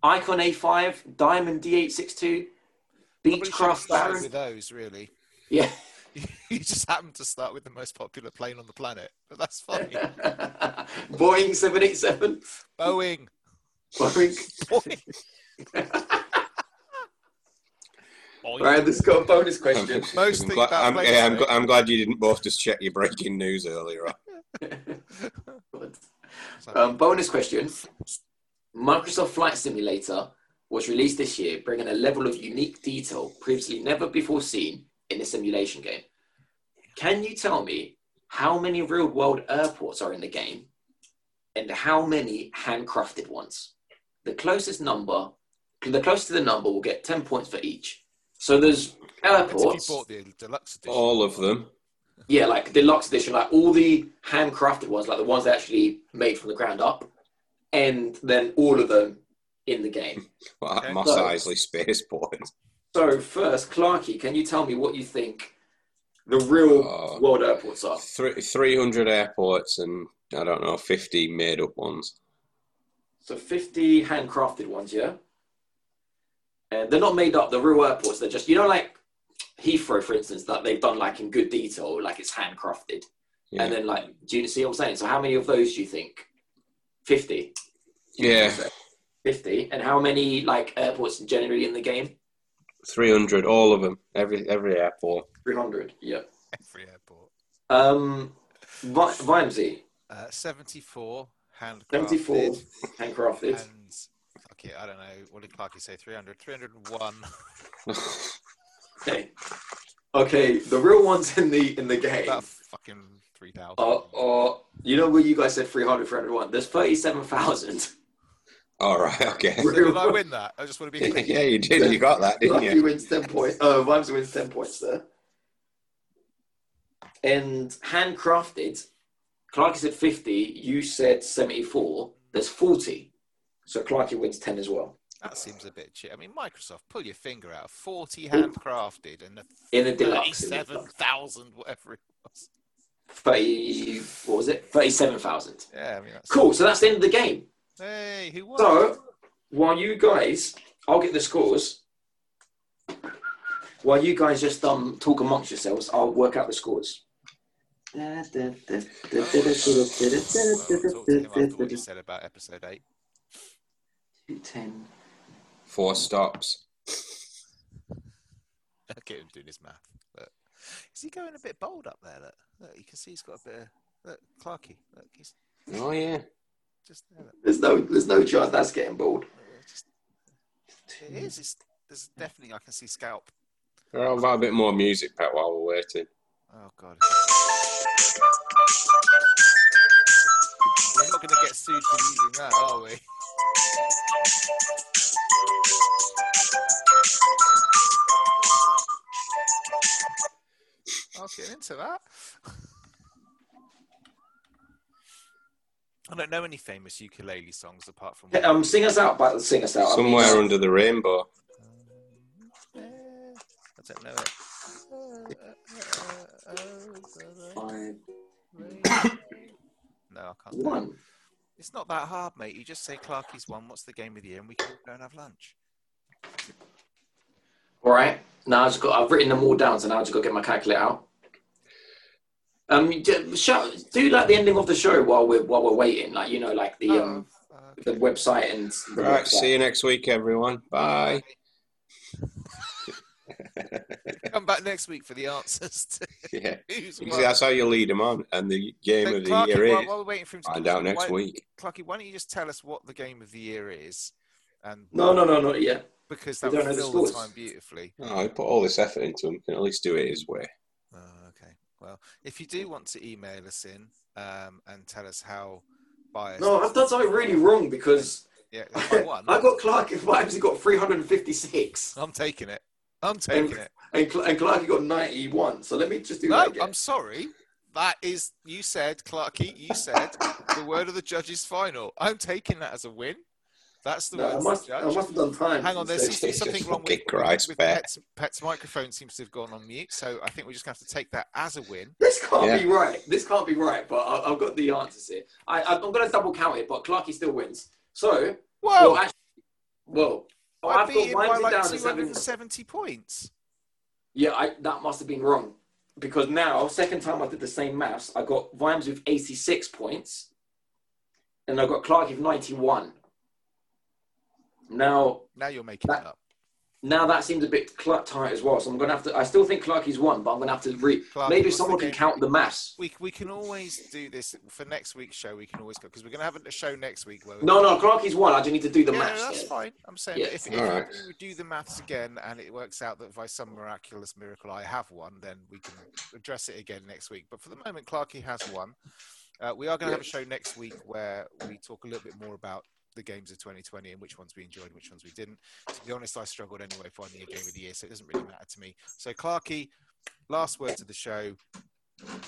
Speaker 3: Icon A5, Diamond D862,
Speaker 2: Probably shouldn't
Speaker 3: Beechcraft
Speaker 2: start
Speaker 3: Baron.
Speaker 2: with those, really. (laughs)
Speaker 3: Yeah. (laughs)
Speaker 2: You just happen to start with the most popular plane on the planet, but that's fine.
Speaker 3: Boeing 787.
Speaker 2: (laughs) Boeing.
Speaker 3: Boeing.
Speaker 2: Boeing.
Speaker 3: (laughs) Right, this has got a bonus
Speaker 4: I'm,
Speaker 3: question.
Speaker 2: Most
Speaker 4: I'm
Speaker 2: things
Speaker 4: glad,
Speaker 2: about
Speaker 4: I'm,
Speaker 2: planes,
Speaker 4: yeah, I'm,
Speaker 2: mate.
Speaker 4: gl- I'm glad you didn't both just check your breaking news earlier.
Speaker 2: (laughs)
Speaker 4: on.
Speaker 3: um, bonus question. Microsoft Flight Simulator was released this year, bringing a level of unique detail previously never before seen in a simulation game. Can you tell me how many real world airports are in the game and how many handcrafted ones? The closest number, the closest to the number will get 10 points for each. So there's
Speaker 2: That's if
Speaker 3: airports.
Speaker 2: you bought the deluxe edition.
Speaker 4: All of them.
Speaker 3: Yeah, like deluxe edition, like all the handcrafted ones, like the ones they actually made from the ground up, and then all of them in the game.
Speaker 4: Well,
Speaker 2: Okay.
Speaker 4: Moss
Speaker 3: So-
Speaker 4: Isley Spaceport.
Speaker 3: So first, Clarky, can you tell me what you think the real
Speaker 4: Oh.
Speaker 3: world airports are?
Speaker 4: Three, 300 airports and, I don't know, 50 made-up ones.
Speaker 3: So fifty handcrafted ones, yeah. And they're not made up. They're real airports. They're just you know like Heathrow, for instance, that they've done like in good detail, like it's handcrafted.
Speaker 4: Yeah.
Speaker 3: And then like, do you see what I'm saying? So how many of those do you think? Fifty.
Speaker 4: yeah,
Speaker 3: 50 and how many like airports generally in the game
Speaker 4: 300, all of them. Every every airport.
Speaker 3: 300 yeah
Speaker 2: Every airport.
Speaker 3: um Vi- Vimesy,
Speaker 2: Uh, 74 handcrafted.
Speaker 3: 74 handcrafted
Speaker 2: And, fuck it, I don't know. What did Clarky say? 300. (laughs) 301.
Speaker 3: (laughs) okay okay the real ones in the in the game
Speaker 2: About fucking 3,000.
Speaker 3: are, are you know where you guys said 300 301 there's (laughs) 37000
Speaker 4: All right, (laughs) okay.
Speaker 2: So did I win that? I just want to be
Speaker 3: (laughs)
Speaker 2: clear.
Speaker 4: yeah, you did. You got that, didn't
Speaker 3: Lucky (laughs)
Speaker 4: you?
Speaker 3: wins 10 points uh Vimesy wins 10 points there and handcrafted Clarky said 50 you said 74 there's 40 so Clarky wins 10 as well
Speaker 2: That seems a bit cheap. I mean, Microsoft, pull your finger out. 40 handcrafted and the
Speaker 3: in the deluxe. in the deluxe.
Speaker 2: 37,000, whatever it was.
Speaker 3: 30, what was it? 37,000.
Speaker 2: Yeah, I mean, that's.
Speaker 3: Cool, so that's the end of the game.
Speaker 2: Hey, who
Speaker 3: (laughs)
Speaker 2: won?
Speaker 3: So, while you guys, I'll get the scores. While you guys just um talk amongst yourselves, I'll work out the scores.
Speaker 2: Well, talk to him after what you said about episode (laughs) 8.
Speaker 3: 10.
Speaker 4: Four stops.
Speaker 2: Look at him doing his math. Look. Is he going a bit bold up there? Look, look you can see he's got a bit of. Look, Clarky. Look, he's
Speaker 4: Oh, yeah.
Speaker 2: just there. Look,
Speaker 3: There's no there's no chance that's getting bored.
Speaker 2: look, just, it is. It's, there's definitely. I can see scalp.
Speaker 4: How about a bit more music, Pat, while we're waiting?
Speaker 2: Oh, God. We're not going to get sued for using that, are we? I was getting into that. I don't know any famous ukulele songs apart from.
Speaker 3: Um, sing us out, but sing us out. I mean,
Speaker 4: Somewhere under the rainbow.
Speaker 2: I don't know it.
Speaker 3: Five,
Speaker 2: No, I can't. do it.
Speaker 3: one.
Speaker 2: It's not that hard, mate. You just say Clarky's won. What's the game of the year? And we can go and have lunch.
Speaker 3: All right. Now I've just got. I've written them all down, so now I've just got to get my calculator out. Um, d- show, do like the ending of the show while we're while we're waiting, like you know, like the um
Speaker 2: Oh, uh,
Speaker 3: the website and the
Speaker 4: Right,
Speaker 3: website.
Speaker 4: see you next week, everyone. Bye. (laughs)
Speaker 2: Come back next week for the answers to
Speaker 4: Yeah.
Speaker 2: who's
Speaker 4: You
Speaker 2: won.
Speaker 4: see, that's how you lead them on. And the game
Speaker 2: So
Speaker 4: of the
Speaker 2: Clarky,
Speaker 4: year
Speaker 2: while,
Speaker 4: is.
Speaker 2: while we're waiting for him to
Speaker 4: Find
Speaker 2: do
Speaker 4: out
Speaker 2: that,
Speaker 4: next
Speaker 2: why,
Speaker 4: week.
Speaker 2: Clarky, why don't you just tell us what the game of the year is? And
Speaker 3: No, no, no, not yet.
Speaker 2: because
Speaker 3: we
Speaker 2: that would
Speaker 3: don't know the
Speaker 2: fill the
Speaker 3: scores.
Speaker 2: time beautifully.
Speaker 4: Oh, he put all this effort into him. Can at least do it his way.
Speaker 2: Oh, okay. Well, if you do want to email us in um, and tell us how biased,
Speaker 3: No, I've done something really
Speaker 2: (laughs)
Speaker 3: wrong because
Speaker 2: yeah, if
Speaker 3: (laughs) I
Speaker 2: you won,
Speaker 3: got Clark and Vibes. He got three hundred and fifty six,
Speaker 2: I'm taking it. I'm taking it.
Speaker 3: Um, and Cl- and Clark he got ninety one. So let me just do
Speaker 2: No,
Speaker 3: that again.
Speaker 2: I'm sorry. That is, you said, Clarky, you said the word of the judges final. I'm taking that as a win. That's the
Speaker 3: No,
Speaker 2: word
Speaker 3: I
Speaker 2: of
Speaker 3: must,
Speaker 2: the
Speaker 3: I
Speaker 2: judge.
Speaker 3: must have done time.
Speaker 2: Hang on, there's
Speaker 3: since
Speaker 2: something,
Speaker 4: Jesus
Speaker 2: something wrong with,
Speaker 4: fucking Christ,
Speaker 2: with
Speaker 4: Bear.
Speaker 2: Pet's, Pet's microphone seems to have gone on mute, so I think we're just going to have to take that as a win.
Speaker 3: This can't
Speaker 4: Yeah.
Speaker 3: be right. This can't be right. But I, I've got the answers here. I, I, I'm going to double count it, but Clarky still wins. So, well,
Speaker 2: Whoa!
Speaker 3: actually, well, oh,
Speaker 2: I
Speaker 3: I've
Speaker 2: beat
Speaker 3: got
Speaker 2: him Oh. by
Speaker 3: Wimsey
Speaker 2: like
Speaker 3: down as having.
Speaker 2: 270 points.
Speaker 3: Yeah, I, that must have been wrong because now, second time I did the same maths, I got Vimes with 86 points, and I got Clarky with 91. Now,
Speaker 2: Now you're making
Speaker 3: That-
Speaker 2: it up.
Speaker 3: now that seems a bit cl- tight as well. So I'm going to have to. I still think Clarky's won, but I'm going to have to re.
Speaker 2: Clarky,
Speaker 3: Maybe
Speaker 2: what's the
Speaker 3: someone can
Speaker 2: game?
Speaker 3: count the maths.
Speaker 2: We, we can always do this for next week's show. We can always go because we're going to have a show next week where we
Speaker 3: No, no, Clarky's won. I just need to do the
Speaker 2: yeah,
Speaker 3: maths.
Speaker 2: no, that's
Speaker 3: (laughs) yeah.
Speaker 2: fine. I'm saying
Speaker 3: Yeah.
Speaker 2: if, if
Speaker 4: Alright.
Speaker 2: you do the maths again and it works out that by some miraculous miracle I have won, then we can address it again next week. But for the moment, Clarkey has won. Uh, we are going to have a show next week where we talk a little bit more about the games of 2020 and which ones we enjoyed, and which ones we didn't. To be honest, I struggled anyway finding a game of the year, so it doesn't really matter to me. So, Clarkey, last word to the show.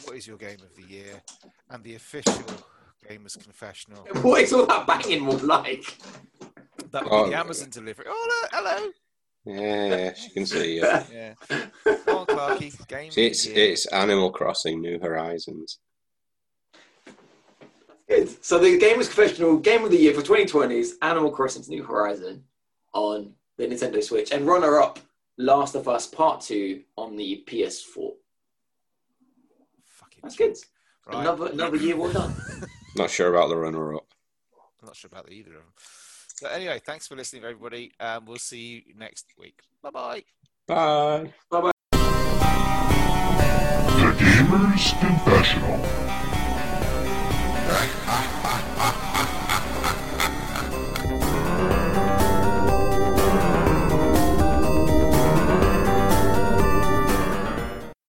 Speaker 2: What is your game of the year? And the official Gamers Confessional.
Speaker 3: What is all that banging was like?
Speaker 2: That would be
Speaker 4: Oh,
Speaker 2: the
Speaker 4: no.
Speaker 2: Amazon delivery. Oh, look, hello.
Speaker 4: Yeah, yeah, she can see
Speaker 2: (laughs)
Speaker 3: (laughs)
Speaker 4: you.
Speaker 2: Yeah. Come on, Clarky. Game.
Speaker 4: See, It's
Speaker 2: of the year.
Speaker 4: it's Animal Crossing New Horizons.
Speaker 3: Good. So the game is professional game of the year for 2020 is Animal Crossing's New Horizon on the Nintendo Switch, and runner-up Last of Us Part Two on the PS4.
Speaker 2: Fucking
Speaker 3: That's good.
Speaker 2: Right.
Speaker 3: Another another year well done.
Speaker 4: Not sure about the runner up.
Speaker 2: I'm not sure about either of them. So anyway, thanks for listening, everybody. Um, we'll see you next week. Bye bye.
Speaker 4: Bye.
Speaker 6: The Gamers Confession.